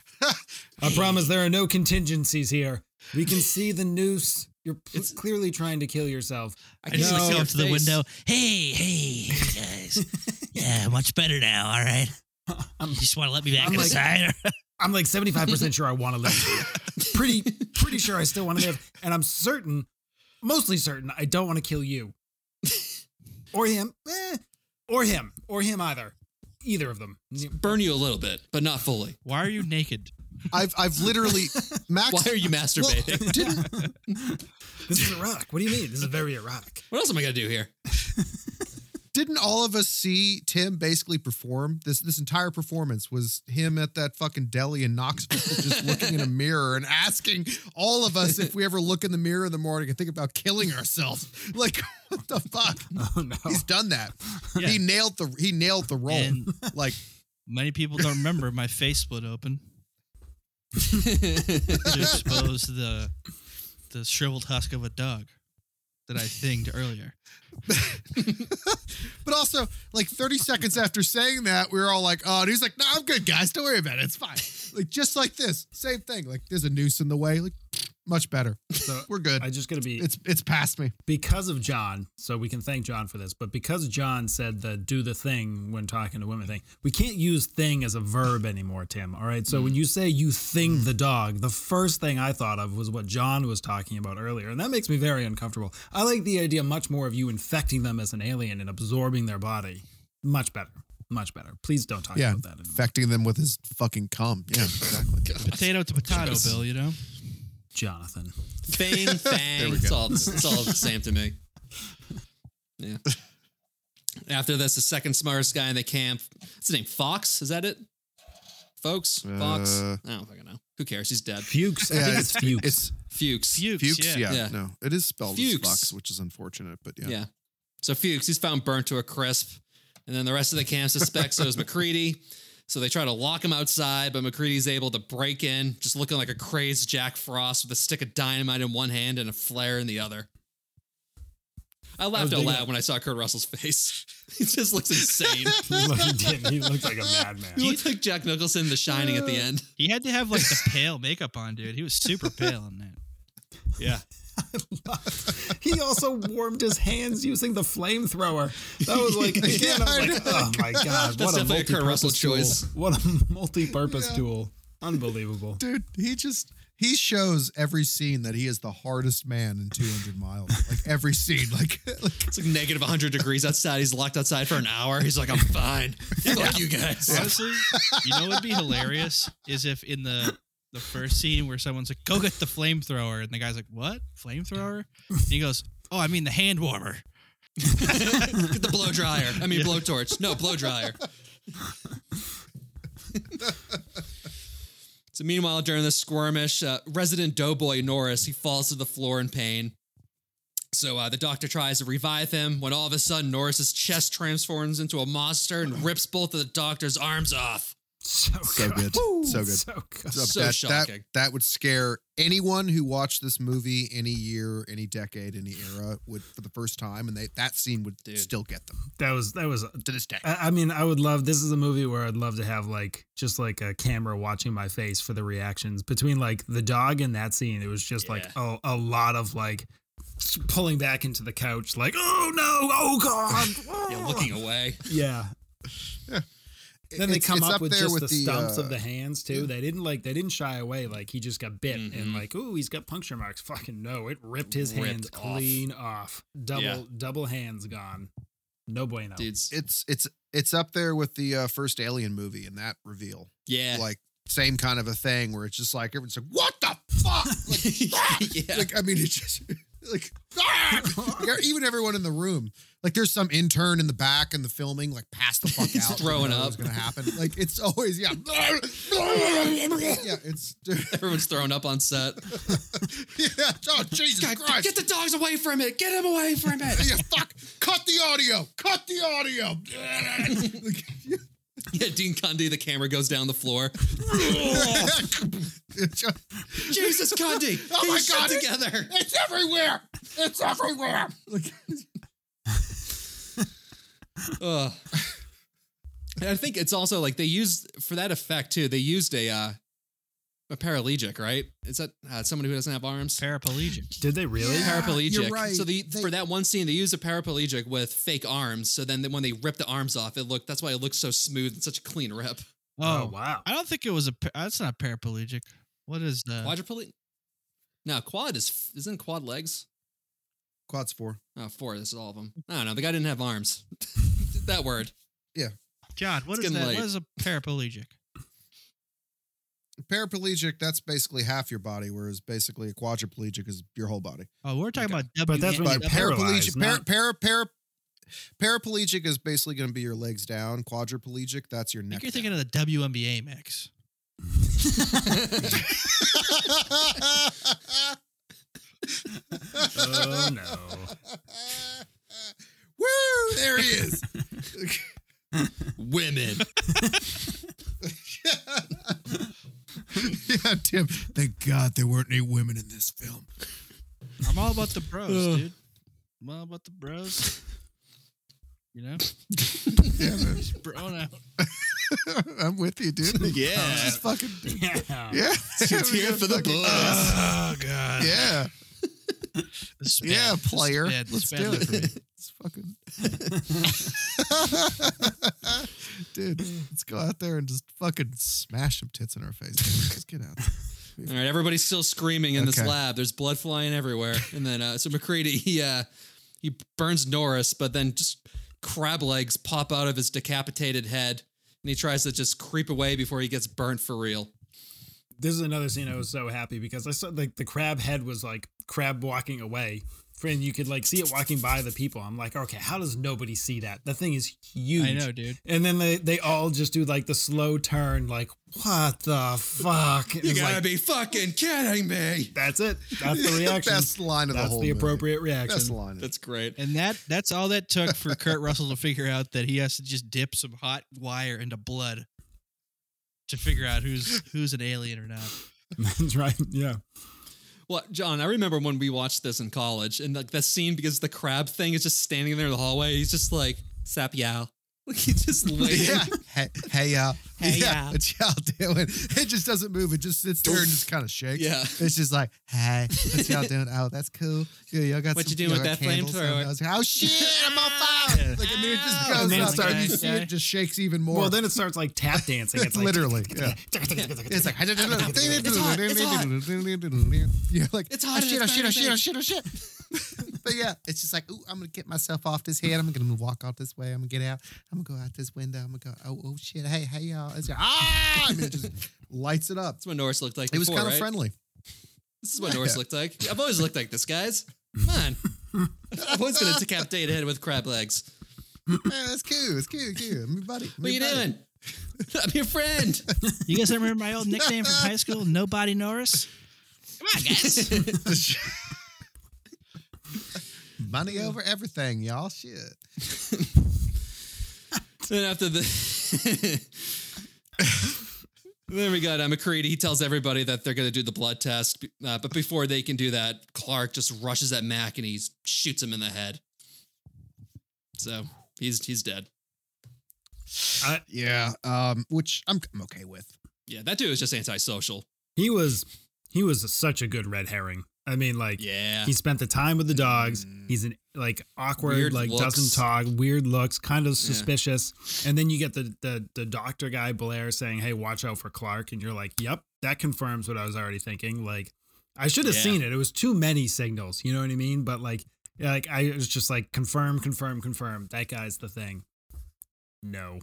[SPEAKER 2] I promise there are no contingencies here. We can see the noose. You're p- clearly trying to kill yourself.
[SPEAKER 1] I
[SPEAKER 3] [LAUGHS] I just
[SPEAKER 1] see
[SPEAKER 3] like go
[SPEAKER 1] your
[SPEAKER 3] up to the
[SPEAKER 1] face.
[SPEAKER 3] window. Hey, hey, hey guys.
[SPEAKER 2] [LAUGHS]
[SPEAKER 3] yeah, much better now. All right. You just want to let me back
[SPEAKER 2] I'm like-
[SPEAKER 3] inside?
[SPEAKER 2] I'm like 75% sure I want to [LAUGHS] live. pretty pretty sure I still want to live and I'm certain mostly certain I don't want to kill you. Or him. Eh, or him. Or him either. Either of them.
[SPEAKER 1] Burn you a little bit, but not fully.
[SPEAKER 3] Why are you [LAUGHS] naked?
[SPEAKER 4] I've
[SPEAKER 2] [LAUGHS]
[SPEAKER 4] I've literally Max.
[SPEAKER 1] Why are
[SPEAKER 3] [LAUGHS]
[SPEAKER 1] you
[SPEAKER 4] Well,
[SPEAKER 1] masturbating?
[SPEAKER 4] didn't
[SPEAKER 2] This is Iraq. What do you mean? This is very erotic.
[SPEAKER 1] What else am I gonna do here?
[SPEAKER 4] didn't all of us see Tim basically perform this this entire performance was him at that fucking deli in Knoxville just looking in a mirror and asking all of us if we ever look in the mirror in the morning and think about killing ourselves. [LAUGHS] Like what the
[SPEAKER 3] [LAUGHS]
[SPEAKER 4] fuck?
[SPEAKER 2] [LAUGHS] Oh no.
[SPEAKER 4] He's done that.
[SPEAKER 3] Yeah.
[SPEAKER 4] He nailed the he nailed the role.
[SPEAKER 3] And-
[SPEAKER 4] like
[SPEAKER 3] Many people don't remember my face split open
[SPEAKER 2] [LAUGHS]
[SPEAKER 3] to expose the the shriveled husk of a dog that I thinged earlier.
[SPEAKER 4] but also like 30 seconds after saying that, we were all like, oh, and he's like, no, I'm good, guys. Don't worry about it. It's fine. Like just like this. Same thing. Like there's a noose in the way. Like much better.
[SPEAKER 2] So
[SPEAKER 4] We're good.
[SPEAKER 2] [LAUGHS] I just gotta be
[SPEAKER 4] it's it's past me.
[SPEAKER 2] because of John, so we can thank John for this, but because John said the do the thing when talking to women thing, we can't use thing as a verb anymore, Tim. All right. So when
[SPEAKER 4] Mm.
[SPEAKER 2] you say you thing the dog, the first thing I thought of was what John was talking about earlier. And that makes me very uncomfortable. I like the idea much more of you infecting them as an alien and absorbing their body. Much better. Much better. Please don't talk
[SPEAKER 4] Yeah.
[SPEAKER 2] about that anymore.
[SPEAKER 4] infecting them with his fucking cum.
[SPEAKER 2] [LAUGHS]
[SPEAKER 4] Yeah, exactly.
[SPEAKER 3] Potato to potato,
[SPEAKER 1] Gross.
[SPEAKER 3] Bill, you know?
[SPEAKER 2] Jonathan.
[SPEAKER 4] [LAUGHS]
[SPEAKER 1] Fang, fang.
[SPEAKER 4] we
[SPEAKER 1] It's
[SPEAKER 4] go. [LAUGHS]
[SPEAKER 1] all it's all the same to me. Yeah. After this, the second smartest guy in the camp. What's his name? Fox? Is that it? Folks? Fox?
[SPEAKER 4] Uh,
[SPEAKER 1] I don't fucking know. Who cares? He's dead.
[SPEAKER 2] Fuchs. I
[SPEAKER 4] Yeah,
[SPEAKER 2] think
[SPEAKER 4] it's-
[SPEAKER 2] it's Fuchs.
[SPEAKER 4] It's
[SPEAKER 1] Fuchs.
[SPEAKER 3] Fuchs.
[SPEAKER 4] Fuchs.
[SPEAKER 3] yeah.
[SPEAKER 4] Yeah,
[SPEAKER 1] Yeah.
[SPEAKER 4] no, it is spelled
[SPEAKER 1] Fuchs.
[SPEAKER 4] as Fox, which is unfortunate, but yeah.
[SPEAKER 1] Yeah. So Fuchs, he's found burnt to a crisp. And then the rest of the camp suspects it was McCready. So they try to lock him outside, but McCready's able to break in, just looking like a crazed Jack Frost with a stick of dynamite in one hand and a flare in the other. I laughed out
[SPEAKER 2] thinking-
[SPEAKER 1] loud when I saw Kurt Russell's face. [LAUGHS] he just looks insane.
[SPEAKER 2] [LAUGHS] he,
[SPEAKER 4] [LAUGHS]
[SPEAKER 2] did. he looked like a madman.
[SPEAKER 1] he looked like Jack Nicholson in The Shining at the end.
[SPEAKER 3] He had to have like the pale makeup on, dude. He was super pale in that.
[SPEAKER 1] Yeah.
[SPEAKER 2] he also warmed his hands using the flamethrower. That was [LAUGHS] like again, I was like, oh my god,
[SPEAKER 1] That's
[SPEAKER 2] what a
[SPEAKER 1] definitely a
[SPEAKER 2] multi
[SPEAKER 1] Kurt Russell choice.
[SPEAKER 2] Tool. What a multi-purpose tool. Unbelievable.
[SPEAKER 4] Dude, he just he shows every scene that he is the hardest man in 200 miles. Like every scene, [LAUGHS] like, like
[SPEAKER 1] It's like negative 100 degrees outside. He's locked outside for an hour. He's like, I'm fine. [LAUGHS] Fuck you guys.
[SPEAKER 3] Honestly, you know what would be hilarious is if in the the first scene where someone's like, "Go get the flamethrower," and the guy's like, "What flamethrower?" And he goes, "Oh, I mean the hand warmer."
[SPEAKER 1] Get the blow dryer. I mean, blow blowtorch. No, blow dryer. so, meanwhile, during this squirmish, uh, resident doughboy Norris he falls to the floor in pain. So uh, the doctor tries to revive him when all of a sudden Norris's chest transforms into a monster and rips both of the doctor's arms off.
[SPEAKER 2] So,
[SPEAKER 4] So good.
[SPEAKER 2] Woo!
[SPEAKER 4] So good.
[SPEAKER 2] So good.
[SPEAKER 1] So
[SPEAKER 4] that, that
[SPEAKER 1] shocking.
[SPEAKER 4] that would scare anyone who watched this movie any year, any decade, any era would for the first time, and they that scene would
[SPEAKER 1] Dude.
[SPEAKER 4] still get them
[SPEAKER 2] That was that was
[SPEAKER 4] to this day.
[SPEAKER 2] I, I mean, I would love. This is a movie where I'd love to have like just like a camera watching my face for the reactions between like the dog and that scene. It was just like a, a lot of like pulling back into the couch, like oh no, oh
[SPEAKER 1] [LAUGHS]
[SPEAKER 2] god,
[SPEAKER 1] Yeah, looking away.
[SPEAKER 2] [LAUGHS] Yeah. Then they
[SPEAKER 4] It's-
[SPEAKER 2] come
[SPEAKER 4] it's
[SPEAKER 2] up, with
[SPEAKER 4] there
[SPEAKER 2] just the, stumps
[SPEAKER 4] uh,
[SPEAKER 2] of the hands too. They didn't like they didn't shy away. Like he just got bit and like ooh he's got puncture marks. Fucking no, it ripped his
[SPEAKER 1] Ripped
[SPEAKER 2] hands
[SPEAKER 1] off.
[SPEAKER 2] clean off. Double
[SPEAKER 1] Yeah.
[SPEAKER 2] double hands gone. No bueno.
[SPEAKER 1] Dudes.
[SPEAKER 4] It's it's it's up there with the uh, first Alien movie and that reveal,
[SPEAKER 1] Yeah.
[SPEAKER 4] like same kind of a thing where it's just like everyone's like, "What the fuck?"
[SPEAKER 1] [LAUGHS]
[SPEAKER 4] Like,
[SPEAKER 1] Yeah.
[SPEAKER 4] like I mean, it's just [LAUGHS] like "Ah!" Like, even everyone in the room. Like there's some intern in the back and the filming, like pass
[SPEAKER 1] [LAUGHS]
[SPEAKER 4] the fuck out,
[SPEAKER 1] throwing
[SPEAKER 4] It's
[SPEAKER 1] up.
[SPEAKER 4] gonna happen. Like it's
[SPEAKER 1] [LAUGHS]
[SPEAKER 4] always yeah, [LAUGHS] yeah. It's [LAUGHS]
[SPEAKER 1] Everyone's thrown up on set.
[SPEAKER 4] yeah. Oh Jesus
[SPEAKER 1] God,
[SPEAKER 4] Christ!
[SPEAKER 1] get the dogs away from it. Get him away from it.
[SPEAKER 4] [LAUGHS] yeah, fuck! Cut the audio! Cut the
[SPEAKER 1] [LAUGHS]
[SPEAKER 4] audio! Like,
[SPEAKER 1] Yeah, Dean Cundy, the camera goes down the floor.
[SPEAKER 4] [LAUGHS] it's just-
[SPEAKER 1] Jesus Cundy!
[SPEAKER 4] [LAUGHS] Oh
[SPEAKER 1] get
[SPEAKER 4] my
[SPEAKER 1] your shit
[SPEAKER 4] God. [LAUGHS]
[SPEAKER 1] Together.
[SPEAKER 4] It's everywhere. It's everywhere.
[SPEAKER 1] Ugh. And I think it's also like they used for that effect too. They used a uh, a paralegic, right? Is that uh, someone who doesn't have arms?
[SPEAKER 2] [LAUGHS]
[SPEAKER 3] Paraplegic.
[SPEAKER 2] Did they really?
[SPEAKER 4] Yeah,
[SPEAKER 1] paraplegic.
[SPEAKER 4] Ah, you're right.
[SPEAKER 1] So the,
[SPEAKER 4] They-
[SPEAKER 1] for that one scene, they used a paraplegic with fake arms. So then when they ripped the arms off, it looked. That's why it looked so smooth and such a clean rip.
[SPEAKER 2] Oh,
[SPEAKER 3] Oh,
[SPEAKER 2] wow.
[SPEAKER 3] I don't think it was a. pa- That's not paraplegic. What is
[SPEAKER 4] Uh.
[SPEAKER 3] that?
[SPEAKER 1] Quadriplegic. No, quad is isn't quad legs.
[SPEAKER 4] Quads four.
[SPEAKER 1] Oh, four. This is all of them. I don't know. The guy didn't have arms. [LAUGHS] that word.
[SPEAKER 3] John, what
[SPEAKER 1] It's
[SPEAKER 3] is
[SPEAKER 1] getting
[SPEAKER 3] that?
[SPEAKER 1] late.
[SPEAKER 3] What is a paraplegic?
[SPEAKER 4] Paraplegic, that's basically half your body, whereas basically a quadriplegic is your whole body.
[SPEAKER 3] Oh, we're talking
[SPEAKER 4] Okay.
[SPEAKER 3] about
[SPEAKER 2] But
[SPEAKER 3] W.
[SPEAKER 2] that's when
[SPEAKER 4] But
[SPEAKER 2] you're paralyzed,
[SPEAKER 4] paraplegic, para,
[SPEAKER 2] not-
[SPEAKER 4] para, para, paraplegic is basically going to be your legs down. Quadriplegic, that's your
[SPEAKER 3] I
[SPEAKER 4] neck.
[SPEAKER 3] think you're thinking of the WNBA, Max.
[SPEAKER 2] Oh no.
[SPEAKER 4] [LAUGHS]
[SPEAKER 2] [LAUGHS]
[SPEAKER 4] Woo! There
[SPEAKER 2] [LAUGHS]
[SPEAKER 4] he is.
[SPEAKER 1] Women.
[SPEAKER 4] [LAUGHS] yeah, Tim. Thank God there weren't any women in this film.
[SPEAKER 3] I'm all about the bros, dude. I'm all about the bros. You know,
[SPEAKER 4] Yeah, man.
[SPEAKER 3] just broing out.
[SPEAKER 4] [LAUGHS] I'm with
[SPEAKER 1] [LAUGHS]
[SPEAKER 4] you, dude.
[SPEAKER 1] yeah. [LAUGHS]
[SPEAKER 4] Just fucking.
[SPEAKER 2] Yeah.
[SPEAKER 4] [LAUGHS] Yeah.
[SPEAKER 1] It's here for the boys.
[SPEAKER 3] Oh God.
[SPEAKER 4] [LAUGHS] Yeah.
[SPEAKER 3] This is
[SPEAKER 4] Yeah,
[SPEAKER 3] bad. This is
[SPEAKER 4] player.
[SPEAKER 3] bad. This
[SPEAKER 4] Let's
[SPEAKER 3] is
[SPEAKER 4] do
[SPEAKER 3] bad for me.
[SPEAKER 4] it. It's fucking. [LAUGHS] Dude, let's go out there and just fucking smash some tits in our face. Let's get out. there.
[SPEAKER 1] All right, everybody's still screaming in this
[SPEAKER 4] Okay.
[SPEAKER 1] lab. There's blood flying everywhere. And then uh, so McCready he uh, he burns Norris, but then just crab legs pop out of his decapitated head, and he tries to just creep away before he gets burnt for real.
[SPEAKER 2] This is another scene I was so happy because I saw like the crab head was like crab walking away. friend, you could like see it walking by the people. I'm like, okay, how does nobody see that? That thing is huge.
[SPEAKER 3] I know, dude.
[SPEAKER 2] And then they, they all just do like the slow turn, like, what the fuck? And
[SPEAKER 1] You
[SPEAKER 2] it's
[SPEAKER 1] gotta
[SPEAKER 2] like,
[SPEAKER 1] be fucking kidding me.
[SPEAKER 2] that's it. That's the reaction.
[SPEAKER 4] [LAUGHS] Best line of the
[SPEAKER 2] That's
[SPEAKER 4] whole
[SPEAKER 2] the
[SPEAKER 4] movie.
[SPEAKER 2] appropriate reaction.
[SPEAKER 4] Best line.
[SPEAKER 1] That's great.
[SPEAKER 3] And that that's all that took for Kurt Russell to figure out that he has to just dip some hot wire into blood to figure out who's who's an alien or not.
[SPEAKER 2] [LAUGHS] That's right. Yeah.
[SPEAKER 1] Well, John, I remember when we watched this in college, and like that scene because the crab thing is just standing there in the hallway. He's just like sap yow. [LAUGHS] Like he's
[SPEAKER 4] [LAUGHS]
[SPEAKER 1] just waiting.
[SPEAKER 4] yeah. Hey, hey, y'all.
[SPEAKER 3] Hey,
[SPEAKER 4] yeah.
[SPEAKER 3] y'all.
[SPEAKER 4] It's y'all doing. It just doesn't move. It just sits there and just kind of shakes.
[SPEAKER 1] Yeah.
[SPEAKER 4] It's just like, hey, what y'all doing? Oh, that's cool. Yeah, y'all got
[SPEAKER 1] What
[SPEAKER 4] some-
[SPEAKER 1] you doing
[SPEAKER 4] y'all
[SPEAKER 1] with
[SPEAKER 4] got
[SPEAKER 1] that
[SPEAKER 4] candles?
[SPEAKER 1] flamethrower?
[SPEAKER 4] I was like, oh shit, I'm on
[SPEAKER 1] [LAUGHS]
[SPEAKER 4] fire. Like, and then it just
[SPEAKER 1] Ow.
[SPEAKER 4] goes
[SPEAKER 2] And then
[SPEAKER 4] up.
[SPEAKER 2] it's like-
[SPEAKER 4] and you see it just shakes even more. [LAUGHS]
[SPEAKER 2] Well, then it starts like tap dancing. It's like, [LAUGHS]
[SPEAKER 4] literally. Yeah. It's like
[SPEAKER 1] hot, it's
[SPEAKER 4] [LAUGHS] you're like
[SPEAKER 1] It's hot
[SPEAKER 4] Oh,
[SPEAKER 1] and
[SPEAKER 4] shit, oh,
[SPEAKER 1] it's
[SPEAKER 4] shit, oh, shit,
[SPEAKER 1] burning
[SPEAKER 4] oh, shit, oh, shit. But yeah, it's just like, ooh, I'm gonna get myself off this head. I'm gonna walk out this way. I'm gonna get out. I'm gonna go out this window. I'm gonna go. Oh, oh shit. Hey, hey, y'all. It's like, ah! I mean, it just lights it up.
[SPEAKER 1] That's what Norris looked like.
[SPEAKER 4] It was
[SPEAKER 1] before,
[SPEAKER 4] kind of
[SPEAKER 1] right?
[SPEAKER 4] friendly.
[SPEAKER 1] This is what Norris looked like. I've always looked like this, guys. Come on. I've always been a decapitate head with crab legs.
[SPEAKER 4] Man, that's cool. It's cool. Cool. I'm your buddy. I'm
[SPEAKER 1] What are you
[SPEAKER 4] your buddy.
[SPEAKER 1] doing? I'm your friend.
[SPEAKER 3] You guys remember my old nickname from high
[SPEAKER 4] [LAUGHS]
[SPEAKER 3] school, Nobody Norris? Come on, guys.
[SPEAKER 4] Money over everything, y'all. Shit.
[SPEAKER 1] Then after [LAUGHS] the. then we got uh, McCready. He tells everybody that they're going to do the blood test. Uh, but before they can do that, Clark just rushes at Mac and he shoots him in the head. So he's he's dead.
[SPEAKER 4] Yeah. Um. Which I'm, I'm okay with.
[SPEAKER 1] Yeah, that dude is just antisocial.
[SPEAKER 2] He was he was such a good red herring. I mean, like
[SPEAKER 1] Yeah.
[SPEAKER 2] he spent the time with the dogs. He's an like awkward,
[SPEAKER 1] Weird
[SPEAKER 2] like
[SPEAKER 1] looks.
[SPEAKER 2] doesn't talk, weird looks, kind of suspicious. And then you get the, the the doctor guy Blair saying, "Hey, watch out for Clark," and you're like, "Yep, that confirms what I was already thinking." Like, I should have
[SPEAKER 1] Yeah.
[SPEAKER 2] seen it. It was too many signals. You know what I mean? But like, yeah, like I was just like, confirm, confirm, confirm. That guy's the thing. No,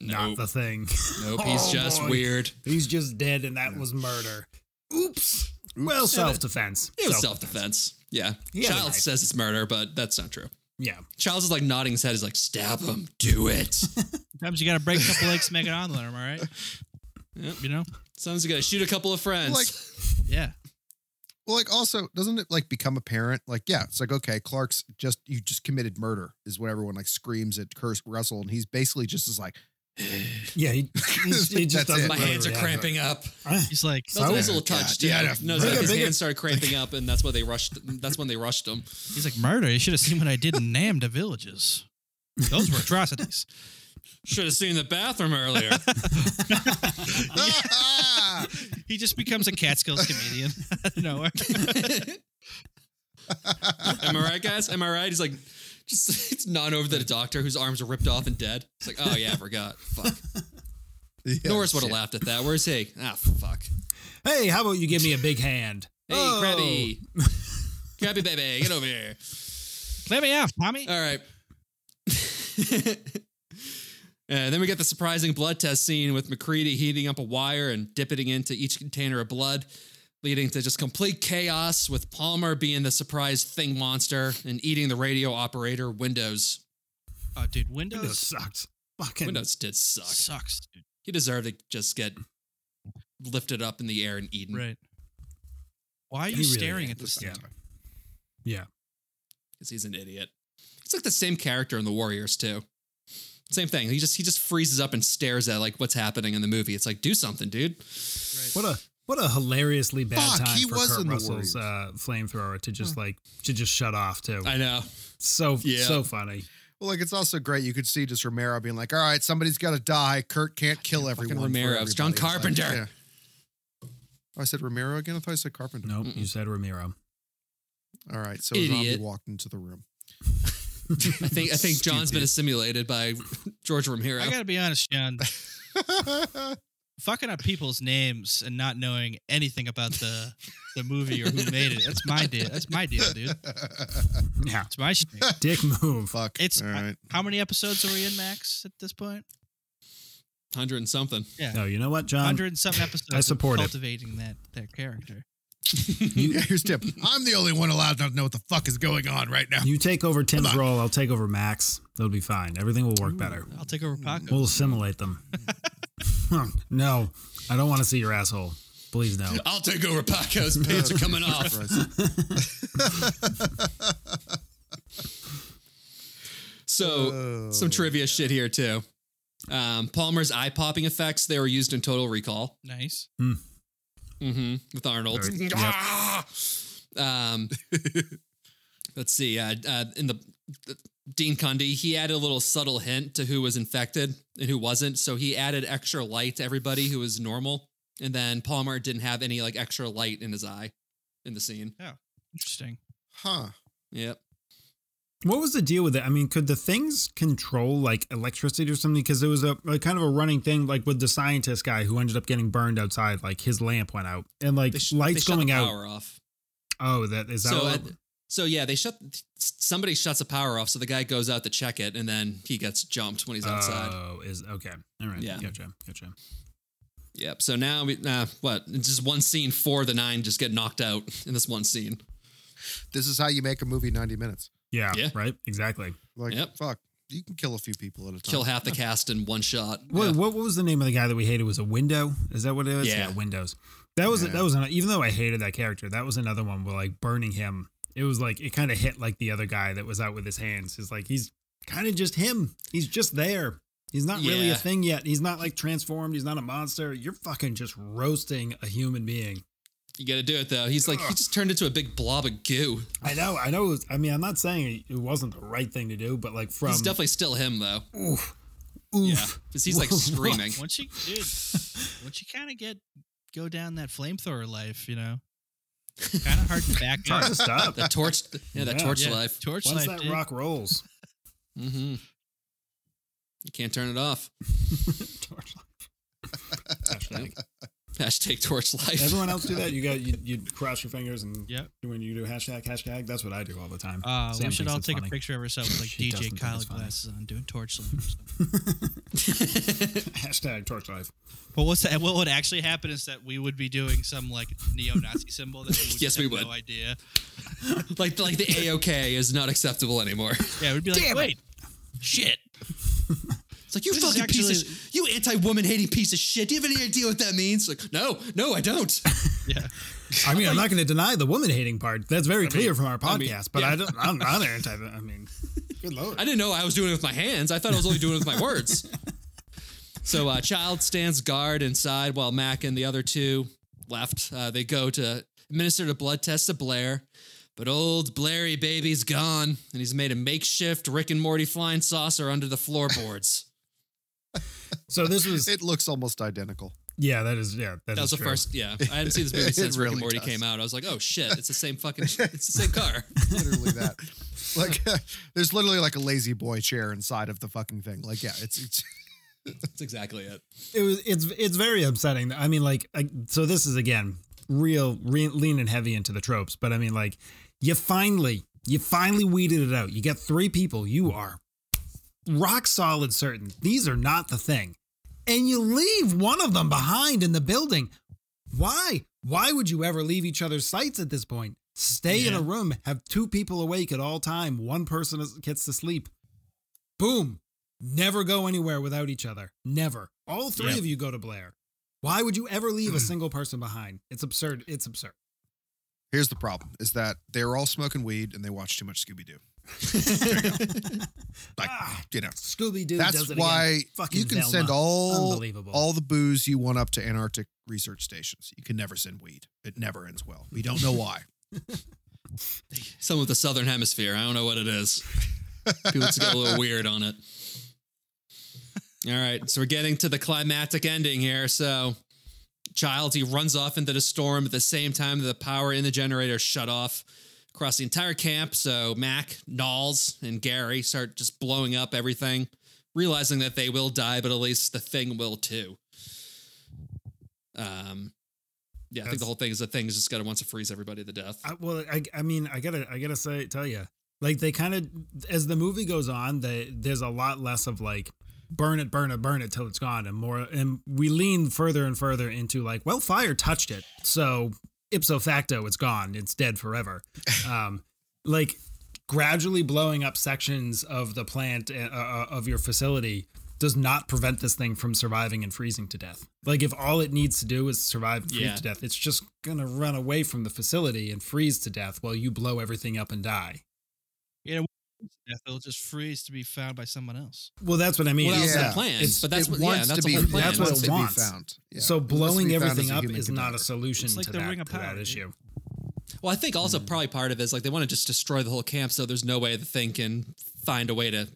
[SPEAKER 1] Nope.
[SPEAKER 2] not the thing. [LAUGHS]
[SPEAKER 1] Nope, he's
[SPEAKER 2] Oh,
[SPEAKER 1] just
[SPEAKER 2] boy.
[SPEAKER 1] weird.
[SPEAKER 2] He's just dead, and that was murder. Oops. Well, self defense.
[SPEAKER 1] It was self defense. Yeah.
[SPEAKER 2] He had a
[SPEAKER 1] Child
[SPEAKER 2] knife.
[SPEAKER 1] says it's murder, but that's not true.
[SPEAKER 2] Yeah.
[SPEAKER 1] Childs is like nodding his head. He's like, stab him, do it.
[SPEAKER 3] Sometimes you gotta break a couple legs to make an omelet, am I right?
[SPEAKER 1] Yep.
[SPEAKER 3] You know?
[SPEAKER 1] Sometimes you gotta shoot a couple of friends.
[SPEAKER 4] Like-
[SPEAKER 3] Yeah.
[SPEAKER 4] Well, like also, doesn't it like become apparent? Like, yeah, it's like okay, Clark's just you just committed murder is what everyone like screams at Curse Russell, and he's basically just
[SPEAKER 1] [LAUGHS]
[SPEAKER 4] is like,
[SPEAKER 2] Yeah, he,
[SPEAKER 4] [LAUGHS]
[SPEAKER 2] he's- he just
[SPEAKER 4] That's
[SPEAKER 2] doesn't.
[SPEAKER 4] it.
[SPEAKER 1] my
[SPEAKER 2] really
[SPEAKER 1] hands are
[SPEAKER 2] react.
[SPEAKER 1] cramping up.
[SPEAKER 3] He's like,
[SPEAKER 1] That's a nice little touch, dude.
[SPEAKER 4] yeah, yeah.
[SPEAKER 1] no, his
[SPEAKER 2] Bigger,
[SPEAKER 1] his
[SPEAKER 2] bigger.
[SPEAKER 1] hands started cramping up, and that's why they rushed. That's when they rushed him.
[SPEAKER 3] he's like, murder. You should have seen what I did in Namda villages. Those were atrocities.
[SPEAKER 1] Should have seen the bathroom earlier.
[SPEAKER 4] "Ah!"
[SPEAKER 3] He just becomes a Catskills comedian out of nowhere.
[SPEAKER 1] Am I right, guys? Am I right? He's like, just it's not over to the doctor whose arms are ripped off and dead. It's like, oh yeah, I forgot. Fuck.
[SPEAKER 4] [LAUGHS] Yeah,
[SPEAKER 1] Norris would have
[SPEAKER 4] shit.
[SPEAKER 1] laughed at that. Where's he? Ah, fuck.
[SPEAKER 2] Hey, how about you give me a big hand?
[SPEAKER 1] Hey,
[SPEAKER 2] Oh.
[SPEAKER 1] Krabby. Krabby baby, get over here.
[SPEAKER 3] Let me out, Tommy.
[SPEAKER 1] All right. [LAUGHS] and Uh, then we get the surprising blood test scene with McCready heating up a wire and dipping into each container of blood, leading to just complete chaos with Palmer being the surprise thing monster and eating the radio operator Windows.
[SPEAKER 3] Oh, dude,
[SPEAKER 2] Windows
[SPEAKER 3] Windows
[SPEAKER 2] sucked. Fucking
[SPEAKER 1] Windows did suck.
[SPEAKER 3] sucks, dude.
[SPEAKER 1] He deserved to just get lifted up in the air and eaten.
[SPEAKER 3] Right. Why are you
[SPEAKER 2] Mm. He really
[SPEAKER 3] staring
[SPEAKER 2] is.
[SPEAKER 3] at this thing?
[SPEAKER 2] Yeah. Yeah.
[SPEAKER 1] because he's an idiot. It's like the same character in the Warriors too. Same thing. He just he just freezes up and stares at like what's happening in the movie. It's like do something, dude.
[SPEAKER 2] What a what a hilariously bad
[SPEAKER 4] Fuck,
[SPEAKER 2] time
[SPEAKER 4] he
[SPEAKER 2] for
[SPEAKER 4] was
[SPEAKER 2] Kurt
[SPEAKER 4] in the
[SPEAKER 2] Russell's
[SPEAKER 4] Warriors.
[SPEAKER 2] uh, flamethrower to just like to just shut off too.
[SPEAKER 1] I know.
[SPEAKER 2] so
[SPEAKER 1] Yeah.
[SPEAKER 2] so funny.
[SPEAKER 4] Well, like it's also great. You could see just Romero being like, "All right, somebody's got to die. Kurt can't kill everyone." for
[SPEAKER 1] Romero. It's John
[SPEAKER 4] everybody." It's
[SPEAKER 1] Carpenter.
[SPEAKER 4] yeah. Oh, I said Romero again. I thought I said Carpenter.
[SPEAKER 2] Nope, you said
[SPEAKER 4] [LAUGHS]
[SPEAKER 2] Ramiro.
[SPEAKER 4] All right, so
[SPEAKER 1] Idiot.
[SPEAKER 4] Zombie walked into the room. [LAUGHS]
[SPEAKER 1] I think I think John's been assimilated by [LAUGHS] George Romero.
[SPEAKER 3] I gotta be honest, John. Fucking up people's names and not knowing anything about the the movie or who made it. That's my deal. That's my deal, dude.
[SPEAKER 2] Yeah,
[SPEAKER 3] It's my shit.
[SPEAKER 2] dick move.
[SPEAKER 4] Fuck.
[SPEAKER 3] It's-
[SPEAKER 4] all
[SPEAKER 1] [LAUGHS]
[SPEAKER 4] right.
[SPEAKER 3] How many episodes are we in, Max, at this point?
[SPEAKER 1] Hundred and something.
[SPEAKER 2] No, you know what, John?
[SPEAKER 3] Hundred and something episodes.
[SPEAKER 2] Um, I support it.
[SPEAKER 3] of cultivating that that character.
[SPEAKER 4] yeah, here's Tim. I'm the only one allowed to know what the fuck is going on right now. [LAUGHS]
[SPEAKER 2] You take over Tim's
[SPEAKER 4] Come on.
[SPEAKER 2] role. I'll take over Max. That'll be fine. Everything will work better.
[SPEAKER 3] I'll take over Paco.
[SPEAKER 2] We'll assimilate
[SPEAKER 4] [LAUGHS]
[SPEAKER 2] them. [LAUGHS] Huh, no, I don't want to see your asshole. Please no.
[SPEAKER 1] I'll take over Paco's
[SPEAKER 4] Oh,
[SPEAKER 1] pants are coming off. [LAUGHS]
[SPEAKER 4] [LAUGHS] Oh,
[SPEAKER 1] So Oh. some trivia shit here too. Um, Palmer's eye popping effects they were used in Total Recall
[SPEAKER 3] nice.
[SPEAKER 1] hmm with Arnold.
[SPEAKER 2] Yep.
[SPEAKER 1] Ah! Um, let's see. Uh, uh, in the, the- Dean Cundy, he added a little subtle hint to who was infected and who wasn't. So he added extra light to everybody who was normal. And then Palmer didn't have any like extra light in his eye in the scene.
[SPEAKER 3] Interesting.
[SPEAKER 4] Huh.
[SPEAKER 1] Yep.
[SPEAKER 2] What was the deal with it? I mean, could the things control like electricity or something? Because there was a, a kind of a running thing, like with the scientist guy who ended up getting burned outside. Like his lamp went out, and like
[SPEAKER 1] They sh-
[SPEAKER 2] lights
[SPEAKER 1] they shut
[SPEAKER 2] going
[SPEAKER 1] the
[SPEAKER 2] out.
[SPEAKER 1] Power off.
[SPEAKER 2] Oh, that is that.
[SPEAKER 1] So
[SPEAKER 2] what-
[SPEAKER 1] at- So yeah, they shut. Somebody shuts the power off, so the guy goes out to check it, and then he gets jumped when he's outside.
[SPEAKER 2] Oh, is okay. All right.
[SPEAKER 1] Yeah.
[SPEAKER 2] Gotcha. Gotcha.
[SPEAKER 1] Yep. So now we uh, what? It's just one scene. Four of the nine just get knocked out in this one scene.
[SPEAKER 4] This is how you make a movie 90 minutes.
[SPEAKER 2] Yeah.
[SPEAKER 1] Yeah.
[SPEAKER 2] Right. Exactly.
[SPEAKER 4] Like,
[SPEAKER 1] Yep.
[SPEAKER 4] fuck. You can kill a few people at a time.
[SPEAKER 1] Kill half the cast in one shot.
[SPEAKER 2] What,
[SPEAKER 1] Yeah.
[SPEAKER 2] what what was the name of the guy that we hated? Was a window? Is that what it was?
[SPEAKER 1] Yeah.
[SPEAKER 2] Windows. That was
[SPEAKER 4] Yeah.
[SPEAKER 2] that was an, even though I hated that character, that was another one where like burning him. It was like it kind of hit like the other guy that was out with his hands. It's like he's kind of just him. He's just there. He's not really a
[SPEAKER 1] Yeah.
[SPEAKER 2] thing yet. He's not like transformed. He's not a monster. You're fucking just roasting a human being.
[SPEAKER 1] You got to do it though. He's like he just turned into a big blob of goo.
[SPEAKER 2] I know. I know. it was- I mean, I'm not saying it wasn't the right thing to do, but like from
[SPEAKER 1] He's definitely still him though.
[SPEAKER 2] oof,
[SPEAKER 1] Yeah,
[SPEAKER 2] oof.
[SPEAKER 1] 'Cause he's
[SPEAKER 2] [LAUGHS]
[SPEAKER 1] like screaming.
[SPEAKER 3] Once you, dude, once you kind of get go down that flamethrower life, you
[SPEAKER 2] [LAUGHS]
[SPEAKER 3] know, kind of hard to back
[SPEAKER 2] Hard
[SPEAKER 3] up.
[SPEAKER 1] [LAUGHS]
[SPEAKER 2] to stop.
[SPEAKER 1] That torch. Yeah, that
[SPEAKER 2] Yeah.
[SPEAKER 1] torch
[SPEAKER 3] Yeah,
[SPEAKER 1] life.
[SPEAKER 3] torch
[SPEAKER 2] Once
[SPEAKER 3] life,
[SPEAKER 2] that
[SPEAKER 3] dude.
[SPEAKER 2] rock rolls.
[SPEAKER 1] Mm-hmm. You can't turn it off.
[SPEAKER 2] Torch light. [LAUGHS] Hashtag.
[SPEAKER 1] Hashtag torch life.
[SPEAKER 2] Everyone else do that. You got you, you cross your fingers and
[SPEAKER 3] Yep.
[SPEAKER 2] when you do hashtag hashtag, that's what I do all the time.
[SPEAKER 3] Uh,
[SPEAKER 2] Sam
[SPEAKER 3] we should
[SPEAKER 2] thinks
[SPEAKER 3] all
[SPEAKER 2] it's
[SPEAKER 3] take
[SPEAKER 2] funny.
[SPEAKER 3] a picture of ourselves with
[SPEAKER 2] [LAUGHS]
[SPEAKER 3] like
[SPEAKER 2] She doesn't
[SPEAKER 3] DJ
[SPEAKER 2] think
[SPEAKER 3] Kyle
[SPEAKER 2] it's funny.
[SPEAKER 3] glasses on doing torch slams.
[SPEAKER 2] hashtag torch life.
[SPEAKER 3] but what's that? What would actually happen is that we would be doing some like neo-Nazi symbol that
[SPEAKER 2] [LAUGHS]
[SPEAKER 3] we would
[SPEAKER 1] Yes,
[SPEAKER 3] have
[SPEAKER 1] we would.
[SPEAKER 3] no idea.
[SPEAKER 1] [LAUGHS] like like the AOK is not acceptable anymore.
[SPEAKER 3] Yeah, we'd be like,
[SPEAKER 2] Damn it.
[SPEAKER 3] wait, shit.
[SPEAKER 1] It's like you
[SPEAKER 3] This is
[SPEAKER 1] fucking piece of
[SPEAKER 3] actually-
[SPEAKER 1] sh- you anti-woman hating piece of shit. Do you have any idea what that means? Like no, no, I don't.
[SPEAKER 3] Yeah,
[SPEAKER 2] I mean, I'm not going to deny the woman hating part. That's very clear from our podcast,
[SPEAKER 1] mean,
[SPEAKER 2] but
[SPEAKER 1] yeah.
[SPEAKER 2] I don't, I'm not anti. I mean, good lord.
[SPEAKER 1] I didn't know I was doing it with my hands. I thought I was only doing it with my words. So uh, child stands guard inside while Mac and the other two left. Uh, they go to administer the blood test to Blair, but old Blairy baby's gone, and he's made a makeshift Rick and Morty flying saucer under the floorboards.
[SPEAKER 2] So this
[SPEAKER 4] [LAUGHS]
[SPEAKER 2] was,
[SPEAKER 4] It looks almost identical.
[SPEAKER 2] yeah, that is, yeah,
[SPEAKER 1] that was the first. Yeah, I hadn't seen this movie
[SPEAKER 4] It
[SPEAKER 1] since Rick and
[SPEAKER 4] really
[SPEAKER 1] Morty
[SPEAKER 4] does.
[SPEAKER 1] came out. I was like, oh shit, it's the same fucking. It's the same car.
[SPEAKER 2] [LAUGHS]
[SPEAKER 4] Literally that. Like, [LAUGHS] there's literally like a lazy boy chair inside of the fucking thing. Like, yeah, it's, it's [LAUGHS]
[SPEAKER 1] That's exactly it.
[SPEAKER 2] it was it's it's very upsetting i mean like I, so this is again real re, leaning heavy into the tropes but i mean like you finally you finally weeded it out you got three people you are rock solid certain these are not the thing and you leave one of them behind in the building why why would you ever leave each other's sights at this point stay in
[SPEAKER 3] Yeah.
[SPEAKER 2] a room have two people awake at all time one person is- gets to sleep boom never go anywhere without each other. Never. All three
[SPEAKER 3] Yeah.
[SPEAKER 2] of you go to Blair. Why would you ever
[SPEAKER 4] [CLEARS THROAT]
[SPEAKER 2] leave a single person behind? It's absurd. It's absurd.
[SPEAKER 4] here's the problem is that they're all smoking weed and they watch too much Scooby Doo. Like,
[SPEAKER 2] Ah,
[SPEAKER 4] you know,
[SPEAKER 2] Scooby Doo. does
[SPEAKER 4] that's
[SPEAKER 2] it
[SPEAKER 4] why
[SPEAKER 2] Again. Fucking
[SPEAKER 4] you can
[SPEAKER 2] Velma.
[SPEAKER 4] send all
[SPEAKER 2] Unbelievable.
[SPEAKER 4] all the booze you want up to Antarctic research stations. You can never send weed. It never ends well. We don't know why.
[SPEAKER 1] Some of the Southern Hemisphere. I don't know what it is. People just got a little weird on it. All right, so we're getting to the climactic ending here. So, Childs he runs off into the storm at the same time that the power in the generator is shut off across the entire camp. So Mac, Knowles, and Gary start just blowing up everything, realizing that they will die, but at least the thing will too. Um, yeah, I think
[SPEAKER 2] That's-
[SPEAKER 1] the whole thing is the thing is just gonna wants to freeze everybody to death.
[SPEAKER 2] I, well, I, I mean, I gotta, I gotta say, tell you, like they kind of, as the movie goes on, they, there's a lot less of like, burn it, burn it, burn it till it's gone, and more, and we lean further and further into like, well, fire touched it, so ipso facto it's gone it's dead forever um like gradually blowing up sections of the plant uh, uh, of your facility does not prevent this thing from surviving and freezing to death like if all it needs to do is survive and freeze
[SPEAKER 1] Yeah.
[SPEAKER 2] to death it's just gonna run away from the facility and freeze to death while you blow everything up and die
[SPEAKER 3] You know, it'll just freeze to be found by someone else.
[SPEAKER 2] well that's what i mean
[SPEAKER 1] Well, that was
[SPEAKER 2] It's-
[SPEAKER 1] the
[SPEAKER 4] Yeah.
[SPEAKER 1] plan. [LAUGHS]
[SPEAKER 2] it's-
[SPEAKER 1] but that's
[SPEAKER 4] it
[SPEAKER 1] what, yeah,
[SPEAKER 4] wants
[SPEAKER 1] that's
[SPEAKER 4] to
[SPEAKER 1] the
[SPEAKER 4] be.
[SPEAKER 1] whole plan.
[SPEAKER 4] That's what
[SPEAKER 2] That's
[SPEAKER 4] it
[SPEAKER 2] what it
[SPEAKER 4] wants to be
[SPEAKER 2] wants.
[SPEAKER 4] found. Yeah.
[SPEAKER 2] so
[SPEAKER 4] It wants to be
[SPEAKER 2] blowing
[SPEAKER 4] found as
[SPEAKER 2] everything up
[SPEAKER 4] human
[SPEAKER 2] is not a
[SPEAKER 4] competitor.
[SPEAKER 2] solution
[SPEAKER 3] It's like
[SPEAKER 2] to
[SPEAKER 3] the
[SPEAKER 2] that,
[SPEAKER 3] Ring of
[SPEAKER 2] to that
[SPEAKER 3] Power, dude.
[SPEAKER 2] issue
[SPEAKER 1] Well, I think also probably part of it is like they want to just destroy the whole camp, so there's no way the thing can find a way to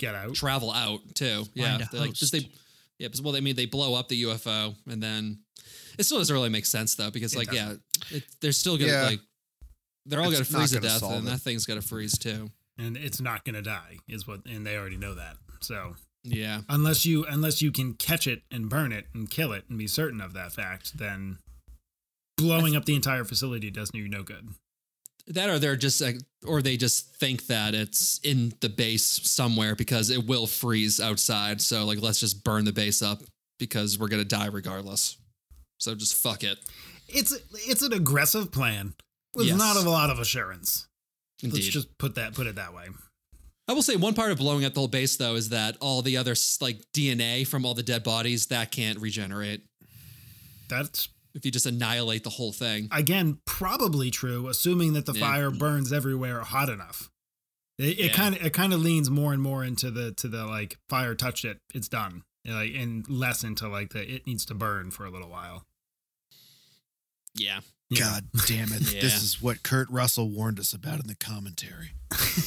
[SPEAKER 2] get out
[SPEAKER 1] travel out too. Yeah,
[SPEAKER 3] Find a
[SPEAKER 1] they're like 'cause
[SPEAKER 3] host.
[SPEAKER 1] they, yeah, 'cause- well, I mean, they blow up the UFO, and then it still doesn't really make sense though, because
[SPEAKER 2] It
[SPEAKER 1] like, yeah, it, they're still gonna
[SPEAKER 4] Yeah.
[SPEAKER 1] like, they're all
[SPEAKER 4] It's
[SPEAKER 1] gonna
[SPEAKER 4] not
[SPEAKER 1] freeze to
[SPEAKER 4] gonna
[SPEAKER 1] death,
[SPEAKER 4] solve
[SPEAKER 1] and
[SPEAKER 4] it.
[SPEAKER 1] that thing's gonna freeze too.
[SPEAKER 2] and it's not gonna die is what and they already know that so
[SPEAKER 1] Yeah,
[SPEAKER 2] unless you unless you can catch it and burn it and kill it and be certain of that fact then blowing up the entire facility does you no good
[SPEAKER 1] that or they're just like, or they just think that it's in the base somewhere because it will freeze outside. So like, let's just burn the base up because we're gonna die regardless. So just fuck it.
[SPEAKER 2] it's it's an aggressive plan with
[SPEAKER 1] Yes.
[SPEAKER 2] not a lot of assurance
[SPEAKER 1] Indeed.
[SPEAKER 2] let's just put that put it that way
[SPEAKER 1] I will say one part of blowing up the whole base though is that all the other s- like DNA from all the dead bodies that can't regenerate
[SPEAKER 2] that's
[SPEAKER 1] if you just annihilate the whole thing.
[SPEAKER 2] again probably true assuming that the
[SPEAKER 1] Yeah.
[SPEAKER 2] fire burns everywhere hot enough it, it
[SPEAKER 1] Yeah.
[SPEAKER 2] kind of it kind of leans more and more into the to the like fire touched it it's done like and less into like the it needs to burn for a little while
[SPEAKER 1] Yeah.
[SPEAKER 2] You know?
[SPEAKER 4] God damn it.
[SPEAKER 1] Yeah.
[SPEAKER 4] This is what Kurt Russell warned us about in the commentary.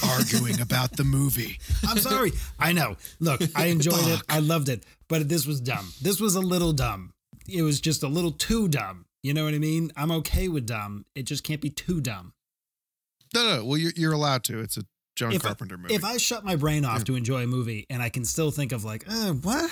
[SPEAKER 4] Arguing about the movie.
[SPEAKER 2] I'm sorry. I know. Look, I enjoyed it. I loved it. But this was dumb. This was a little dumb. It was just a little too dumb. You know what I mean? I'm okay with dumb. It just can't be too dumb.
[SPEAKER 4] No, no, no. Well, you're, you're allowed to. It's a John
[SPEAKER 2] If I-
[SPEAKER 4] Carpenter movie.
[SPEAKER 2] If I shut my brain off to enjoy a movie and I can still think of like, uh, what?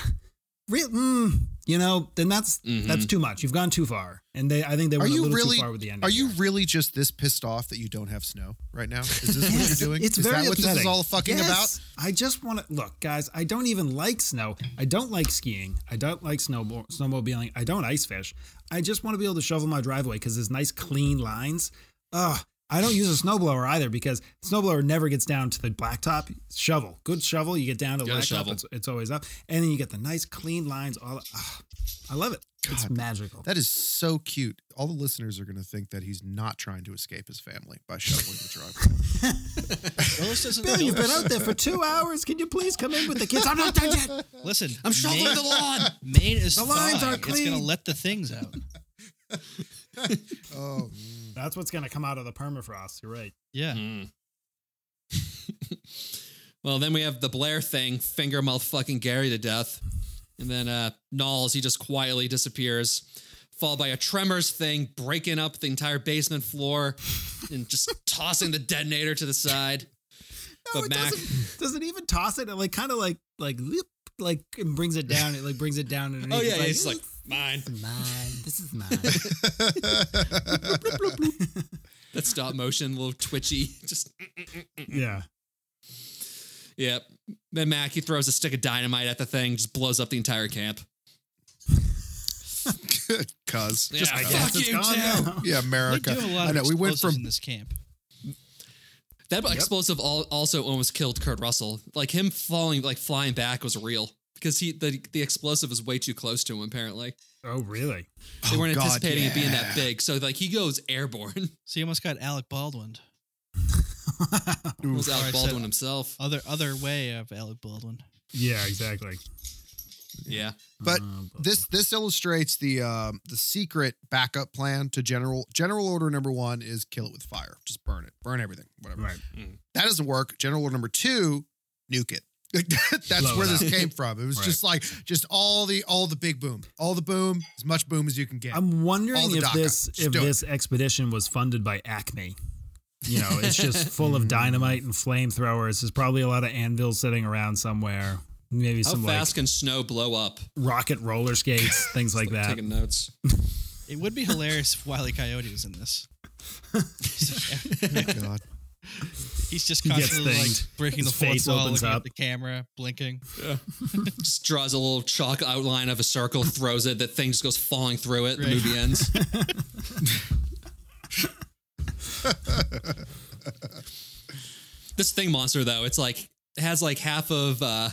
[SPEAKER 2] Real, mm, you know, then that's
[SPEAKER 1] Mhm.
[SPEAKER 2] that's too much. You've gone too far, and they I think they
[SPEAKER 4] Mm-hmm. are
[SPEAKER 2] went a
[SPEAKER 4] you
[SPEAKER 2] little
[SPEAKER 4] really
[SPEAKER 2] too far with the ending.
[SPEAKER 4] Are you
[SPEAKER 2] there.
[SPEAKER 4] really just this pissed off that you don't have snow right now? Is this what you're
[SPEAKER 2] Yes,
[SPEAKER 4] doing?
[SPEAKER 2] It's
[SPEAKER 4] is
[SPEAKER 2] very
[SPEAKER 4] that what this is
[SPEAKER 2] upsetting.
[SPEAKER 4] all fucking
[SPEAKER 2] Yes. I just want to look, guys. I don't even like snow. I don't like skiing. I don't like snowbo- snowmobiling. I don't ice fish. I just want to be able to shovel my driveway because there's nice clean lines. Ugh. I don't use a snowblower either because snowblower never gets down to the blacktop. Shovel, good shovel. You get down to the
[SPEAKER 1] Gotta
[SPEAKER 2] blacktop.
[SPEAKER 1] shovel.
[SPEAKER 2] It's, it's always up, and then you get the nice clean lines. All ugh. I love it. it's
[SPEAKER 4] God,
[SPEAKER 2] magical.
[SPEAKER 4] about? That is so cute. All the listeners are going to think that he's not trying to escape his family by shoveling the
[SPEAKER 2] [LAUGHS]
[SPEAKER 4] driveway.
[SPEAKER 3] Lois doesn't
[SPEAKER 2] Bill,
[SPEAKER 3] know-
[SPEAKER 2] you've been out there for two hours. Can you please come in with the kids? I'm not done yet.
[SPEAKER 3] Listen,
[SPEAKER 1] I'm shoveling
[SPEAKER 3] Maine,
[SPEAKER 1] the lawn.
[SPEAKER 2] [LAUGHS]
[SPEAKER 3] Maine is
[SPEAKER 2] The lines
[SPEAKER 3] fine.
[SPEAKER 2] are
[SPEAKER 3] It's gonna
[SPEAKER 2] clean.
[SPEAKER 3] let the things out.
[SPEAKER 4] oh,
[SPEAKER 2] That's what's going to come out of the permafrost. You're right.
[SPEAKER 3] Yeah.
[SPEAKER 1] Mm. well, then we have the Blair thing finger mouth fucking Gary to death. And then uh Knowles, he just quietly disappears, followed by a tremors thing breaking up the entire basement floor and [LAUGHS] just tossing the detonator to the side.
[SPEAKER 2] No,
[SPEAKER 1] But
[SPEAKER 2] it
[SPEAKER 1] Mac- [LAUGHS]
[SPEAKER 2] doesn't. Does it even toss it? It like kind of like like loop, like it brings it down. It like brings it down underneath.
[SPEAKER 1] Oh yeah,
[SPEAKER 2] like,
[SPEAKER 1] it's like mine.
[SPEAKER 2] "This is mine. This is mine.
[SPEAKER 1] [LAUGHS] That stop motion, little twitchy, [LAUGHS] just
[SPEAKER 2] [LAUGHS] yeah.
[SPEAKER 1] Yep. Then Mac he throws a stick of dynamite at the thing, just blows up the entire camp.
[SPEAKER 4] cuz.
[SPEAKER 1] Just
[SPEAKER 2] I
[SPEAKER 1] fuck
[SPEAKER 2] guess it's
[SPEAKER 1] you,
[SPEAKER 2] gone
[SPEAKER 1] Joe.
[SPEAKER 2] now.
[SPEAKER 4] Yeah,
[SPEAKER 3] They
[SPEAKER 4] America.
[SPEAKER 3] do have a lot
[SPEAKER 4] I
[SPEAKER 3] of
[SPEAKER 4] know. We went
[SPEAKER 3] explosives
[SPEAKER 4] from
[SPEAKER 3] in this camp.
[SPEAKER 1] That explosive al- also almost killed Kurt Russell. Like him falling, like flying back was real because he the the explosive was way too close to him. Apparently,
[SPEAKER 2] Oh really?
[SPEAKER 1] they
[SPEAKER 4] Oh,
[SPEAKER 1] weren't
[SPEAKER 4] God,
[SPEAKER 1] anticipating it being that
[SPEAKER 4] yeah.
[SPEAKER 1] big. So like he goes airborne. [LAUGHS]
[SPEAKER 3] So you almost got Alec Baldwin.
[SPEAKER 1] It was
[SPEAKER 3] Or I
[SPEAKER 1] Alec
[SPEAKER 3] said-
[SPEAKER 1] Baldwin himself.
[SPEAKER 3] Other other way of Alec Baldwin.
[SPEAKER 2] yeah, exactly.
[SPEAKER 1] Yeah.
[SPEAKER 4] But
[SPEAKER 2] Um,
[SPEAKER 4] this this illustrates the um, the secret backup plan to general general order number one is kill it with fire, just burn it, burn everything, whatever.
[SPEAKER 2] right.
[SPEAKER 4] That doesn't work. General order number two, nuke it. [LAUGHS] Like, That's
[SPEAKER 2] Blow it
[SPEAKER 4] where
[SPEAKER 2] up.
[SPEAKER 4] this came from. It was
[SPEAKER 2] Right.
[SPEAKER 4] just like just all the all the big boom, all the boom, as much boom as you can get.
[SPEAKER 2] I'm
[SPEAKER 4] All
[SPEAKER 2] wondering
[SPEAKER 4] the
[SPEAKER 2] if
[SPEAKER 4] DACA.
[SPEAKER 2] this
[SPEAKER 4] Just
[SPEAKER 2] if
[SPEAKER 4] do it.
[SPEAKER 2] this expedition was funded by Acme. You know, it's just
[SPEAKER 1] [LAUGHS]
[SPEAKER 2] full
[SPEAKER 1] Mm.
[SPEAKER 2] of dynamite and flamethrowers. There's probably a lot of anvils sitting around somewhere. Maybe
[SPEAKER 1] How
[SPEAKER 2] some
[SPEAKER 1] fast can snow blow up?
[SPEAKER 2] like rocket roller skates, things
[SPEAKER 1] [LAUGHS]
[SPEAKER 2] like that.
[SPEAKER 1] Taking notes.
[SPEAKER 3] It would be
[SPEAKER 2] [LAUGHS]
[SPEAKER 3] hilarious if Wiley Coyote was in this.
[SPEAKER 4] oh [LAUGHS] my god.
[SPEAKER 3] He's just
[SPEAKER 2] He gets
[SPEAKER 3] constantly like
[SPEAKER 2] thinged.
[SPEAKER 3] breaking
[SPEAKER 2] His
[SPEAKER 3] the fourth
[SPEAKER 2] face
[SPEAKER 3] wall,
[SPEAKER 2] opens
[SPEAKER 3] looking
[SPEAKER 2] up.
[SPEAKER 3] at the camera, blinking.
[SPEAKER 1] Just draws a little chalk
[SPEAKER 4] [LAUGHS]
[SPEAKER 1] outline of a circle, throws it. That thing just goes falling through it. The
[SPEAKER 3] Right.
[SPEAKER 1] movie ends. This thing monster though, it's like it has like half of uh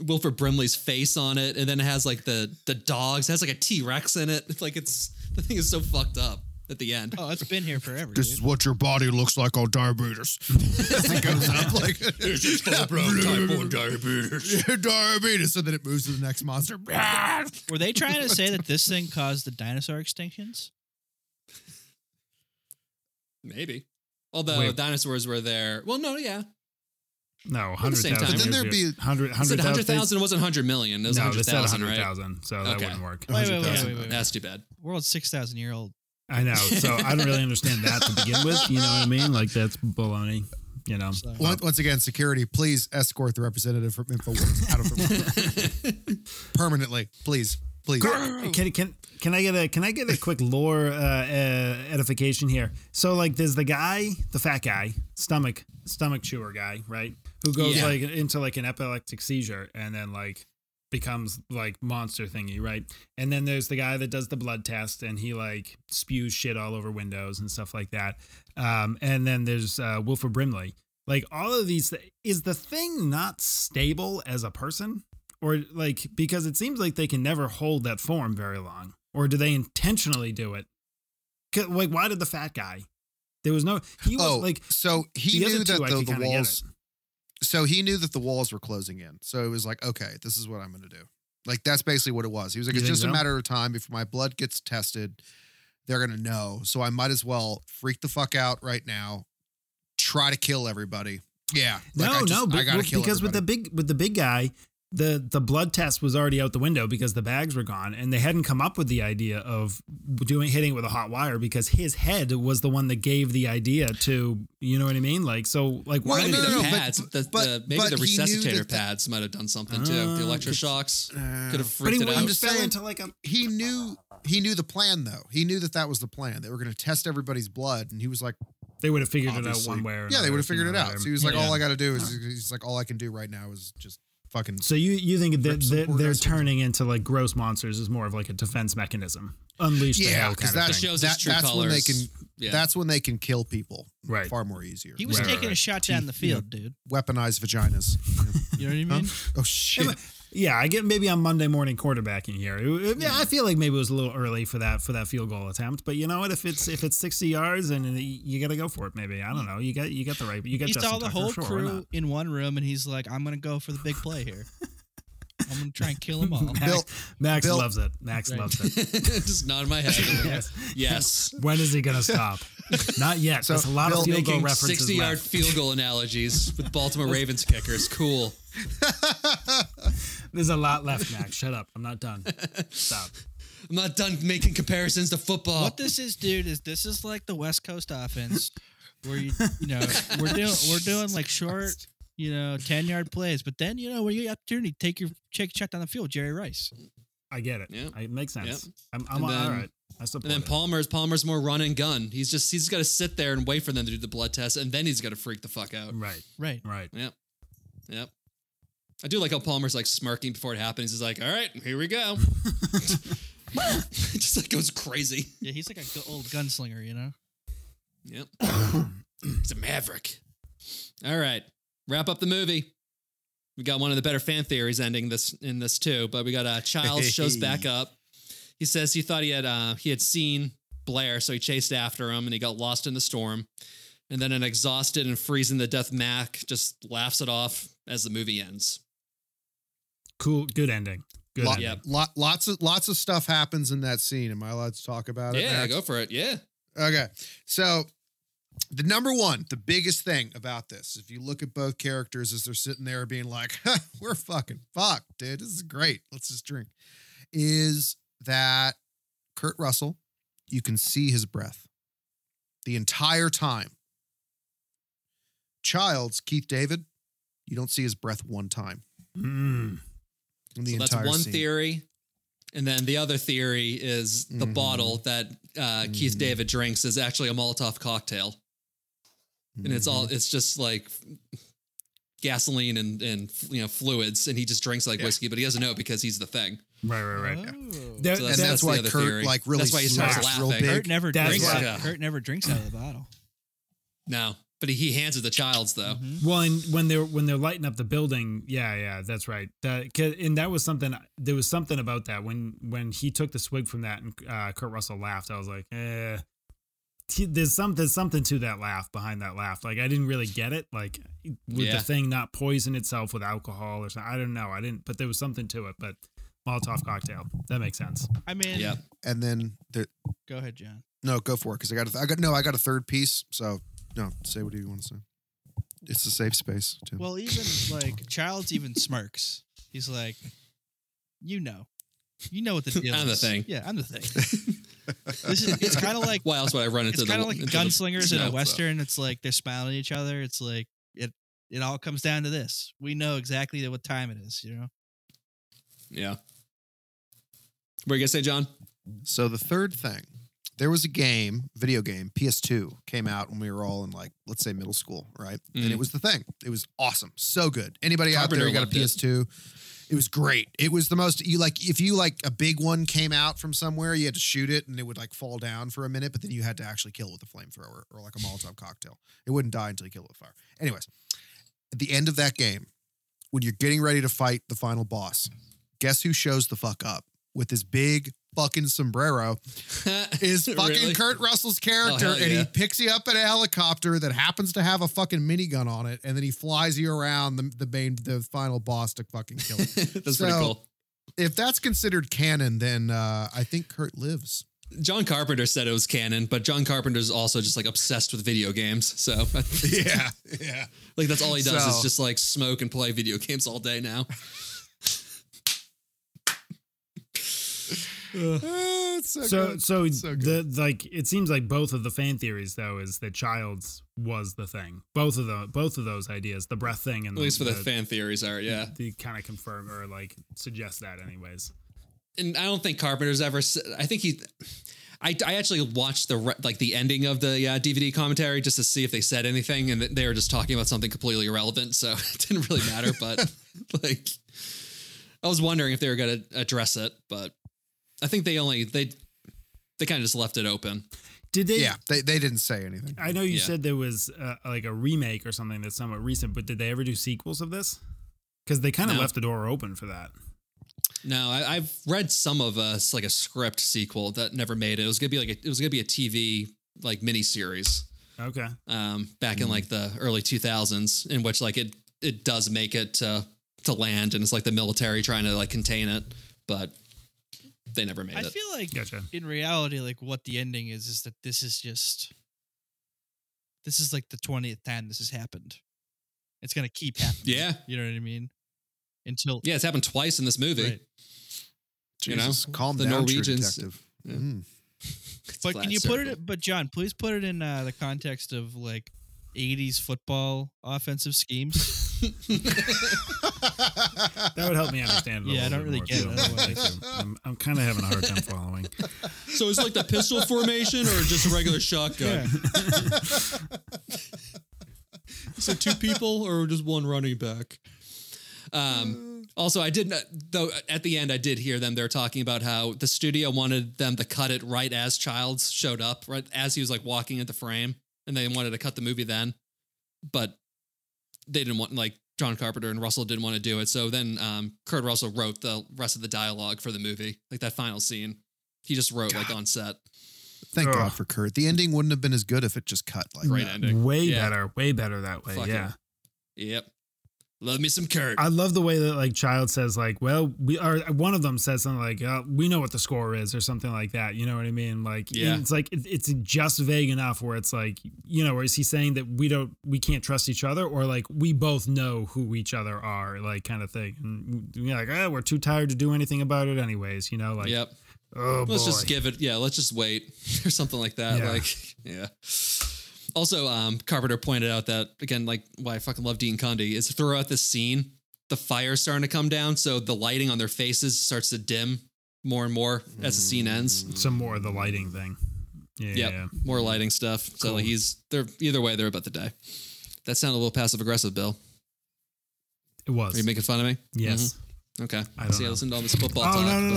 [SPEAKER 1] Wilford Brimley's face on it, and then it has like the the dogs. It has like a T Rex in it. [LAUGHS] It's like it's the thing is so fucked up at the end.
[SPEAKER 3] Oh, it's been here forever.
[SPEAKER 4] This is what your body looks like on [LAUGHS] diabetes. As it goes up, [LAUGHS] like [LAUGHS] diabetes. diabetes, and then it moves to the
[SPEAKER 2] [LAUGHS]
[SPEAKER 4] next monster.
[SPEAKER 3] Were they trying to say that this thing caused the dinosaur extinctions?
[SPEAKER 1] Maybe. Although
[SPEAKER 5] Wait.
[SPEAKER 1] dinosaurs were there. Well, no, yeah.
[SPEAKER 2] No,
[SPEAKER 1] At the
[SPEAKER 2] hundred
[SPEAKER 1] same time.
[SPEAKER 2] thousand.
[SPEAKER 1] But
[SPEAKER 4] then there'd be-
[SPEAKER 2] 100,
[SPEAKER 1] I said
[SPEAKER 2] 100,000.
[SPEAKER 1] 100,000. It wasn't 100 million. It was
[SPEAKER 2] No, they said
[SPEAKER 1] 100,000, right?
[SPEAKER 2] 100,000. So that
[SPEAKER 1] Okay.
[SPEAKER 2] wouldn't work.
[SPEAKER 3] Wait, wait, wait, wait, wait.
[SPEAKER 1] That's too bad.
[SPEAKER 3] World's six thousand year old.
[SPEAKER 2] I know. So I don't really understand that to begin with. You know what I mean? Like, that's baloney. You know?
[SPEAKER 3] So.
[SPEAKER 4] Once, once again, security, please escort the representative from InfoWars out of the
[SPEAKER 2] [LAUGHS]
[SPEAKER 4] room. Permanently, please. Please.
[SPEAKER 5] Can, can,
[SPEAKER 2] Can I get a can I get a quick lore uh, uh, edification here? So like, there's the guy, the fat guy, stomach stomach chewer guy, right? Who goes
[SPEAKER 1] Yeah.
[SPEAKER 2] like into like an epileptic seizure and then like becomes like monster thingy, right? And then there's the guy that does the blood test and he like spews shit all over windows and stuff like that. Um, and then there's uh, Wilford Brimley. Like all of these, th- is the thing not stable as a person? or like because it seems like they can never hold that form very long or do they intentionally do it 'Cause, like why did the fat guy there was no he was
[SPEAKER 4] Oh,
[SPEAKER 2] like
[SPEAKER 4] so he
[SPEAKER 2] the other
[SPEAKER 4] knew that
[SPEAKER 2] two I
[SPEAKER 4] the,
[SPEAKER 2] could
[SPEAKER 4] the
[SPEAKER 2] kinda get
[SPEAKER 4] walls.
[SPEAKER 2] it.
[SPEAKER 4] So he knew that the walls were closing in. So it was like, okay, this is what I'm going to do. Like that's basically what it was. He was like,
[SPEAKER 2] You
[SPEAKER 4] it's
[SPEAKER 2] think
[SPEAKER 4] just a
[SPEAKER 2] so?
[SPEAKER 4] matter of time. If my blood gets tested, they're going to know. So I might as well freak the fuck out right now. Try to kill everybody. Yeah. Like,
[SPEAKER 2] no
[SPEAKER 4] I just-
[SPEAKER 2] no
[SPEAKER 4] I
[SPEAKER 2] but,
[SPEAKER 4] gotta
[SPEAKER 2] well,
[SPEAKER 4] kill
[SPEAKER 2] because with the
[SPEAKER 4] everybody.
[SPEAKER 2] big with the big guy the the blood test was already out the window because the bags were gone and they hadn't come up with the idea of doing hitting it with a hot wire because his head was the one that gave the idea to you know what i mean like so like why
[SPEAKER 4] Well,
[SPEAKER 1] Maybe
[SPEAKER 2] did
[SPEAKER 4] no,
[SPEAKER 2] he-
[SPEAKER 4] no,
[SPEAKER 1] the
[SPEAKER 4] but-
[SPEAKER 1] pads, the,
[SPEAKER 4] but-
[SPEAKER 1] the, maybe
[SPEAKER 4] but
[SPEAKER 1] the
[SPEAKER 4] he knew
[SPEAKER 1] resuscitator
[SPEAKER 4] that the-
[SPEAKER 1] pads might have done something too. The
[SPEAKER 2] Uh,
[SPEAKER 1] electroshocks could have
[SPEAKER 2] but he
[SPEAKER 1] freaked it
[SPEAKER 2] went
[SPEAKER 1] out.
[SPEAKER 2] and
[SPEAKER 4] just
[SPEAKER 2] fell
[SPEAKER 4] saying-
[SPEAKER 2] into like a
[SPEAKER 4] he knew he knew the plan though. He knew that that was the plan. They were going to test everybody's blood, and he was like,
[SPEAKER 2] they would have figured it out
[SPEAKER 4] obviously-
[SPEAKER 2] one way or
[SPEAKER 4] yeah, they
[SPEAKER 2] another,
[SPEAKER 4] would have figured
[SPEAKER 2] you
[SPEAKER 4] it
[SPEAKER 2] know
[SPEAKER 4] out.
[SPEAKER 2] what I
[SPEAKER 4] So he was like,
[SPEAKER 2] mean?
[SPEAKER 4] all I got to do is he's like, all I can do right now is just fucking.
[SPEAKER 2] So you you think that
[SPEAKER 4] Rip some
[SPEAKER 2] they're,
[SPEAKER 4] poor
[SPEAKER 2] they're
[SPEAKER 4] guys.
[SPEAKER 2] turning into like gross monsters is more of like a defense mechanism, unleash the
[SPEAKER 4] Yeah,
[SPEAKER 2] hell
[SPEAKER 4] because
[SPEAKER 2] kind of
[SPEAKER 4] that,
[SPEAKER 2] thing.
[SPEAKER 1] Shows his
[SPEAKER 4] that,
[SPEAKER 1] true
[SPEAKER 4] that's when they
[SPEAKER 1] colors.
[SPEAKER 4] can.
[SPEAKER 1] Yeah.
[SPEAKER 4] That's when they can kill people.
[SPEAKER 2] Right.
[SPEAKER 4] Far more easier.
[SPEAKER 3] He was
[SPEAKER 2] Right,
[SPEAKER 3] taking
[SPEAKER 2] right,
[SPEAKER 3] a shot down the field, dude.
[SPEAKER 4] Weaponized vaginas.
[SPEAKER 3] [LAUGHS] You know what I mean?
[SPEAKER 4] oh shit!
[SPEAKER 2] yeah, I get maybe on Monday morning quarterbacking here. It- it- yeah, I feel like maybe it was a little early for that for that field goal attempt, but you know what? If it's if it's sixty yards and you got to go for it, maybe I don't know. You got you got the right. You got
[SPEAKER 3] He
[SPEAKER 2] Justin
[SPEAKER 3] saw the
[SPEAKER 2] Tucker,
[SPEAKER 3] whole
[SPEAKER 2] sure, why
[SPEAKER 3] crew
[SPEAKER 2] not?
[SPEAKER 3] in one room, and he's like, "I'm gonna go for the big play
[SPEAKER 2] [LAUGHS]
[SPEAKER 3] here. I'm gonna try and kill them all."
[SPEAKER 2] Max,
[SPEAKER 4] Bill-
[SPEAKER 2] Max
[SPEAKER 4] Bill-
[SPEAKER 2] loves it. Max
[SPEAKER 3] Right.
[SPEAKER 2] loves
[SPEAKER 1] [LAUGHS]
[SPEAKER 2] it.
[SPEAKER 1] just nod my head.
[SPEAKER 2] [LAUGHS]
[SPEAKER 1] yes.
[SPEAKER 2] When is he gonna stop? Not yet.
[SPEAKER 4] So
[SPEAKER 2] There's a lot
[SPEAKER 4] Bill-
[SPEAKER 2] of field goal
[SPEAKER 1] Making
[SPEAKER 2] references
[SPEAKER 1] 60 yard
[SPEAKER 2] left.
[SPEAKER 1] field goal analogies with Baltimore Ravens kickers. Cool.
[SPEAKER 2] There's a lot left, Max. Shut up. I'm not done. Stop.
[SPEAKER 1] I'm not done making comparisons to football.
[SPEAKER 3] [LAUGHS] what this is, dude, is this is like the West Coast offense,
[SPEAKER 2] [LAUGHS]
[SPEAKER 3] where you you know we're doing we're doing like short, you know, ten yard plays, but then you know when you get opportunity, take your check shot down the field, Jerry Rice.
[SPEAKER 2] I get it.
[SPEAKER 1] Yeah.
[SPEAKER 2] I- It makes sense.
[SPEAKER 1] Yep.
[SPEAKER 2] I'm, I'm
[SPEAKER 1] And then-
[SPEAKER 2] all right. I support
[SPEAKER 1] and then
[SPEAKER 2] it.
[SPEAKER 1] Palmer's Palmer's more run and gun. He's just he's got to sit there and wait for them to do the blood test, and then he's got to freak the fuck out.
[SPEAKER 2] Right,
[SPEAKER 3] Right.
[SPEAKER 2] right.
[SPEAKER 1] Yep, yep. I do like how Palmer's like smirking before it happens. He's like, "All right, here we go." [LAUGHS] just like goes crazy.
[SPEAKER 3] Yeah, he's like a good old gunslinger, you know.
[SPEAKER 1] Yep. He's a maverick. All right. Wrap up the movie. We got one of the better fan theories ending this in this too, but we got uh Child shows back up. He says he thought he had uh he had seen Blair, so he chased after him and he got lost in the storm. And then an exhausted and freezing to death Mac just laughs it off as the movie ends.
[SPEAKER 2] Cool. Good ending. Good.
[SPEAKER 4] Lot,
[SPEAKER 2] ending.
[SPEAKER 1] Yep.
[SPEAKER 4] lot, lots of lots of stuff happens in that scene. Am I allowed to talk about it?
[SPEAKER 1] Yeah,
[SPEAKER 4] Max?
[SPEAKER 1] go for it. Yeah.
[SPEAKER 4] Okay. So the number one, the biggest thing about this, if you look at both characters as they're sitting there being like, [LAUGHS] "Huh, we're fucking fucked, dude. This is great. Let's just drink. Is that Kurt Russell, you can see his breath the entire time. Childs, Keith David, you don't see his breath one time.
[SPEAKER 2] Mm.
[SPEAKER 4] In the
[SPEAKER 1] so that's
[SPEAKER 4] entire
[SPEAKER 1] one
[SPEAKER 4] scene.
[SPEAKER 1] theory. And then the other theory is the
[SPEAKER 4] Mhm.
[SPEAKER 1] bottle that uh, Keith
[SPEAKER 4] Mhm.
[SPEAKER 1] David drinks is actually a Molotov cocktail. and it's all it's just like gasoline and and you know fluids and he just drinks like
[SPEAKER 4] Yeah.
[SPEAKER 1] whiskey but he doesn't know because he's the thing
[SPEAKER 2] Right, right, right.
[SPEAKER 3] Oh.
[SPEAKER 1] So
[SPEAKER 2] There-
[SPEAKER 4] Mm-hmm. And
[SPEAKER 1] That's
[SPEAKER 4] that's,
[SPEAKER 1] the
[SPEAKER 4] why
[SPEAKER 1] other
[SPEAKER 4] Kurt
[SPEAKER 1] theory.
[SPEAKER 4] like really
[SPEAKER 1] That's why he starts
[SPEAKER 4] snaps real
[SPEAKER 1] laughing.
[SPEAKER 4] big.
[SPEAKER 3] Kurt never
[SPEAKER 2] That's
[SPEAKER 3] drinks.
[SPEAKER 1] why-
[SPEAKER 3] Kurt never drinks out of the bottle.
[SPEAKER 1] No, but he, he hands it to Childs though.
[SPEAKER 3] Mm-hmm.
[SPEAKER 2] Well, and when they're when they're lighting up the building, yeah, yeah, that's right. That 'cause- and that was something. There was something about that when when he took the swig from that and uh, Kurt Russell laughed. I was like, eh. T- There's something something to that laugh behind that laugh. Like I didn't really get it. Like Mm-hmm. with
[SPEAKER 1] Yeah.
[SPEAKER 2] the thing not poison itself with alcohol or something. I don't know. I didn't. But there was something to it. But Molotov cocktail. That makes sense.
[SPEAKER 3] I mean,
[SPEAKER 1] Yeah.
[SPEAKER 4] And then there,
[SPEAKER 3] go ahead, John.
[SPEAKER 4] no, go for it because I got a th- I got no, I got a third piece. So no, say whatever you want to say. It's a safe space. Tim.
[SPEAKER 3] Well, even like Childs even smirks. He's like, you know, you
[SPEAKER 1] [LAUGHS]
[SPEAKER 3] know what the deal
[SPEAKER 1] I'm the
[SPEAKER 3] is.
[SPEAKER 1] thing.
[SPEAKER 3] Yeah, I'm the thing.
[SPEAKER 1] [LAUGHS]
[SPEAKER 3] this is it's kind of like
[SPEAKER 1] Why else would I run into the
[SPEAKER 3] it's kind of like
[SPEAKER 1] into the
[SPEAKER 3] gunslingers in
[SPEAKER 1] snow,
[SPEAKER 3] a
[SPEAKER 1] so.
[SPEAKER 3] western. It's like they're smiling at each other. It's like it it all comes down to this. We know exactly what time it is. You know.
[SPEAKER 1] Yeah. What are you gonna say, John? [LAUGHS]
[SPEAKER 4] So the third thing, there was a game, video game, PS2 came out when we were all in like let's say middle school, right?
[SPEAKER 1] Mhm.
[SPEAKER 4] And it was the thing. It was awesome, so good. Anybody out
[SPEAKER 1] Carpenter
[SPEAKER 4] there who got a
[SPEAKER 1] loved it.
[SPEAKER 4] PS2? It was great. It was the most you like if you like a big one came out from somewhere, you had to shoot it and it would like fall down for a minute, but then you had to actually kill it with a flamethrower or like a Molotov cocktail. It wouldn't die until you killed it with fire. Anyways, at the end of that game, when you're getting ready to fight the final boss, guess who shows the fuck up with his big fucking sombrero
[SPEAKER 1] [LAUGHS]
[SPEAKER 4] is fucking
[SPEAKER 1] Really?
[SPEAKER 4] Kurt Russell's
[SPEAKER 1] Oh,
[SPEAKER 4] character,
[SPEAKER 1] hell
[SPEAKER 4] and
[SPEAKER 1] yeah.
[SPEAKER 4] he picks you up in a helicopter that happens to have a fucking minigun on it, and then he flies you around the the, main, the final boss to fucking kill
[SPEAKER 1] [LAUGHS]
[SPEAKER 4] him.
[SPEAKER 1] That's
[SPEAKER 4] So-
[SPEAKER 1] pretty cool.
[SPEAKER 4] if that's considered canon, then uh, I think
[SPEAKER 1] [LAUGHS]
[SPEAKER 4] Kurt lives.
[SPEAKER 1] John Carpenter said it was canon, but John Carpenter's also just like obsessed with video games. So [LAUGHS]
[SPEAKER 4] Yeah, yeah.
[SPEAKER 1] like that's all he does is
[SPEAKER 4] So-
[SPEAKER 1] just like smoke and play video games all day now.
[SPEAKER 4] Uh, so,
[SPEAKER 2] So so,
[SPEAKER 4] So
[SPEAKER 2] the like it seems like both of the fan theories though is that Childs was the thing. Both of the both of those ideas, the breath thing and
[SPEAKER 1] At least for the
[SPEAKER 2] the
[SPEAKER 1] fan theories are, yeah.
[SPEAKER 2] they kind of confirm or like suggest that anyways
[SPEAKER 1] and I don't think Carpenter's ever. s- I think he. I, I actually watched the re- like the ending of the uh, DVD commentary just to see if they said anything, and they were just talking about something completely irrelevant, so [LAUGHS] it didn't really matter. But like, I was wondering if they were going to address it, but I think they only they they kind of just left it open.
[SPEAKER 2] did they
[SPEAKER 4] yeah, they, they didn't say anything.
[SPEAKER 2] i know you
[SPEAKER 1] Yeah.
[SPEAKER 2] said there was uh, like a remake or something that's somewhat recent but did they ever do sequels of this because they kind of
[SPEAKER 1] No.
[SPEAKER 2] left the door open for that
[SPEAKER 1] No, I, I've read some of us like a script sequel that never made it. It was gonna be like a, it was gonna be a TV like miniseries.
[SPEAKER 2] okay
[SPEAKER 1] um, back in like the early 2000s, in which like it it does make it to to land, and it's like the military trying to like contain it, but they never made
[SPEAKER 3] I
[SPEAKER 1] it.
[SPEAKER 3] feel like
[SPEAKER 1] [LAUGHS]
[SPEAKER 2] gotcha
[SPEAKER 3] in reality, like what the ending is, is that this is just this is like the twentieth time this has happened. It's gonna keep happening.
[SPEAKER 1] yeah,
[SPEAKER 3] You know what I mean? Until
[SPEAKER 1] yeah, it's happened twice in this movie.
[SPEAKER 3] Right.
[SPEAKER 1] you know,
[SPEAKER 4] Jesus, calm
[SPEAKER 1] the
[SPEAKER 4] down,
[SPEAKER 1] Norwegians-
[SPEAKER 4] True detective.
[SPEAKER 1] Yeah.
[SPEAKER 4] Mm.
[SPEAKER 3] But
[SPEAKER 1] Flat
[SPEAKER 3] can you put
[SPEAKER 1] circle.
[SPEAKER 3] it? But John, please put it in uh, the context of like '80s football offensive schemes.
[SPEAKER 2] that would help me understand it a
[SPEAKER 3] Yeah, I
[SPEAKER 2] little
[SPEAKER 3] don't
[SPEAKER 2] bit more,
[SPEAKER 3] really get
[SPEAKER 2] too.
[SPEAKER 3] it
[SPEAKER 2] Thank
[SPEAKER 3] otherwise.
[SPEAKER 2] you. i'm, I'm kind of having a hard time
[SPEAKER 1] [LAUGHS]
[SPEAKER 2] following
[SPEAKER 1] so it's like the pistol formation or just a regular shotgun? [LAUGHS] so two people or just one running back? Um, also, I did not, though, at the end, I did hear them. They're talking about how the studio wanted them to cut it right as Childs showed up, right as he was like walking into frame, and they wanted to cut the movie then, but they didn't want like John Carpenter and Russell didn't want to do it. So then, um, Kurt Russell wrote the rest of the dialogue for the movie, like that final scene. He just wrote like on set.
[SPEAKER 4] Thank
[SPEAKER 2] Ugh.
[SPEAKER 4] God for Kurt. The ending wouldn't have been as good if it just cut like
[SPEAKER 1] Great
[SPEAKER 4] that.
[SPEAKER 1] ending.
[SPEAKER 2] way
[SPEAKER 1] Yeah.
[SPEAKER 2] better way better that way
[SPEAKER 1] Fuck
[SPEAKER 2] yeah
[SPEAKER 1] it. Yep. Love me some Kurt.
[SPEAKER 2] I love the way that like child says like, well, we are. One of them says something like, uh, we know what the score is or something like that. You know what I mean? Like,
[SPEAKER 1] Yeah.
[SPEAKER 2] and it's like it, it's just vague enough where it's like, you know, or is he saying that we don't, we can't trust each other, or like we both know who each other are, like kind of thing. And you're like, ah, we're too tired to do anything about it, anyways. You know, like,
[SPEAKER 1] yep.
[SPEAKER 2] oh
[SPEAKER 1] Let's
[SPEAKER 2] boy.
[SPEAKER 1] just give it. Yeah, let's just wait [LAUGHS] or something like that.
[SPEAKER 2] Yeah.
[SPEAKER 1] Like, yeah. Also, um, Carpenter pointed out that again, like why I fucking love Dean Cundy is throughout this scene, the fire's starting to come down, so the lighting on their faces starts to dim more and more as the scene ends.
[SPEAKER 2] some more of the lighting thing. Yeah,
[SPEAKER 1] Yep,
[SPEAKER 2] Mm, yeah.
[SPEAKER 1] more lighting stuff. So
[SPEAKER 2] Cool.
[SPEAKER 1] like he's they're either way they're about to die. That sounded a little passive aggressive, Bill. Are
[SPEAKER 2] it
[SPEAKER 1] you
[SPEAKER 2] was.
[SPEAKER 1] making fun of me?
[SPEAKER 2] Yes.
[SPEAKER 1] Mhm. Okay.
[SPEAKER 2] I don't
[SPEAKER 1] See, I
[SPEAKER 2] know.
[SPEAKER 1] listened to all this football
[SPEAKER 2] Oh
[SPEAKER 1] talk.
[SPEAKER 2] no no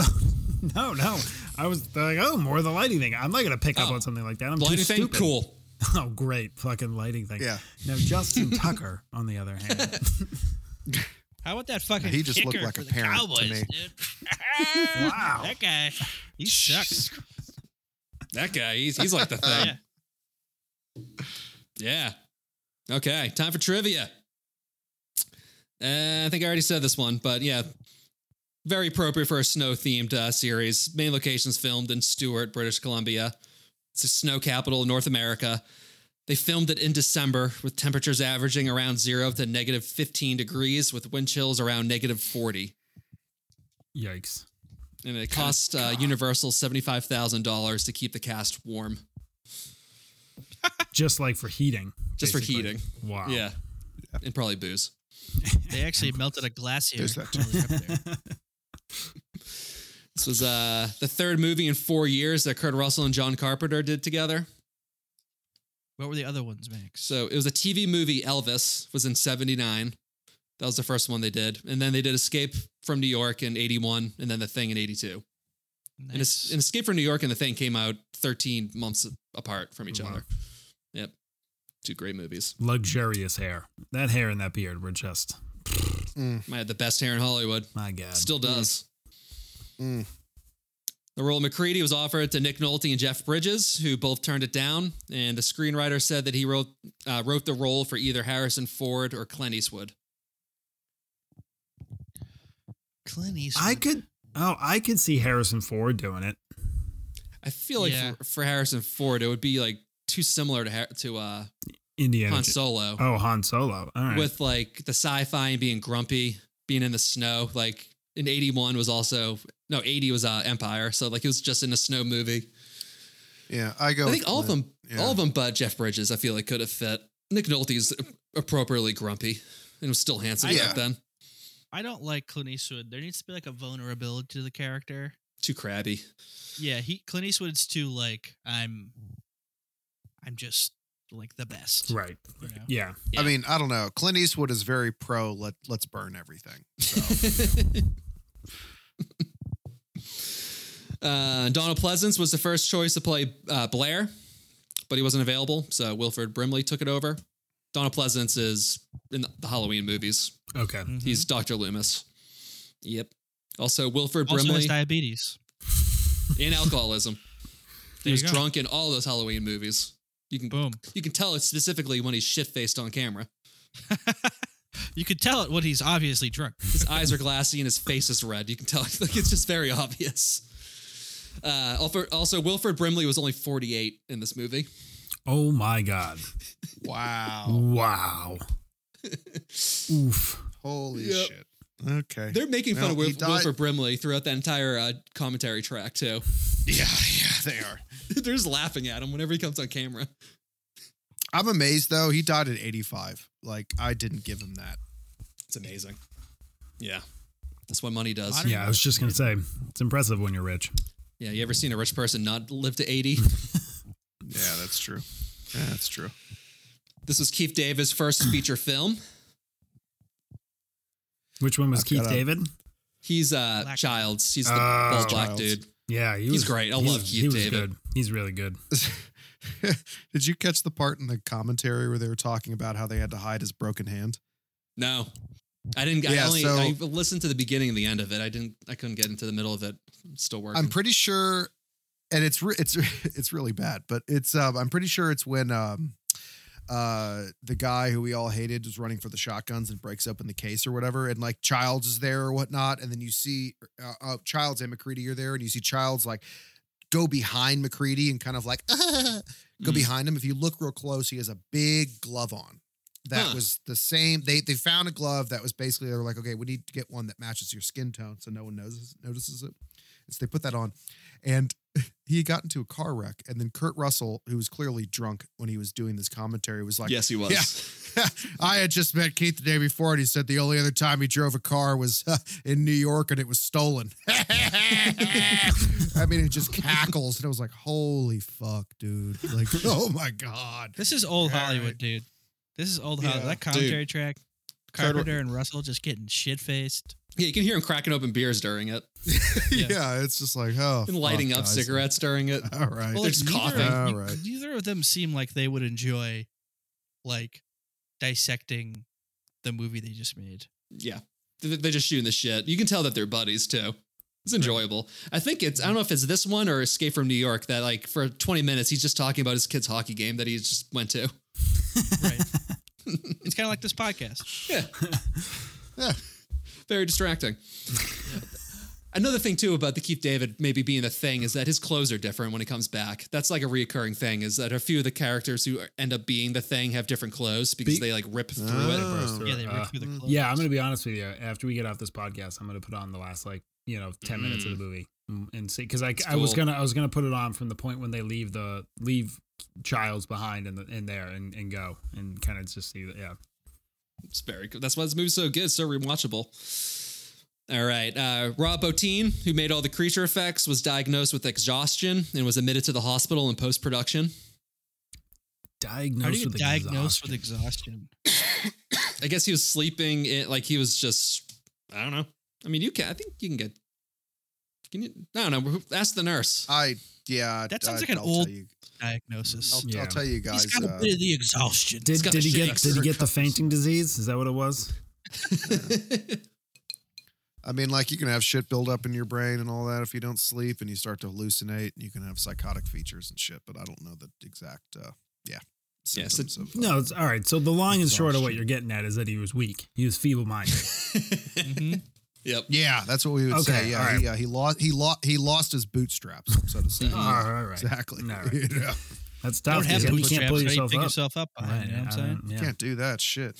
[SPEAKER 6] [LAUGHS]
[SPEAKER 1] but-
[SPEAKER 2] no no no! I was like, oh, more of the lighting thing. I'm not gonna pick up
[SPEAKER 1] Oh.
[SPEAKER 2] on something like that. I'm too
[SPEAKER 1] Lighting thing,
[SPEAKER 6] [LAUGHS]
[SPEAKER 2] stupid.
[SPEAKER 1] cool.
[SPEAKER 2] Oh, great fucking lighting thing.
[SPEAKER 4] Yeah.
[SPEAKER 2] Now
[SPEAKER 6] [LAUGHS]
[SPEAKER 2] Justin Tucker, on the other hand,
[SPEAKER 1] [LAUGHS]
[SPEAKER 3] How about that fucking
[SPEAKER 4] He just
[SPEAKER 3] kicker
[SPEAKER 4] looked like
[SPEAKER 3] for
[SPEAKER 4] a
[SPEAKER 3] the
[SPEAKER 4] parent to
[SPEAKER 3] Cowboys,
[SPEAKER 4] me.
[SPEAKER 3] dude? wow, that guy,
[SPEAKER 4] [LAUGHS]
[SPEAKER 3] he sucks.
[SPEAKER 1] That guy, he's, he's like the thing.
[SPEAKER 3] yeah.
[SPEAKER 1] Yeah. Okay, time for trivia. Uh, I think I already said this one, but yeah, very appropriate for a snow-themed uh, series. Main locations filmed in Stewart, British Columbia. It's the snow capital of North America. They filmed it in December with temperatures averaging around zero to negative 15 degrees, with wind chills around negative 40.
[SPEAKER 6] Yikes.
[SPEAKER 1] And it cost uh, Universal $75,000 to keep the cast warm
[SPEAKER 6] Just like for heating.
[SPEAKER 1] just
[SPEAKER 6] basically.
[SPEAKER 1] for heating.
[SPEAKER 6] Wow.
[SPEAKER 1] Yeah. And probably booze.
[SPEAKER 3] They actually melted a glacier.
[SPEAKER 4] There's that
[SPEAKER 3] while they
[SPEAKER 4] [LAUGHS]
[SPEAKER 3] were up there.
[SPEAKER 1] This was uh, the third movie in four years that Kurt Russell and John Carpenter did together.
[SPEAKER 3] What were the other ones, Max?
[SPEAKER 1] So it was a TV movie. Elvis was in '79. That was the first one they did, and then they did Escape from New York in '81, and then The Thing in '82. And, es-
[SPEAKER 3] Nice.
[SPEAKER 1] and Escape from New York and The Thing came out 13 months apart from each
[SPEAKER 6] Wow.
[SPEAKER 1] other. Yep, two great movies.
[SPEAKER 6] Luxurious hair. That hair and that beard were just
[SPEAKER 1] Might have the best hair in Hollywood.
[SPEAKER 6] my god.
[SPEAKER 1] Still does.
[SPEAKER 4] Mm.
[SPEAKER 1] The role of McCready was offered to Nick Nolte and Jeff Bridges, who both turned it down. And the screenwriter said that he wrote uh, wrote the role for either Harrison Ford or Clint Eastwood.
[SPEAKER 3] Clint Eastwood.
[SPEAKER 6] I could oh, I could see Harrison Ford doing it.
[SPEAKER 1] I feel like
[SPEAKER 3] Yeah.
[SPEAKER 1] for, for Harrison Ford, it would be like too similar to Har- to uh,
[SPEAKER 6] Indiana.
[SPEAKER 1] Han
[SPEAKER 6] Jo-
[SPEAKER 1] Solo,
[SPEAKER 6] Oh, Han Solo. All right.
[SPEAKER 1] with like the sci-fi and being grumpy, being in the snow. Like in '81 was also no '80 was uh, Empire, so like it was just in a snow movie.
[SPEAKER 4] Yeah, I go.
[SPEAKER 1] I think
[SPEAKER 4] with
[SPEAKER 1] all of
[SPEAKER 4] Clint.
[SPEAKER 1] them,
[SPEAKER 4] Yeah.
[SPEAKER 1] all of them, but Jeff Bridges, I feel like could have fit. Nick Nolte's appropriately grumpy and was still handsome
[SPEAKER 4] Yeah.
[SPEAKER 1] back then.
[SPEAKER 3] I don't like Clint Eastwood. There needs to be like a vulnerability to the character.
[SPEAKER 1] Too crabby.
[SPEAKER 3] Yeah, he Clint Eastwood's too like I'm, I'm just like the best.
[SPEAKER 6] right.
[SPEAKER 3] you know?
[SPEAKER 6] Yeah.
[SPEAKER 4] I mean, I don't know. Clint Eastwood is very pro. Let let's burn everything.
[SPEAKER 1] uh, Donald Pleasance was the first choice to play uh, Blair, but he wasn't available, so Wilford Brimley took it over. Donald Pleasance is in the Halloween movies.
[SPEAKER 6] Okay.
[SPEAKER 3] Mhm.
[SPEAKER 1] He's Doctor Loomis. Yep. Also, Wilford
[SPEAKER 3] also has
[SPEAKER 1] Brimley
[SPEAKER 3] diabetes.
[SPEAKER 1] in alcoholism. he
[SPEAKER 3] [LAUGHS] There
[SPEAKER 1] was
[SPEAKER 3] you go.
[SPEAKER 1] drunk in all those Halloween movies. You can
[SPEAKER 3] Boom.
[SPEAKER 1] you can tell it specifically when he's shit faced on camera.
[SPEAKER 3] You could tell it when he's obviously drunk.
[SPEAKER 1] His eyes are glassy and his face is red. You can tell. [LAUGHS] Like it's just very obvious. Uh, also, also, Wilford Brimley was only 48 in this movie.
[SPEAKER 6] Oh my god.
[SPEAKER 2] Mm.
[SPEAKER 4] Wow.
[SPEAKER 6] Wow. Oof.
[SPEAKER 4] Holy
[SPEAKER 1] Yep.
[SPEAKER 4] shit. Okay.
[SPEAKER 1] They're making fun
[SPEAKER 4] Well,
[SPEAKER 1] of
[SPEAKER 4] he
[SPEAKER 1] Wil-
[SPEAKER 4] died-
[SPEAKER 1] Wilford Brimley throughout that entire uh, commentary track too. [LAUGHS]
[SPEAKER 4] yeah, yeah, they are.
[SPEAKER 1] They're just laughing at him whenever he comes on camera.
[SPEAKER 4] I'm amazed though. He died at 85. Like I didn't give him that.
[SPEAKER 1] It's amazing. Yeah, that's what money does.
[SPEAKER 3] Modern-
[SPEAKER 6] Yeah, I was just gonna say it's impressive when you're rich.
[SPEAKER 1] Yeah, you ever seen a rich person not live to 80?
[SPEAKER 4] Yeah, that's true. Yeah, that's true.
[SPEAKER 1] [LAUGHS] this was Keith David's first feature film.
[SPEAKER 6] Which one was
[SPEAKER 4] I've
[SPEAKER 6] Keith
[SPEAKER 4] got a-
[SPEAKER 6] David?
[SPEAKER 1] He's uh
[SPEAKER 3] Black-
[SPEAKER 1] Childs. He's the
[SPEAKER 6] Oh.
[SPEAKER 1] bald black
[SPEAKER 4] Ah, Childs.
[SPEAKER 1] dude.
[SPEAKER 6] Yeah, he
[SPEAKER 1] He's
[SPEAKER 6] was
[SPEAKER 1] great. I
[SPEAKER 6] he
[SPEAKER 1] love
[SPEAKER 6] was-
[SPEAKER 1] Keith
[SPEAKER 6] he was
[SPEAKER 1] David.
[SPEAKER 6] Good. He's really good.
[SPEAKER 4] [LAUGHS] Did you catch the part in the commentary where they were talking about how they had to hide his broken hand?
[SPEAKER 1] No. I didn't I
[SPEAKER 4] Yeah,
[SPEAKER 1] only
[SPEAKER 4] so-
[SPEAKER 1] I listened to the beginning and the end of it. I didn't I couldn't get into the middle of it. I'm still working.
[SPEAKER 4] I'm pretty sure, and it's re- it's [LAUGHS] it's really bad, but it's um, I'm pretty sure it's when um, uh, the guy who we all hated was running for the shotguns and breaks open the case or whatever, and like Childs is there or whatnot, and then you see uh, uh, Childs and McCready are there, and you see Childs like go behind McCready and kind of like [LAUGHS] go
[SPEAKER 1] Mm.
[SPEAKER 4] behind him. If you look real close, he has a big glove on. That
[SPEAKER 1] Huh.
[SPEAKER 4] was the same. They they found a glove that was basically they were like, okay, we need to get one that matches your skin tone so no one notices notices it. And so they put that on, and [LAUGHS] he got into a car wreck. And then Kurt Russell, who was clearly drunk when he was doing this commentary, was like,
[SPEAKER 1] yes, he was.
[SPEAKER 4] [LAUGHS] I had just met Keith the day before, and he said the only other time he drove a car was [LAUGHS] uh, in New York, and it was stolen. [LAUGHS] I mean, it just cackles, and I was like, "Holy fuck, dude!"
[SPEAKER 3] [LAUGHS]
[SPEAKER 4] Like, oh my god.
[SPEAKER 3] This is old
[SPEAKER 4] All
[SPEAKER 3] Hollywood,
[SPEAKER 4] right.
[SPEAKER 3] dude. This is old
[SPEAKER 4] Yeah.
[SPEAKER 3] Hollywood. That commentary track,
[SPEAKER 1] Third one-
[SPEAKER 3] Carpenter and Russell just getting shit faced.
[SPEAKER 1] [LAUGHS] Yeah, you can hear him cracking open beers during it
[SPEAKER 4] yeah. it's just like oh,
[SPEAKER 1] and lighting
[SPEAKER 4] fuck,
[SPEAKER 1] up
[SPEAKER 4] guys.
[SPEAKER 1] cigarettes during it.
[SPEAKER 4] All right,
[SPEAKER 1] Well, They're just
[SPEAKER 3] neither-
[SPEAKER 1] coughing.
[SPEAKER 4] All right.
[SPEAKER 3] Neither of them seem like they would enjoy, like, dissecting the movie they just made.
[SPEAKER 1] Yeah, They- they're just shooting the shit. You can tell that they're buddies too. It's enjoyable. I think it's I don't know if it's this one or Escape from New York that like for 20 minutes he's just talking about his kid's hockey game that he just went to. [LAUGHS]
[SPEAKER 6] [LAUGHS]
[SPEAKER 3] Right. it's kind of like this podcast.
[SPEAKER 1] Yeah.
[SPEAKER 4] Yeah.
[SPEAKER 1] Very distracting. Another thing too about the Keith David maybe being a thing is that his clothes are different when he comes back. That's like a reoccurring thing is that a few of the characters who end up being the thing have different clothes because
[SPEAKER 2] Be-
[SPEAKER 1] they like rip through it.
[SPEAKER 4] Oh.
[SPEAKER 6] Through
[SPEAKER 3] Yeah,
[SPEAKER 6] it.
[SPEAKER 3] they
[SPEAKER 6] Uh,
[SPEAKER 3] ripped through the clothes.
[SPEAKER 6] yeah, I'm gonna be honest with you. After we get off this podcast, I'm gonna put on the last like you know 10 minutes of the movie mm, and see because I, I was
[SPEAKER 1] cool.
[SPEAKER 6] gonna I was gonna put it on from the point when they leave the leave Childs behind in the in there and, and go and kind of just see that yeah
[SPEAKER 1] It's very good. That's why this movie's so good, so rewatchable. All right. Uh, Rob Bottin, who made all the creature effects, was diagnosed with exhaustion and was admitted to the hospital in post production.
[SPEAKER 6] diagnosed
[SPEAKER 3] How do you
[SPEAKER 6] with
[SPEAKER 3] diagnose
[SPEAKER 6] exhaustion.
[SPEAKER 3] with exhaustion?
[SPEAKER 1] I guess he was sleeping. It, like he was just. I don't know. I mean, you can. I think you can get. Can you? I don't know. Ask the
[SPEAKER 4] [LAUGHS]
[SPEAKER 1] nurse.
[SPEAKER 4] I yeah.
[SPEAKER 3] That sounds
[SPEAKER 4] I,
[SPEAKER 3] like an
[SPEAKER 4] I'll
[SPEAKER 3] old-
[SPEAKER 4] Tell you, I'll,
[SPEAKER 3] Diagnosis.
[SPEAKER 4] I'll
[SPEAKER 6] Yeah.
[SPEAKER 4] tell you guys.
[SPEAKER 3] He's got
[SPEAKER 4] uh,
[SPEAKER 3] a bit of the exhaustion.
[SPEAKER 2] Did,
[SPEAKER 1] got
[SPEAKER 2] did
[SPEAKER 1] the
[SPEAKER 2] he get
[SPEAKER 1] shakes.
[SPEAKER 2] did he get the
[SPEAKER 4] Cups.
[SPEAKER 2] fainting disease? Is that what it was?
[SPEAKER 4] I mean, like you can have shit build up in your brain and all that if you don't sleep and you start to hallucinate and you can have psychotic features and shit. But I don't know the exact. Uh, yeah.
[SPEAKER 1] Yeah, so-
[SPEAKER 4] symptoms of, uh,
[SPEAKER 2] No, it's all right. So the
[SPEAKER 6] Long
[SPEAKER 2] long
[SPEAKER 6] and short of what
[SPEAKER 4] Exhaustion.
[SPEAKER 6] you're getting at is that he was weak. He was feeble minded.
[SPEAKER 1] [LAUGHS]
[SPEAKER 6] [LAUGHS]
[SPEAKER 3] Mhm.
[SPEAKER 1] yep.
[SPEAKER 4] Yeah, that's what we would
[SPEAKER 6] Okay,
[SPEAKER 4] say. Yeah,
[SPEAKER 6] all right.
[SPEAKER 4] he, uh, he lost. He lost. He lost his bootstraps, so to say.
[SPEAKER 6] [LAUGHS] all right,
[SPEAKER 4] Exactly.
[SPEAKER 6] All [LAUGHS] right.
[SPEAKER 4] [LAUGHS] You know,
[SPEAKER 6] That's tough.
[SPEAKER 3] Don't have
[SPEAKER 6] dude. you
[SPEAKER 3] bootstraps.
[SPEAKER 6] can't pull
[SPEAKER 3] how do
[SPEAKER 6] yourself
[SPEAKER 3] you pick
[SPEAKER 6] up.
[SPEAKER 3] yourself up behind,
[SPEAKER 6] Right,
[SPEAKER 3] you know what I'm
[SPEAKER 6] I
[SPEAKER 3] saying?
[SPEAKER 6] don't- yeah.
[SPEAKER 4] Can't do that shit.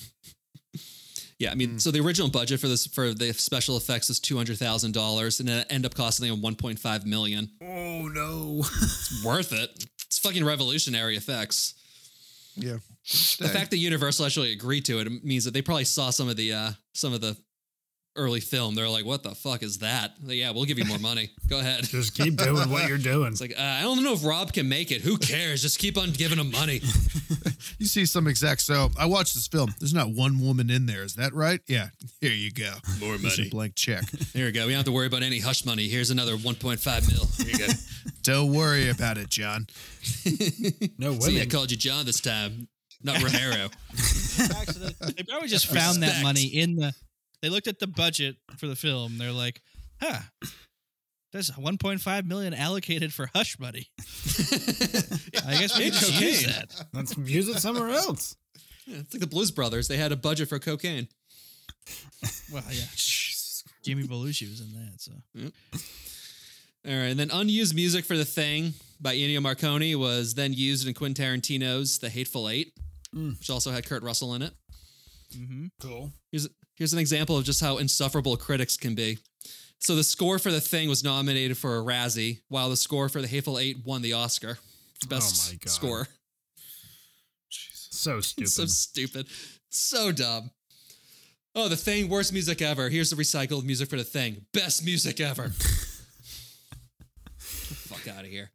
[SPEAKER 1] Yeah. I mean, so the original budget for this for the special effects was two hundred thousand dollars, and it ended up costing them one point five million.
[SPEAKER 6] Oh no!
[SPEAKER 1] It's worth it. It's fucking revolutionary effects.
[SPEAKER 4] Yeah.
[SPEAKER 1] The fact that Universal actually agreed to it means that they probably saw some of the uh some of the early film. They're like, "What the fuck is that?" Like, yeah, we'll give you more money. Go ahead.
[SPEAKER 6] [LAUGHS] Just keep doing what [LAUGHS] you're doing.
[SPEAKER 1] It's like uh, I don't know if Rob can make it. Who cares? Just keep on giving him money.
[SPEAKER 4] you see some exec. So I watched this film. There's not one woman in there. Is that right? Yeah. Here you go. More money. A blank check.
[SPEAKER 1] Here we go. We don't have to worry about any hush money. Here's another 1.5 mil. Here you go.
[SPEAKER 4] Don't worry about it, John.
[SPEAKER 6] no
[SPEAKER 1] See, I
[SPEAKER 6] women.
[SPEAKER 1] called you John this time, not Romero.
[SPEAKER 3] They probably just found that
[SPEAKER 1] Respect.
[SPEAKER 3] money in the. They looked at the budget for the film. They're like, huh, there's 1.5 million allocated for hush money. I guess we
[SPEAKER 1] Hey,
[SPEAKER 3] can just use
[SPEAKER 1] cocaine.
[SPEAKER 3] that.
[SPEAKER 6] Let's use it somewhere else.
[SPEAKER 1] Yeah, it's like the Blues Brothers. They had a budget for cocaine.
[SPEAKER 3] Well, yeah. Jimmy Belushi was in that, so
[SPEAKER 1] All right, and then unused music for the thing by Ennio Marconi was then used in Quentin Tarantino's The Hateful Eight, which also had Kurt Russell in it.
[SPEAKER 6] Cool.
[SPEAKER 1] Here's here's an example of just how insufferable critics can be. So the score for the thing was nominated for a Razzie, while the score for The Hateful Eight won the Oscar. Best
[SPEAKER 6] Oh my God.
[SPEAKER 1] score. [LAUGHS]
[SPEAKER 6] So stupid.
[SPEAKER 1] It's so stupid. So dumb. Oh, the thing, worst music ever. Here's the recycled music for the thing. Best
[SPEAKER 6] [LAUGHS]
[SPEAKER 1] music ever. Fuck out of here.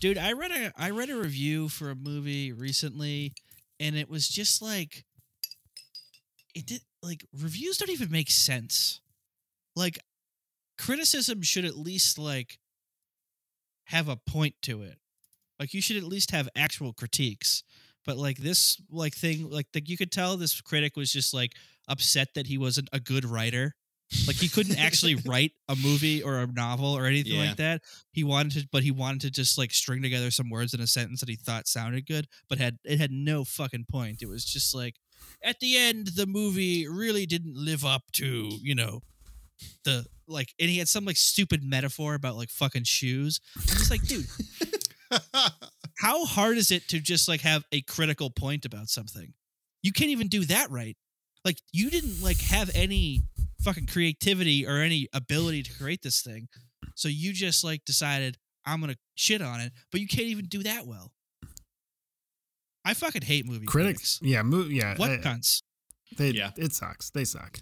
[SPEAKER 3] dude, I read a I read a review for a movie recently, and it was just like, it did like reviews don't even make sense. Like, criticism should at least like have a point to it. Like, you should at least have actual critiques. But like this like thing like the, you could tell this critic was just like upset that he wasn't a good writer. Like he couldn't actually write a movie or a novel or anything
[SPEAKER 1] Yeah.
[SPEAKER 3] like that. He wanted to but he wanted to just like string together some words in a sentence that he thought sounded good, but had it had no fucking point. It was just like at the end the movie really didn't live up to, you know, the like and he had some like stupid metaphor about like fucking shoes. I'm just like, dude, how hard is it to just like have a critical point about something? You can't even do that right. Like you didn't like have any fucking creativity or any ability to create this thing. So you just like decided I'm going to shit on it, but you can't even do that well. I fucking hate movie
[SPEAKER 6] Critics.
[SPEAKER 3] critics.
[SPEAKER 6] Yeah. Mo- yeah.
[SPEAKER 3] What
[SPEAKER 6] I-
[SPEAKER 3] cunts?
[SPEAKER 6] they-
[SPEAKER 1] Yeah.
[SPEAKER 6] It sucks. They suck.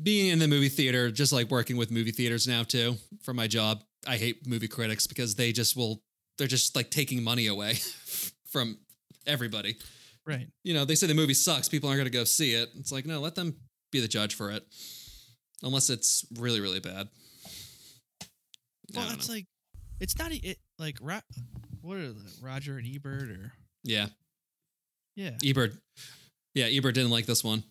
[SPEAKER 1] Being in the movie theater, just like working with movie theaters now too, for my job, I hate movie critics because they just will they're just like taking money away [LAUGHS] from everybody.
[SPEAKER 3] Right.
[SPEAKER 1] You know, they say the movie sucks, people aren't gonna go see it. It's like, no, let them be the judge for it. unless it's really really bad. I
[SPEAKER 3] Well,
[SPEAKER 1] don't
[SPEAKER 3] it's
[SPEAKER 1] know.
[SPEAKER 3] like it's not e- it like Ro- what are the Roger and Ebert or
[SPEAKER 1] yeah,
[SPEAKER 3] yeah.
[SPEAKER 1] Ebert. Yeah, Ebert didn't like this one.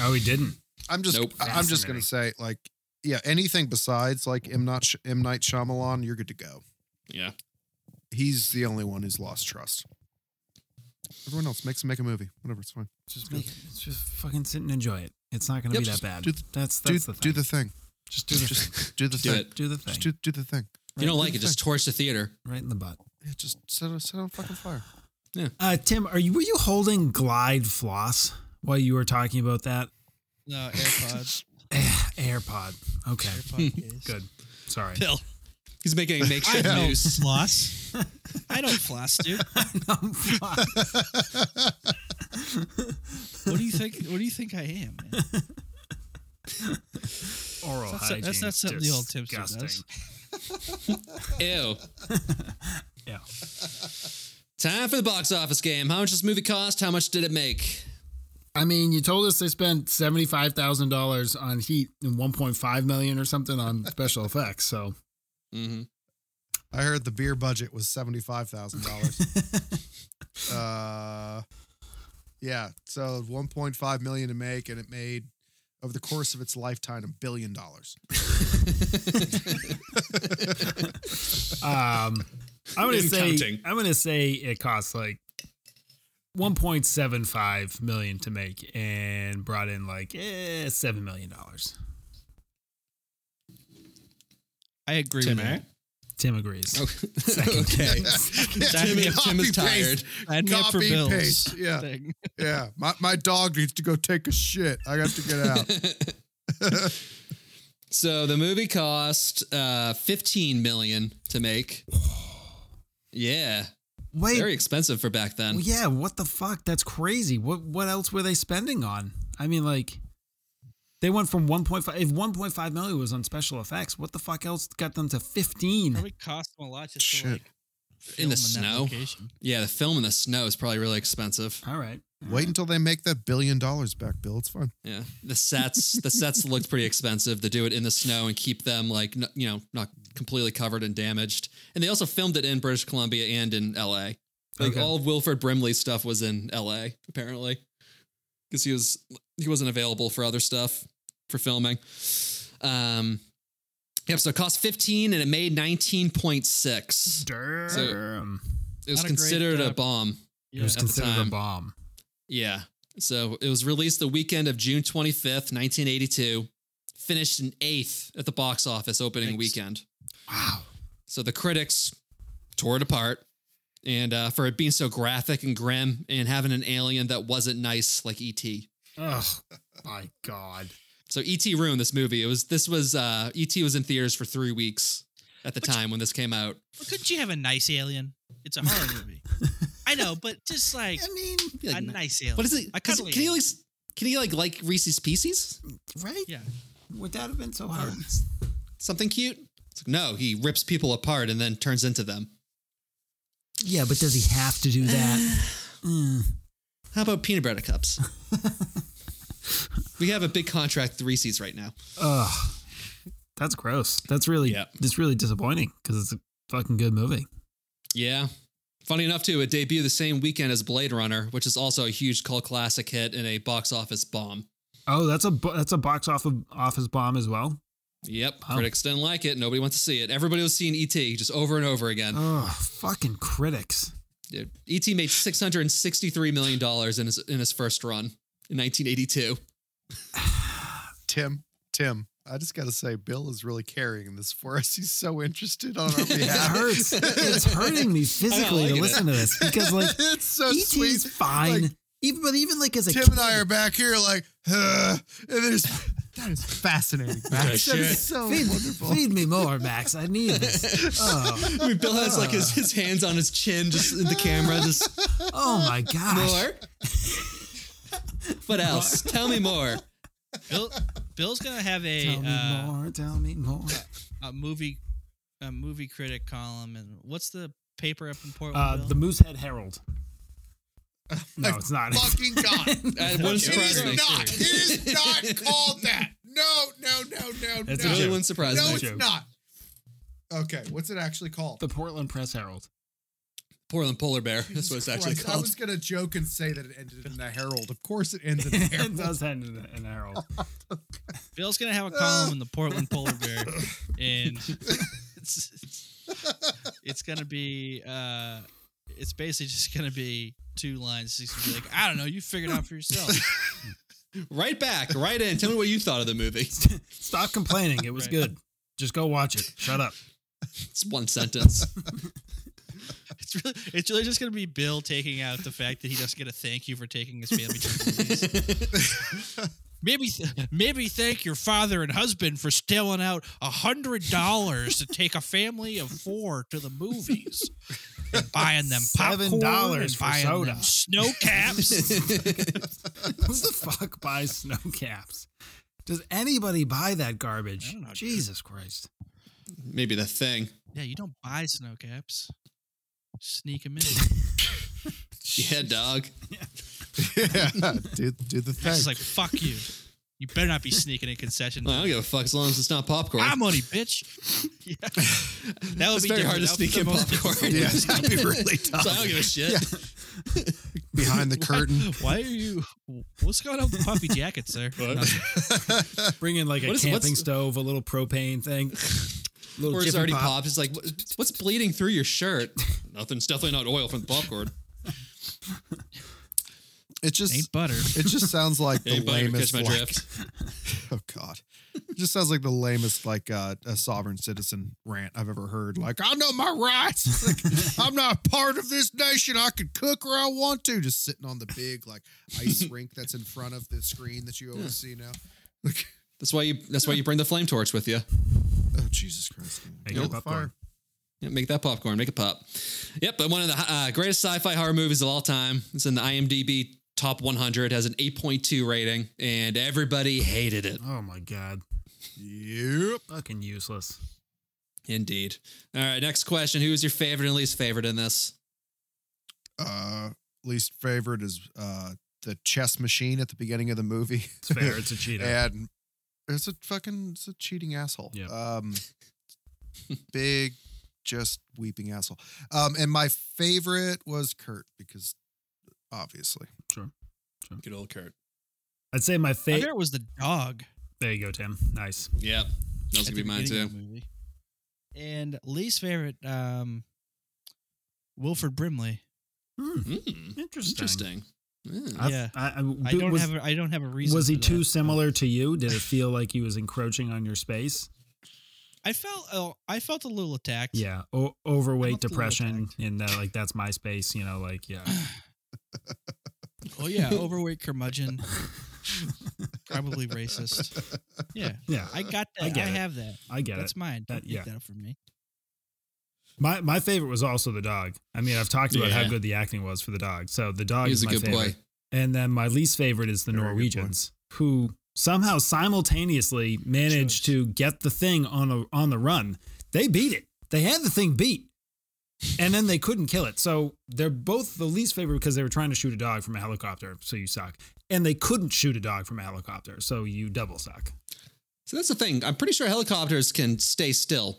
[SPEAKER 6] Oh, he didn't.
[SPEAKER 4] [LAUGHS] I'm just
[SPEAKER 1] Nope.
[SPEAKER 4] I- I'm just gonna say like yeah anything besides like M Night Sh- M Night Shyamalan you're good to go.
[SPEAKER 1] Yeah,
[SPEAKER 4] He's the only one who's lost trust. Everyone else makes make a movie. Whatever, it's fine.
[SPEAKER 2] Just
[SPEAKER 6] Make- Just fucking sit and enjoy it. It's not going to
[SPEAKER 1] Yep,
[SPEAKER 6] be that
[SPEAKER 1] just
[SPEAKER 6] bad.
[SPEAKER 4] do the-
[SPEAKER 6] that's
[SPEAKER 4] Do,
[SPEAKER 6] that's the thing.
[SPEAKER 4] do the thing.
[SPEAKER 6] just do the thing.
[SPEAKER 4] Just do the
[SPEAKER 1] do
[SPEAKER 4] thing.
[SPEAKER 1] it.
[SPEAKER 6] Do the thing.
[SPEAKER 4] Just do, do the thing.
[SPEAKER 1] If you don't
[SPEAKER 6] Right,
[SPEAKER 1] like it,
[SPEAKER 6] [LAUGHS]
[SPEAKER 1] just torch the theater.
[SPEAKER 6] right in the butt.
[SPEAKER 4] Yeah, just set it set it on fucking fire.
[SPEAKER 2] Uh, Tim, are you were you holding Glide Floss while you were talking about that
[SPEAKER 6] [LAUGHS]
[SPEAKER 3] No uh, AirPods.
[SPEAKER 2] AirPod? Okay,
[SPEAKER 3] AirPod case.
[SPEAKER 6] Good.
[SPEAKER 3] [LAUGHS]
[SPEAKER 6] Sorry.
[SPEAKER 2] [LAUGHS]
[SPEAKER 3] Pill.
[SPEAKER 1] He's
[SPEAKER 6] [LAUGHS]
[SPEAKER 1] making a
[SPEAKER 3] I
[SPEAKER 1] makeshift
[SPEAKER 3] don't
[SPEAKER 1] noose.
[SPEAKER 3] floss. [LAUGHS] I don't floss, dude. What do you think? What do you think I am? Man?
[SPEAKER 6] Oral
[SPEAKER 3] That's not-
[SPEAKER 6] hygiene.
[SPEAKER 3] that's not something the old Timster does.
[SPEAKER 6] disgusting.
[SPEAKER 1] Ew.
[SPEAKER 6] [LAUGHS] Yeah.
[SPEAKER 1] Time for the box office game. How much does this movie cost? How much did it make?
[SPEAKER 2] I mean, you told us they spent seventy five thousand dollars on heat and one point five million or something [LAUGHS] on special effects. So
[SPEAKER 6] [LAUGHS]
[SPEAKER 1] Mm-hmm.
[SPEAKER 4] I heard the beer budget was seventy five
[SPEAKER 1] [LAUGHS]
[SPEAKER 4] thousand dollars. uh, yeah, so one point five million to make, and it made over the course of its lifetime a billion dollars.
[SPEAKER 6] Um, I'm gonna
[SPEAKER 1] And
[SPEAKER 6] say
[SPEAKER 1] counting.
[SPEAKER 6] I'm gonna say it costs like 1.75 million to make and brought in like eh, seven million dollars.
[SPEAKER 3] I agree
[SPEAKER 1] Tim, [LAUGHS]
[SPEAKER 3] with that.
[SPEAKER 6] Tim agrees.
[SPEAKER 1] Oh.
[SPEAKER 6] [LAUGHS]
[SPEAKER 2] [LAUGHS]
[SPEAKER 4] [LAUGHS]
[SPEAKER 1] okay. Tim,
[SPEAKER 4] Timmy,
[SPEAKER 1] is- Tim is
[SPEAKER 4] copy
[SPEAKER 1] tired.
[SPEAKER 4] paste.
[SPEAKER 3] I'd up for
[SPEAKER 4] Copy
[SPEAKER 3] bills.
[SPEAKER 4] paste, yeah.
[SPEAKER 3] Thing.
[SPEAKER 4] Yeah, my, my dog needs to go take a shit. I have to get
[SPEAKER 1] [LAUGHS]
[SPEAKER 4] out.
[SPEAKER 1] so the movie cost uh, 15 million to make. Yeah,
[SPEAKER 2] wait,
[SPEAKER 1] very expensive for back then.
[SPEAKER 2] yeah, what the fuck? That's crazy. What what else were they spending on? I mean, like they went from one point five. If one point five million was on special effects, what the fuck else got them to fifteen?
[SPEAKER 3] Probably cost them a lot just to
[SPEAKER 4] Shit.
[SPEAKER 3] like
[SPEAKER 1] In the
[SPEAKER 3] film that
[SPEAKER 1] snow?
[SPEAKER 3] location.
[SPEAKER 1] Yeah, the film in the snow is probably really expensive.
[SPEAKER 2] All right.
[SPEAKER 4] Wait until they make that billion dollars back, Bill. It's fine.
[SPEAKER 1] Yeah, the sets the sets looked pretty expensive to do it in the snow and keep them like n- you know not completely covered and damaged. And they also filmed it in British Columbia and in L.A. Like
[SPEAKER 6] Okay.
[SPEAKER 1] all of Wilford Brimley's stuff was in L.A. apparently because he was he wasn't available for other stuff for filming. Um, yep. So it cost fifteen and it made nineteen point six.
[SPEAKER 6] Damn.
[SPEAKER 1] It was
[SPEAKER 3] Not a great,
[SPEAKER 1] considered
[SPEAKER 3] uh,
[SPEAKER 1] a bomb.
[SPEAKER 6] it was
[SPEAKER 1] at the
[SPEAKER 6] considered
[SPEAKER 1] time.
[SPEAKER 6] a bomb.
[SPEAKER 1] Yeah. So it was released the weekend of June 25th, 1982. Finished in eighth at the box office opening
[SPEAKER 3] Thanks.
[SPEAKER 1] weekend. Wow. So the critics tore it apart. And uh, for it being so graphic and grim and having an alien that wasn't nice like E.T. [LAUGHS]
[SPEAKER 6] Oh my god.
[SPEAKER 1] So E.T. ruined this movie. It was this was uh E.T. was in theaters for three weeks at the
[SPEAKER 3] Which-
[SPEAKER 1] time when this came out.
[SPEAKER 3] Well, couldn't you have a nice alien? It's a horror movie. I know, but just like
[SPEAKER 2] I mean,
[SPEAKER 1] Be
[SPEAKER 3] a
[SPEAKER 1] like,
[SPEAKER 3] nice alien.
[SPEAKER 1] what is it?
[SPEAKER 3] A
[SPEAKER 1] Can
[SPEAKER 3] cuddly
[SPEAKER 1] you
[SPEAKER 3] alien.
[SPEAKER 1] like can you like like Reese's Pieces?
[SPEAKER 2] right?
[SPEAKER 3] Yeah.
[SPEAKER 2] Would that have been so hard?
[SPEAKER 1] something cute? It's like, no, he rips people apart and then turns into them.
[SPEAKER 2] Yeah, but does he have to
[SPEAKER 1] [SIGHS]
[SPEAKER 2] do that?
[SPEAKER 1] How about peanut butter cups? we have a big contract with Reese's right now.
[SPEAKER 2] Ugh, that's gross. That's really
[SPEAKER 1] Yeah.
[SPEAKER 2] that's really disappointing because it's a fucking good movie.
[SPEAKER 1] Yeah. Funny enough, too, it debuted the same weekend as Blade Runner, which is also a huge cult classic hit and a box office bomb.
[SPEAKER 2] Oh, that's a bo- that's a box office office bomb as well.
[SPEAKER 1] Yep.
[SPEAKER 2] Wow.
[SPEAKER 1] Critics didn't like it. Nobody wants to see it. Everybody was seeing E.T. just over and over again.
[SPEAKER 2] Oh, fucking critics.
[SPEAKER 1] Dude, E.T. made $663 million in his, in his first run in 1982.
[SPEAKER 4] Tim, Tim, I just got to say, Bill is really carrying this for us. He's so interested on our behalf.
[SPEAKER 2] It hurts. it's hurting me physically to
[SPEAKER 1] liking it.
[SPEAKER 2] listen to this because like
[SPEAKER 4] [LAUGHS] it's [LAUGHS] so
[SPEAKER 2] ET's
[SPEAKER 4] sweet.
[SPEAKER 2] fine.
[SPEAKER 4] Like,
[SPEAKER 2] even but even like as a
[SPEAKER 4] Tim
[SPEAKER 2] kid,
[SPEAKER 4] and I are back here, like, huh, and there's that is fascinating. Max. That
[SPEAKER 1] shit.
[SPEAKER 4] is so
[SPEAKER 2] feed,
[SPEAKER 4] wonderful.
[SPEAKER 2] feed me more, Max. I need
[SPEAKER 4] [LAUGHS]
[SPEAKER 2] this. Oh,
[SPEAKER 1] [LAUGHS] I mean, Bill has like his, his hands on his chin just in the camera,
[SPEAKER 2] [LAUGHS]
[SPEAKER 1] just
[SPEAKER 2] oh my gosh.
[SPEAKER 1] More. what else? Tell me more.
[SPEAKER 3] Bill, Bill's gonna have a
[SPEAKER 2] Tell me
[SPEAKER 3] uh,
[SPEAKER 2] more. Tell me more.
[SPEAKER 3] a movie a movie critic column and what's the paper up in Portland?
[SPEAKER 6] Uh,
[SPEAKER 3] Bill?
[SPEAKER 6] the Moosehead
[SPEAKER 4] [LAUGHS]
[SPEAKER 6] Herald. No, it's not.
[SPEAKER 4] [LAUGHS] Fucking god.
[SPEAKER 2] [LAUGHS]
[SPEAKER 1] Uh, what
[SPEAKER 4] It
[SPEAKER 1] surprised
[SPEAKER 4] is
[SPEAKER 1] me. [LAUGHS]
[SPEAKER 4] not. It is not called that. no, no, no, no,
[SPEAKER 6] That's
[SPEAKER 4] no.
[SPEAKER 6] a
[SPEAKER 1] really
[SPEAKER 6] joke.
[SPEAKER 1] wouldn't surprise
[SPEAKER 4] no,
[SPEAKER 1] me.
[SPEAKER 4] it's
[SPEAKER 6] joke.
[SPEAKER 4] not. Okay, what's it actually called?
[SPEAKER 6] The Portland Press Herald.
[SPEAKER 1] Portland Polar Bear. That's what it's
[SPEAKER 4] Jesus
[SPEAKER 1] actually
[SPEAKER 4] Christ, I
[SPEAKER 1] called.
[SPEAKER 4] was gonna joke and say that it ended in the Herald. Of course, it ends in
[SPEAKER 2] [LAUGHS]
[SPEAKER 4] the
[SPEAKER 6] it
[SPEAKER 4] Herald.
[SPEAKER 6] does end in the- in the Herald.
[SPEAKER 3] Bill's gonna have a column in the Portland Polar Bear, and it's, it's, it's gonna be uh, it's basically just gonna be two lines. He's gonna be like, I don't know, you figured it out for yourself.
[SPEAKER 1] [LAUGHS] Right back, right in. Tell me what you thought of the movie. [LAUGHS]
[SPEAKER 2] Stop complaining. It was
[SPEAKER 3] Right.
[SPEAKER 2] good. Just go watch it. Shut up.
[SPEAKER 1] It's one sentence. [LAUGHS]
[SPEAKER 3] It's really it's really just gonna be Bill taking out the fact that he doesn't get a thank you for taking his family to the movies.
[SPEAKER 2] [LAUGHS]
[SPEAKER 3] Maybe, maybe thank your father and husband for stealing out a hundred dollars to take a family of four to the movies, and buying
[SPEAKER 2] [LAUGHS]
[SPEAKER 3] them
[SPEAKER 2] Seven
[SPEAKER 3] popcorn,
[SPEAKER 2] dollars
[SPEAKER 3] and
[SPEAKER 2] for
[SPEAKER 3] buying
[SPEAKER 2] soda.
[SPEAKER 3] them snow
[SPEAKER 2] [LAUGHS]
[SPEAKER 3] caps.
[SPEAKER 2] Who the fuck buys snow caps? Does anybody buy that
[SPEAKER 3] I
[SPEAKER 2] garbage?
[SPEAKER 3] don't know, dude.
[SPEAKER 2] Jesus Christ.
[SPEAKER 1] Maybe the thing.
[SPEAKER 3] yeah, you don't buy snow caps.
[SPEAKER 2] [LAUGHS]
[SPEAKER 3] Sneak them in.
[SPEAKER 1] Yeah, dog.
[SPEAKER 4] [LAUGHS] yeah, do do the
[SPEAKER 3] It's like fuck you. You better not be sneaking in concession.
[SPEAKER 1] Well, I don't give a fuck as long as it's not popcorn.
[SPEAKER 3] My
[SPEAKER 1] [LAUGHS]
[SPEAKER 3] money, bitch. [LAUGHS] Yeah. That would
[SPEAKER 1] It's
[SPEAKER 3] be
[SPEAKER 1] very
[SPEAKER 3] different.
[SPEAKER 1] hard to
[SPEAKER 3] That would be
[SPEAKER 1] sneak
[SPEAKER 3] the
[SPEAKER 1] in
[SPEAKER 3] most-
[SPEAKER 1] popcorn. [LAUGHS]
[SPEAKER 4] yeah, that'd be really tough.
[SPEAKER 1] So I don't give a shit.
[SPEAKER 4] Behind the [LAUGHS] curtain.
[SPEAKER 3] Why are you? What's going on with the puffy jacket, sir? Nothing.
[SPEAKER 2] Bring in like a
[SPEAKER 1] What is-
[SPEAKER 2] camping
[SPEAKER 1] what's-
[SPEAKER 2] stove, a little propane
[SPEAKER 3] [LAUGHS]
[SPEAKER 2] thing. Little
[SPEAKER 1] Or
[SPEAKER 2] Jiffy
[SPEAKER 1] it's already
[SPEAKER 2] Pop.
[SPEAKER 1] popped. It's like, "What- what's bleeding through your shirt? [LAUGHS] Nothing's definitely not oil from the popcorn.
[SPEAKER 4] It just
[SPEAKER 1] [LAUGHS]
[SPEAKER 3] Ain't butter.
[SPEAKER 4] it just sounds like the
[SPEAKER 1] Anybody ever catch
[SPEAKER 4] lamest.
[SPEAKER 1] my
[SPEAKER 4] like-
[SPEAKER 1] drift?
[SPEAKER 4] [LAUGHS] oh God, it just sounds like the lamest like uh, a sovereign citizen rant I've ever heard. Like I know my rights. [LAUGHS] Like, I'm not a part of this nation. I can cook where I want to. Just sitting on the big like
[SPEAKER 1] [LAUGHS]
[SPEAKER 4] ice rink that's in front of the screen that you always see now. Like,
[SPEAKER 1] That's why you. That's why you bring the flame torch with you.
[SPEAKER 4] oh Jesus Christ!
[SPEAKER 2] Make it
[SPEAKER 4] Build a
[SPEAKER 2] popcorn.
[SPEAKER 4] fire.
[SPEAKER 1] Yeah, make that popcorn. Make it pop. Yep, but one of the uh, greatest sci-fi horror movies of all time. It's in the IMDb top 100. Has an 8.2 rating, and everybody hated it.
[SPEAKER 2] Oh my God.
[SPEAKER 4] Yep.
[SPEAKER 2] Fucking useless.
[SPEAKER 1] Indeed. All right, next question. Who is your favorite and least favorite in this?
[SPEAKER 4] Uh, least favorite is uh the chess machine at the beginning of the movie.
[SPEAKER 2] [LAUGHS] It's
[SPEAKER 4] [LAUGHS]
[SPEAKER 2] fair. It's a cheetah.
[SPEAKER 4] And it's a fucking it's a cheating asshole.
[SPEAKER 2] Yeah. [LAUGHS]
[SPEAKER 4] Um big just weeping asshole. Um and my favorite was Kurt because obviously.
[SPEAKER 1] Good old Kurt.
[SPEAKER 2] I'd say my
[SPEAKER 3] I
[SPEAKER 2] favorite.
[SPEAKER 3] heard it was the dog.
[SPEAKER 2] There you go, Tim. Nice.
[SPEAKER 1] Yep, that was
[SPEAKER 3] at
[SPEAKER 1] gonna be
[SPEAKER 3] the
[SPEAKER 1] mine
[SPEAKER 3] beginning
[SPEAKER 1] too.
[SPEAKER 3] of the movie. And least favorite, um, Wilford Brimley.
[SPEAKER 2] Hmm,
[SPEAKER 1] Mm,
[SPEAKER 2] interesting.
[SPEAKER 1] interesting. Mm.
[SPEAKER 2] I-
[SPEAKER 3] Yeah.
[SPEAKER 2] I, I,
[SPEAKER 3] I don't
[SPEAKER 2] was,
[SPEAKER 3] have a, I don't have a reason.
[SPEAKER 2] was he
[SPEAKER 3] for that.
[SPEAKER 2] too similar to you? Did it feel like he was encroaching on your space?
[SPEAKER 3] I felt oh, I felt a little attacked.
[SPEAKER 2] Yeah. O-
[SPEAKER 3] I'm
[SPEAKER 2] overweight,
[SPEAKER 3] up to the
[SPEAKER 2] depression,
[SPEAKER 3] attack.
[SPEAKER 2] and uh, like that's my space. You know, like
[SPEAKER 3] [LAUGHS]
[SPEAKER 2] yeah.
[SPEAKER 3] Oh yeah, overweight curmudgeon, probably
[SPEAKER 2] [LAUGHS]
[SPEAKER 3] racist. Yeah,
[SPEAKER 2] Yeah.
[SPEAKER 3] I got that.
[SPEAKER 2] I
[SPEAKER 3] I,
[SPEAKER 2] get it.
[SPEAKER 3] have that.
[SPEAKER 2] I get
[SPEAKER 3] That's
[SPEAKER 2] it.
[SPEAKER 3] mine.
[SPEAKER 2] That-
[SPEAKER 3] Don't take
[SPEAKER 2] yeah.
[SPEAKER 3] that up from me.
[SPEAKER 2] My my favorite was also the dog. I mean, I've talked about
[SPEAKER 1] Yeah.
[SPEAKER 2] how good the acting was for the dog. So the dog
[SPEAKER 1] He's
[SPEAKER 2] is
[SPEAKER 1] a
[SPEAKER 2] my
[SPEAKER 1] good
[SPEAKER 2] favorite.
[SPEAKER 1] boy.
[SPEAKER 2] And then my least favorite is the
[SPEAKER 4] Very good
[SPEAKER 2] Norwegians, who somehow simultaneously managed
[SPEAKER 3] Choice.
[SPEAKER 2] to get the thing on a, on the run. They beat it. They had the thing beat, and then they couldn't kill it. So they're both the least favorite because they were trying to shoot a dog from a helicopter. So you suck. And they couldn't shoot a dog from a helicopter. So you double suck.
[SPEAKER 1] So that's the thing. I'm pretty sure helicopters can stay still.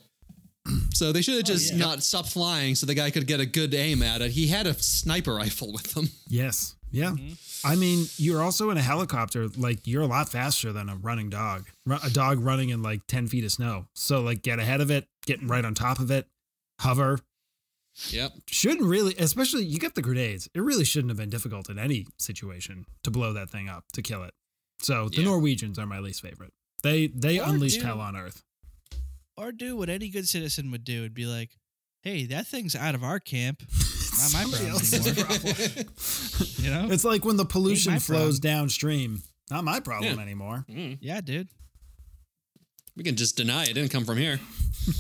[SPEAKER 1] So they should have just not stopped flying so the guy could get a good aim at it. He had a sniper rifle with him.
[SPEAKER 2] Yes. Yeah. I mean, you're also in a helicopter. Like, you're a lot faster than a running dog, Ru- a dog running in like 10 feet of snow. So, like, get ahead of it, get right on top of it, hover.
[SPEAKER 1] Yep.
[SPEAKER 2] Shouldn't really, especially you got the grenades. It really shouldn't have been difficult in any situation to blow that thing up, to kill it. So, the
[SPEAKER 1] Yeah.
[SPEAKER 2] Norwegians are my least favorite. They they
[SPEAKER 3] Or
[SPEAKER 2] unleashed
[SPEAKER 3] do-
[SPEAKER 2] hell on earth.
[SPEAKER 3] Or do what any good citizen would do and be like, "Hey, that thing's out of
[SPEAKER 2] [LAUGHS]
[SPEAKER 3] our camp. Not my
[SPEAKER 2] Somebody
[SPEAKER 3] problem
[SPEAKER 2] else's
[SPEAKER 3] anymore." You
[SPEAKER 2] [LAUGHS]
[SPEAKER 3] know?
[SPEAKER 2] It's like when the pollution
[SPEAKER 3] my
[SPEAKER 2] flows downstream. Not my problem
[SPEAKER 1] Yeah.
[SPEAKER 2] anymore.
[SPEAKER 3] yeah, dude.
[SPEAKER 1] We can just deny it. didn't come from here.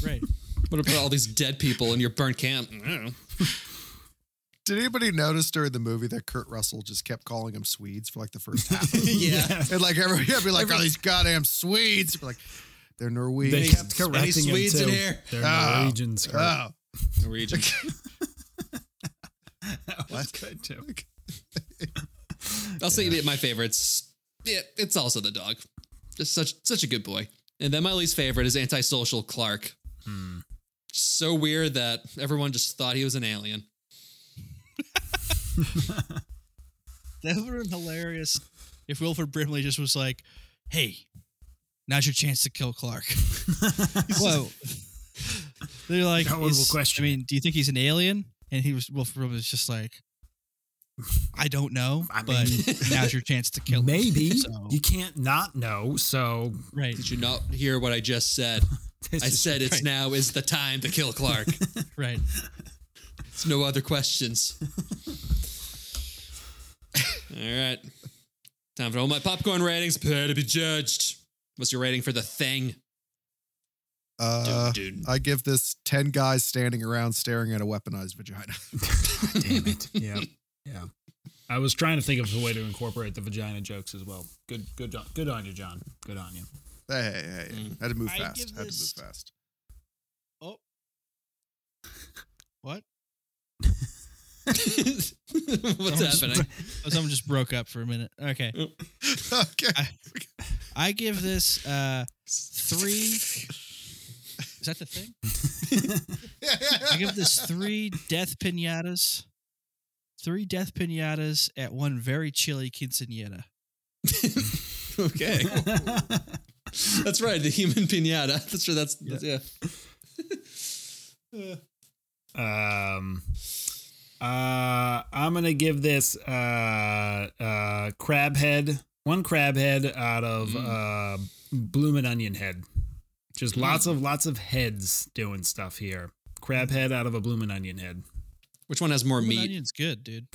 [SPEAKER 2] [LAUGHS]
[SPEAKER 3] Right.
[SPEAKER 1] What about all these dead people in your burnt camp? I don't know.
[SPEAKER 4] Did anybody notice during the movie that Kurt Russell just kept calling him Swedes for like the first
[SPEAKER 1] [LAUGHS]
[SPEAKER 4] half?
[SPEAKER 2] [LAUGHS]
[SPEAKER 1] Yeah.
[SPEAKER 4] and like everybody would be like, oh, these goddamn Swedes. Be like, they're
[SPEAKER 2] They
[SPEAKER 4] Norwegians.
[SPEAKER 2] kept correcting him
[SPEAKER 1] Swedes
[SPEAKER 2] too.
[SPEAKER 1] in here.
[SPEAKER 2] They're
[SPEAKER 4] Oh.
[SPEAKER 2] Norwegians. Kurt. [LAUGHS]
[SPEAKER 4] Oh.
[SPEAKER 1] Norwegian.
[SPEAKER 2] That was good [LAUGHS] too.
[SPEAKER 4] Oh.
[SPEAKER 1] I'll say that my favorites. Yeah, it's also the dog. Just such such a good boy. And then my least favorite is antisocial Clark.
[SPEAKER 2] Hmm.
[SPEAKER 1] So weird that everyone just thought he was an alien.
[SPEAKER 3] That would have been hilarious if Wilford Brimley just was like, hey, now's your chance to kill Clark. [LAUGHS] Whoa. [LAUGHS] They're like,
[SPEAKER 2] No one will
[SPEAKER 3] "Is-
[SPEAKER 2] question
[SPEAKER 3] I
[SPEAKER 2] it."
[SPEAKER 3] mean, do you think he's an alien? And he was, Wilford Brimley was just like, I don't know,
[SPEAKER 2] I
[SPEAKER 3] but
[SPEAKER 2] mean-
[SPEAKER 3] now's your chance
[SPEAKER 2] [LAUGHS]
[SPEAKER 3] to kill him."
[SPEAKER 7] Maybe.
[SPEAKER 3] So,
[SPEAKER 2] You can't not know. So
[SPEAKER 3] right.
[SPEAKER 1] Did you not hear what I just said?
[SPEAKER 2] [LAUGHS] this
[SPEAKER 1] I
[SPEAKER 2] is-
[SPEAKER 1] said it's
[SPEAKER 3] right.
[SPEAKER 1] now is the time to kill Clark.
[SPEAKER 3] Right.
[SPEAKER 1] It's no other questions. All right. Time for all my popcorn ratings. Prepare to be judged. What's your rating for the thing? Dun,
[SPEAKER 4] Uh,
[SPEAKER 1] dun.
[SPEAKER 4] I give this 10 guys standing around staring at a weaponized vagina. [LAUGHS]
[SPEAKER 2] damn it.
[SPEAKER 7] Yeah.
[SPEAKER 2] I was trying to think of a way to incorporate the vagina jokes as well. Good, good, on- good on you, John. Good on you.
[SPEAKER 4] hey, hey, hey, hey.
[SPEAKER 1] Mm.
[SPEAKER 4] I had to move
[SPEAKER 3] I
[SPEAKER 4] fast.
[SPEAKER 3] give
[SPEAKER 4] I had to
[SPEAKER 3] this-
[SPEAKER 4] move fast.
[SPEAKER 3] What?
[SPEAKER 1] [LAUGHS] What's happening?
[SPEAKER 3] Oh, Someone just broke up for a minute. Okay.
[SPEAKER 4] okay.
[SPEAKER 3] I- I give this uh three. Is that the thing? I
[SPEAKER 2] [LAUGHS]
[SPEAKER 3] give this three death pinatas. Three death pinatas at one very chilly quinceanera.
[SPEAKER 1] [LAUGHS] okay.
[SPEAKER 2] [LAUGHS]
[SPEAKER 1] That's right. The human pinata. [LAUGHS] That's right. That's, that's yeah.
[SPEAKER 2] Um, uh, I'm gonna give this uh, uh, crab head one crab head out of uh, bloomin' onion head. Just lots of lots of heads doing stuff here. Crab head out of a bloomin' onion head.
[SPEAKER 1] Which one has more
[SPEAKER 3] Bloomin'
[SPEAKER 1] meat?
[SPEAKER 3] Onion's good, dude.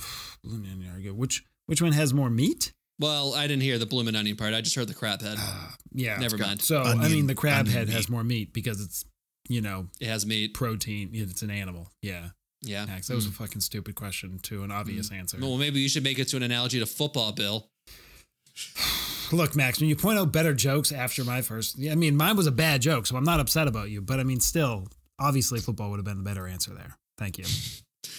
[SPEAKER 2] Bloomin' onion are good. Which which one has more meat?
[SPEAKER 1] Well, I didn't hear the bloomin' onion part. I just heard the crab head.
[SPEAKER 2] Ah, Yeah.
[SPEAKER 1] Never mind.
[SPEAKER 2] So I
[SPEAKER 4] Onion-
[SPEAKER 2] mean, the crab
[SPEAKER 4] onion
[SPEAKER 2] head has
[SPEAKER 4] meat.
[SPEAKER 2] more meat because it's you know
[SPEAKER 1] It has meat.
[SPEAKER 2] protein. It's an animal. Yeah.
[SPEAKER 1] Yeah.
[SPEAKER 2] Max, that was a fucking stupid question to an obvious answer.
[SPEAKER 1] Well, maybe you should make it to an analogy to football, Bill.
[SPEAKER 2] Look, Max, when you point out better jokes after my first, I mean, mine was a bad joke, so I'm not upset about you. But I mean, still, obviously, football would have been the better answer there.
[SPEAKER 1] [LAUGHS]
[SPEAKER 2] Thank you.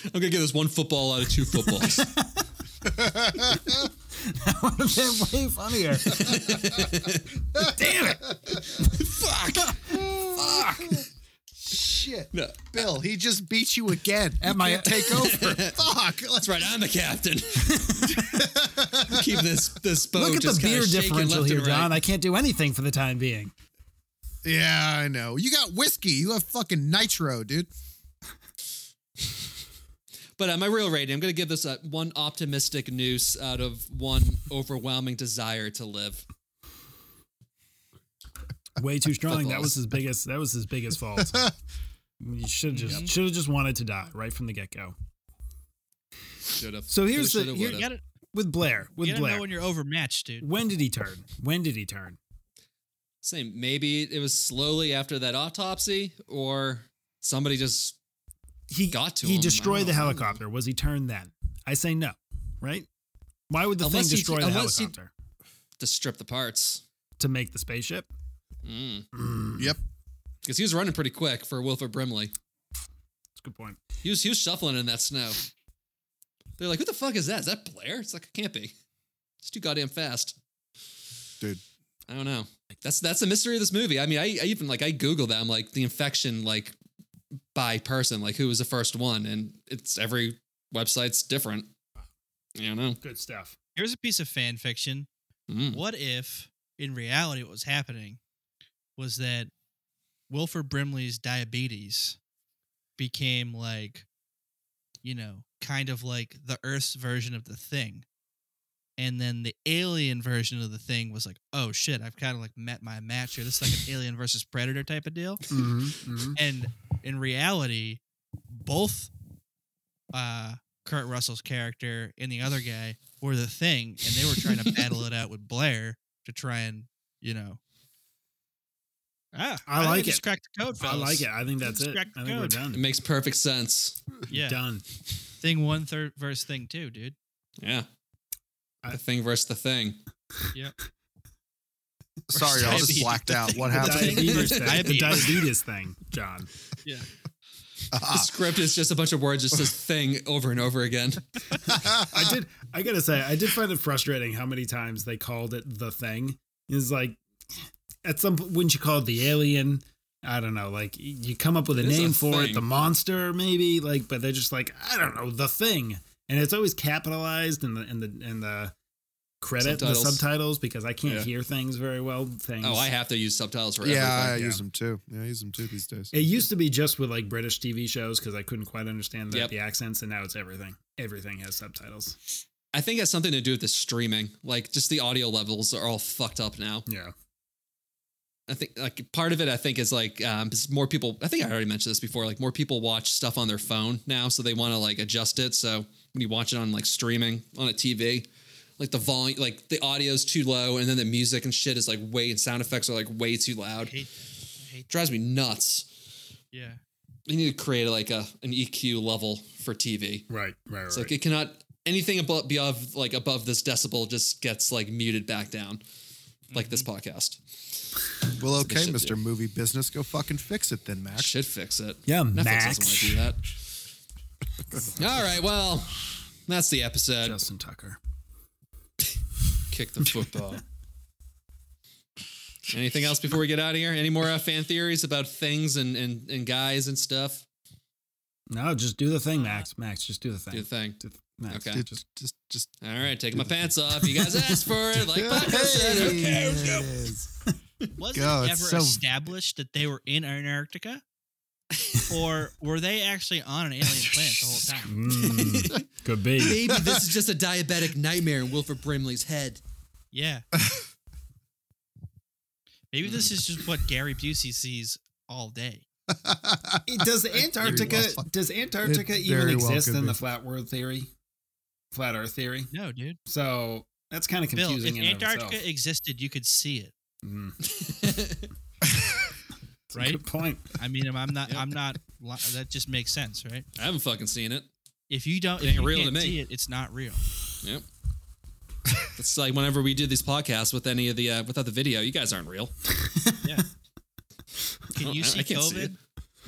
[SPEAKER 1] I'm gonna give this one football out of two footballs. [LAUGHS]
[SPEAKER 2] that would have been way funnier. [LAUGHS] Damn it!
[SPEAKER 1] Fuck.
[SPEAKER 4] Shit.
[SPEAKER 1] No.
[SPEAKER 4] [LAUGHS] Bill, he just beat you again. At
[SPEAKER 2] my-
[SPEAKER 4] can't take over. [LAUGHS] Fuck.
[SPEAKER 1] That's right. I'm the
[SPEAKER 2] [LAUGHS]
[SPEAKER 1] captain. Keep this this boat.
[SPEAKER 2] [LAUGHS] Look at the
[SPEAKER 1] Oh, just kinda
[SPEAKER 2] beer
[SPEAKER 1] shaking
[SPEAKER 2] differential
[SPEAKER 1] left
[SPEAKER 2] here,
[SPEAKER 1] and right.
[SPEAKER 2] John. I can't do anything for the time being.
[SPEAKER 4] Yeah, I know. You got whiskey. You have fucking nitro, dude.
[SPEAKER 1] But uh, my real rating, I'm going to give this a one optimistic noose out of one overwhelming desire to live.
[SPEAKER 2] Way too strong. That
[SPEAKER 1] Footballs. [LAUGHS]
[SPEAKER 2] was his biggest. That was his biggest fault. you should have just should have just wanted to die right from the get go.
[SPEAKER 1] Should have.
[SPEAKER 2] So here's the- here-
[SPEAKER 3] You gotta,
[SPEAKER 2] With Blair, with
[SPEAKER 3] you gotta
[SPEAKER 2] Blair,
[SPEAKER 3] know when you're overmatched, dude.
[SPEAKER 2] when did he turn? When did he turn?
[SPEAKER 1] same. Maybe it was slowly after that autopsy, or somebody just
[SPEAKER 2] he
[SPEAKER 1] got to
[SPEAKER 2] he
[SPEAKER 1] him. I
[SPEAKER 2] destroyed
[SPEAKER 1] don't
[SPEAKER 2] the
[SPEAKER 1] know.
[SPEAKER 2] helicopter. Was he turned then? I say no. Right? Why would the
[SPEAKER 1] Unless he-
[SPEAKER 2] thing destroy the
[SPEAKER 1] unless he-
[SPEAKER 2] helicopter
[SPEAKER 1] to strip the parts.
[SPEAKER 2] to make the spaceship? Mm,
[SPEAKER 1] Because
[SPEAKER 4] Yep.
[SPEAKER 1] he was running pretty quick for Wilford Brimley.
[SPEAKER 2] That's a good point.
[SPEAKER 1] He was he was shuffling in that snow. They're like, "Who the fuck is that? Is that Blair?" It's like it can't be. It's too goddamn fast,
[SPEAKER 4] Dude.
[SPEAKER 1] I don't know. That's that's the mystery of this movie. I mean, I, I even like I googled that. I'm like the infection like by person, like who was the first one, and it's every website's different. I don't know.
[SPEAKER 2] Good stuff.
[SPEAKER 3] Here's a piece of fan fiction.
[SPEAKER 1] Mm.
[SPEAKER 3] What if, in reality, what was happening was that Wilford Brimley's diabetes became like, you know, kind of like the Earth's version of the thing. And then the alien version of the thing was like, oh shit, I've kind of like met my match here. This is like an alien versus predator type of deal.
[SPEAKER 1] Mm-hmm,
[SPEAKER 2] Mm-hmm.
[SPEAKER 3] And in reality, both uh, Kurt Russell's character and the other guy were the thing, and they were trying to battle it out with Blair to try and, you know. Ah,
[SPEAKER 2] I
[SPEAKER 3] think
[SPEAKER 2] like
[SPEAKER 3] Just
[SPEAKER 2] it.
[SPEAKER 3] cracked the code,
[SPEAKER 2] I like
[SPEAKER 3] fellas.
[SPEAKER 2] it. I think that's
[SPEAKER 3] Let's
[SPEAKER 2] it.
[SPEAKER 3] crack the
[SPEAKER 2] I think we're
[SPEAKER 3] code.
[SPEAKER 1] It
[SPEAKER 2] done.
[SPEAKER 1] makes perfect sense.
[SPEAKER 3] Yeah,
[SPEAKER 2] Done.
[SPEAKER 3] thing one third verse thing two, dude.
[SPEAKER 1] Yeah.
[SPEAKER 2] I-
[SPEAKER 1] the thing versus the thing.
[SPEAKER 4] [LAUGHS] Sorry, I
[SPEAKER 3] Diabetes.
[SPEAKER 4] just blacked out. [LAUGHS] What
[SPEAKER 2] The
[SPEAKER 1] [LAUGHS]
[SPEAKER 4] happened?
[SPEAKER 2] diabetes, thing, the
[SPEAKER 3] Diabetes.
[SPEAKER 2] diabetes thing, John.
[SPEAKER 3] Yeah,
[SPEAKER 4] [LAUGHS] Ah.
[SPEAKER 1] The script is just a bunch of words, just this thing over and over again.
[SPEAKER 2] I
[SPEAKER 4] [LAUGHS]
[SPEAKER 2] did. I gotta say, I did find it frustrating how many times they called it the thing. It's like at some point, wouldn't you call it the alien? I don't know. Like y- you come up with a
[SPEAKER 1] It is a
[SPEAKER 2] name for it,
[SPEAKER 1] thing.
[SPEAKER 2] the monster maybe. Like, but they're just like I don't know the thing, and it's always capitalized in the in the in the credit the
[SPEAKER 1] Subtitles.
[SPEAKER 2] subtitles because I can't
[SPEAKER 1] Yeah.
[SPEAKER 2] hear things very well. Things.
[SPEAKER 1] Oh, I have to use subtitles for
[SPEAKER 4] yeah, I
[SPEAKER 1] everything.
[SPEAKER 4] use them too. Yeah, I use them too these days.
[SPEAKER 2] It used to be just with like British TV shows because I couldn't quite understand the,
[SPEAKER 1] Yep.
[SPEAKER 2] the accents, and now it's everything. Everything has subtitles.
[SPEAKER 1] I think it has something to do with the streaming. Like, just the audio levels are all fucked up now.
[SPEAKER 2] Yeah.
[SPEAKER 1] I think like part of it, I think, is like um, is more people. I think I already mentioned this before. Like more people watch stuff on their phone now, so they want to like adjust it. So when you watch it on like streaming on a TV, like the volume, like the audio's too low, and then the music and shit is like way, and sound effects are like way too loud.
[SPEAKER 3] Hate- hate-
[SPEAKER 1] drives me nuts.
[SPEAKER 3] Yeah.
[SPEAKER 1] You need to create like a an EQ level for TV.
[SPEAKER 2] Right. Right. Right.
[SPEAKER 1] It's like it cannot anything above beyond like above this decibel just gets like muted back down, like this
[SPEAKER 4] Mm-hmm.
[SPEAKER 1] podcast.
[SPEAKER 4] Well,
[SPEAKER 1] they
[SPEAKER 4] okay,
[SPEAKER 1] should
[SPEAKER 4] Mr.
[SPEAKER 1] do.
[SPEAKER 4] Movie Business, go fucking fix it then, Max.
[SPEAKER 1] Should fix it.
[SPEAKER 2] Yeah,
[SPEAKER 1] Netflix
[SPEAKER 2] Max.
[SPEAKER 1] doesn't want to
[SPEAKER 4] [LAUGHS]
[SPEAKER 1] do that. All right, well, that's the episode.
[SPEAKER 2] Justin Tucker.
[SPEAKER 1] Kick the football. Anything else before we get out of here? Any more uh, fan theories about things and, and, and guys and stuff?
[SPEAKER 2] No, just do the thing, Max. Max, just do the thing.
[SPEAKER 1] Do the thing.
[SPEAKER 2] Do the- Max,
[SPEAKER 1] Okay.
[SPEAKER 4] [LAUGHS]
[SPEAKER 2] Just,
[SPEAKER 4] Just, just, just.
[SPEAKER 1] All right, taking my pants off. You guys asked for it.
[SPEAKER 4] [LAUGHS]
[SPEAKER 1] Like, fuck
[SPEAKER 4] Hey!
[SPEAKER 1] it.
[SPEAKER 4] [LAUGHS]
[SPEAKER 3] Was
[SPEAKER 4] God,
[SPEAKER 3] it ever
[SPEAKER 4] it's so-
[SPEAKER 3] established that they were in Antarctica? or were they actually on an
[SPEAKER 4] [LAUGHS]
[SPEAKER 3] alien planet the whole time?
[SPEAKER 2] Mm, could be.
[SPEAKER 1] Maybe this is just a diabetic nightmare in Wilford Brimley's head.
[SPEAKER 3] [LAUGHS] Yeah. Maybe this is just what Gary Busey sees all day.
[SPEAKER 2] Does Antarctica
[SPEAKER 4] well-
[SPEAKER 2] does Antarctica
[SPEAKER 4] It
[SPEAKER 2] even
[SPEAKER 4] very well
[SPEAKER 2] exist
[SPEAKER 4] could
[SPEAKER 2] in
[SPEAKER 4] be.
[SPEAKER 2] the flat world theory, flat Earth theory?
[SPEAKER 3] No, dude.
[SPEAKER 2] So that's kind of
[SPEAKER 3] Bill,
[SPEAKER 2] confusing.
[SPEAKER 3] if
[SPEAKER 2] in and of
[SPEAKER 3] Antarctica
[SPEAKER 2] itself.
[SPEAKER 3] existed, you could see it,
[SPEAKER 2] [LAUGHS] Mm, it's a
[SPEAKER 3] right?
[SPEAKER 2] Good point.
[SPEAKER 3] I mean,
[SPEAKER 1] [LAUGHS]
[SPEAKER 3] I'm not. I'm not. li- That just makes sense, right?
[SPEAKER 1] I haven't fucking seen it.
[SPEAKER 3] If you don't,
[SPEAKER 1] It
[SPEAKER 3] if
[SPEAKER 1] ain't
[SPEAKER 3] you
[SPEAKER 1] real to
[SPEAKER 3] can't
[SPEAKER 1] me.
[SPEAKER 3] see it, it's not real.
[SPEAKER 1] Yep. It's like whenever we do these podcasts with any of the uh, without the video, you guys aren't real.
[SPEAKER 3] Yeah. Can
[SPEAKER 1] Oh, [LAUGHS]
[SPEAKER 3] you
[SPEAKER 1] I-
[SPEAKER 3] see
[SPEAKER 1] I can't see
[SPEAKER 3] COVID?
[SPEAKER 1] it.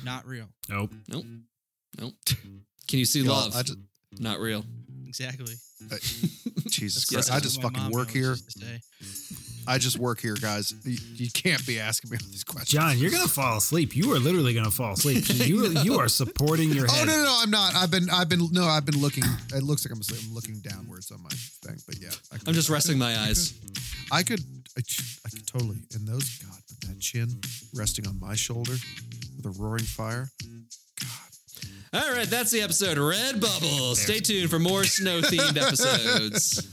[SPEAKER 3] not real.
[SPEAKER 2] Nope.
[SPEAKER 1] Nope. Nope. Can you see
[SPEAKER 4] Mm-hmm. Y'all,
[SPEAKER 1] love?
[SPEAKER 4] I just,
[SPEAKER 1] Not real.
[SPEAKER 3] Exactly.
[SPEAKER 4] [LAUGHS] Jesus
[SPEAKER 1] Yes, I
[SPEAKER 4] Christ! I
[SPEAKER 1] that's
[SPEAKER 4] just
[SPEAKER 3] what my
[SPEAKER 4] fucking
[SPEAKER 3] mom
[SPEAKER 4] work
[SPEAKER 3] always
[SPEAKER 4] here.
[SPEAKER 3] used to say.
[SPEAKER 4] I just work here, guys. You, you can't be asking me all these questions.
[SPEAKER 8] John, you're gonna fall asleep. You are literally gonna fall asleep. You you are supporting
[SPEAKER 2] [LAUGHS]
[SPEAKER 8] your
[SPEAKER 4] Oh
[SPEAKER 8] head.
[SPEAKER 4] no, no, no, I'm not. I've been, I've been, no, I've been looking. It looks like I'm, asleep. I'm looking downwards on my thing, but yeah, I
[SPEAKER 1] I'm
[SPEAKER 4] could,
[SPEAKER 1] just resting my
[SPEAKER 4] [LAUGHS]
[SPEAKER 1] eyes.
[SPEAKER 4] I could, I, I could totally. And those, God, but that chin resting on my shoulder with a roaring fire.
[SPEAKER 1] All right, that's the episode. Red Bubble. Stay tuned for more snow themed episodes.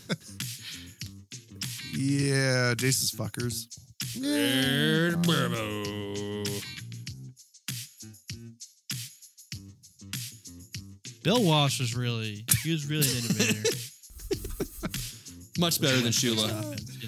[SPEAKER 4] Yeah, Jesus fuckers.
[SPEAKER 1] Red Bubble.
[SPEAKER 3] Bill Walsh was really. He was really an innovator. [LAUGHS]
[SPEAKER 1] Much better than Shula.
[SPEAKER 3] Offense, yeah.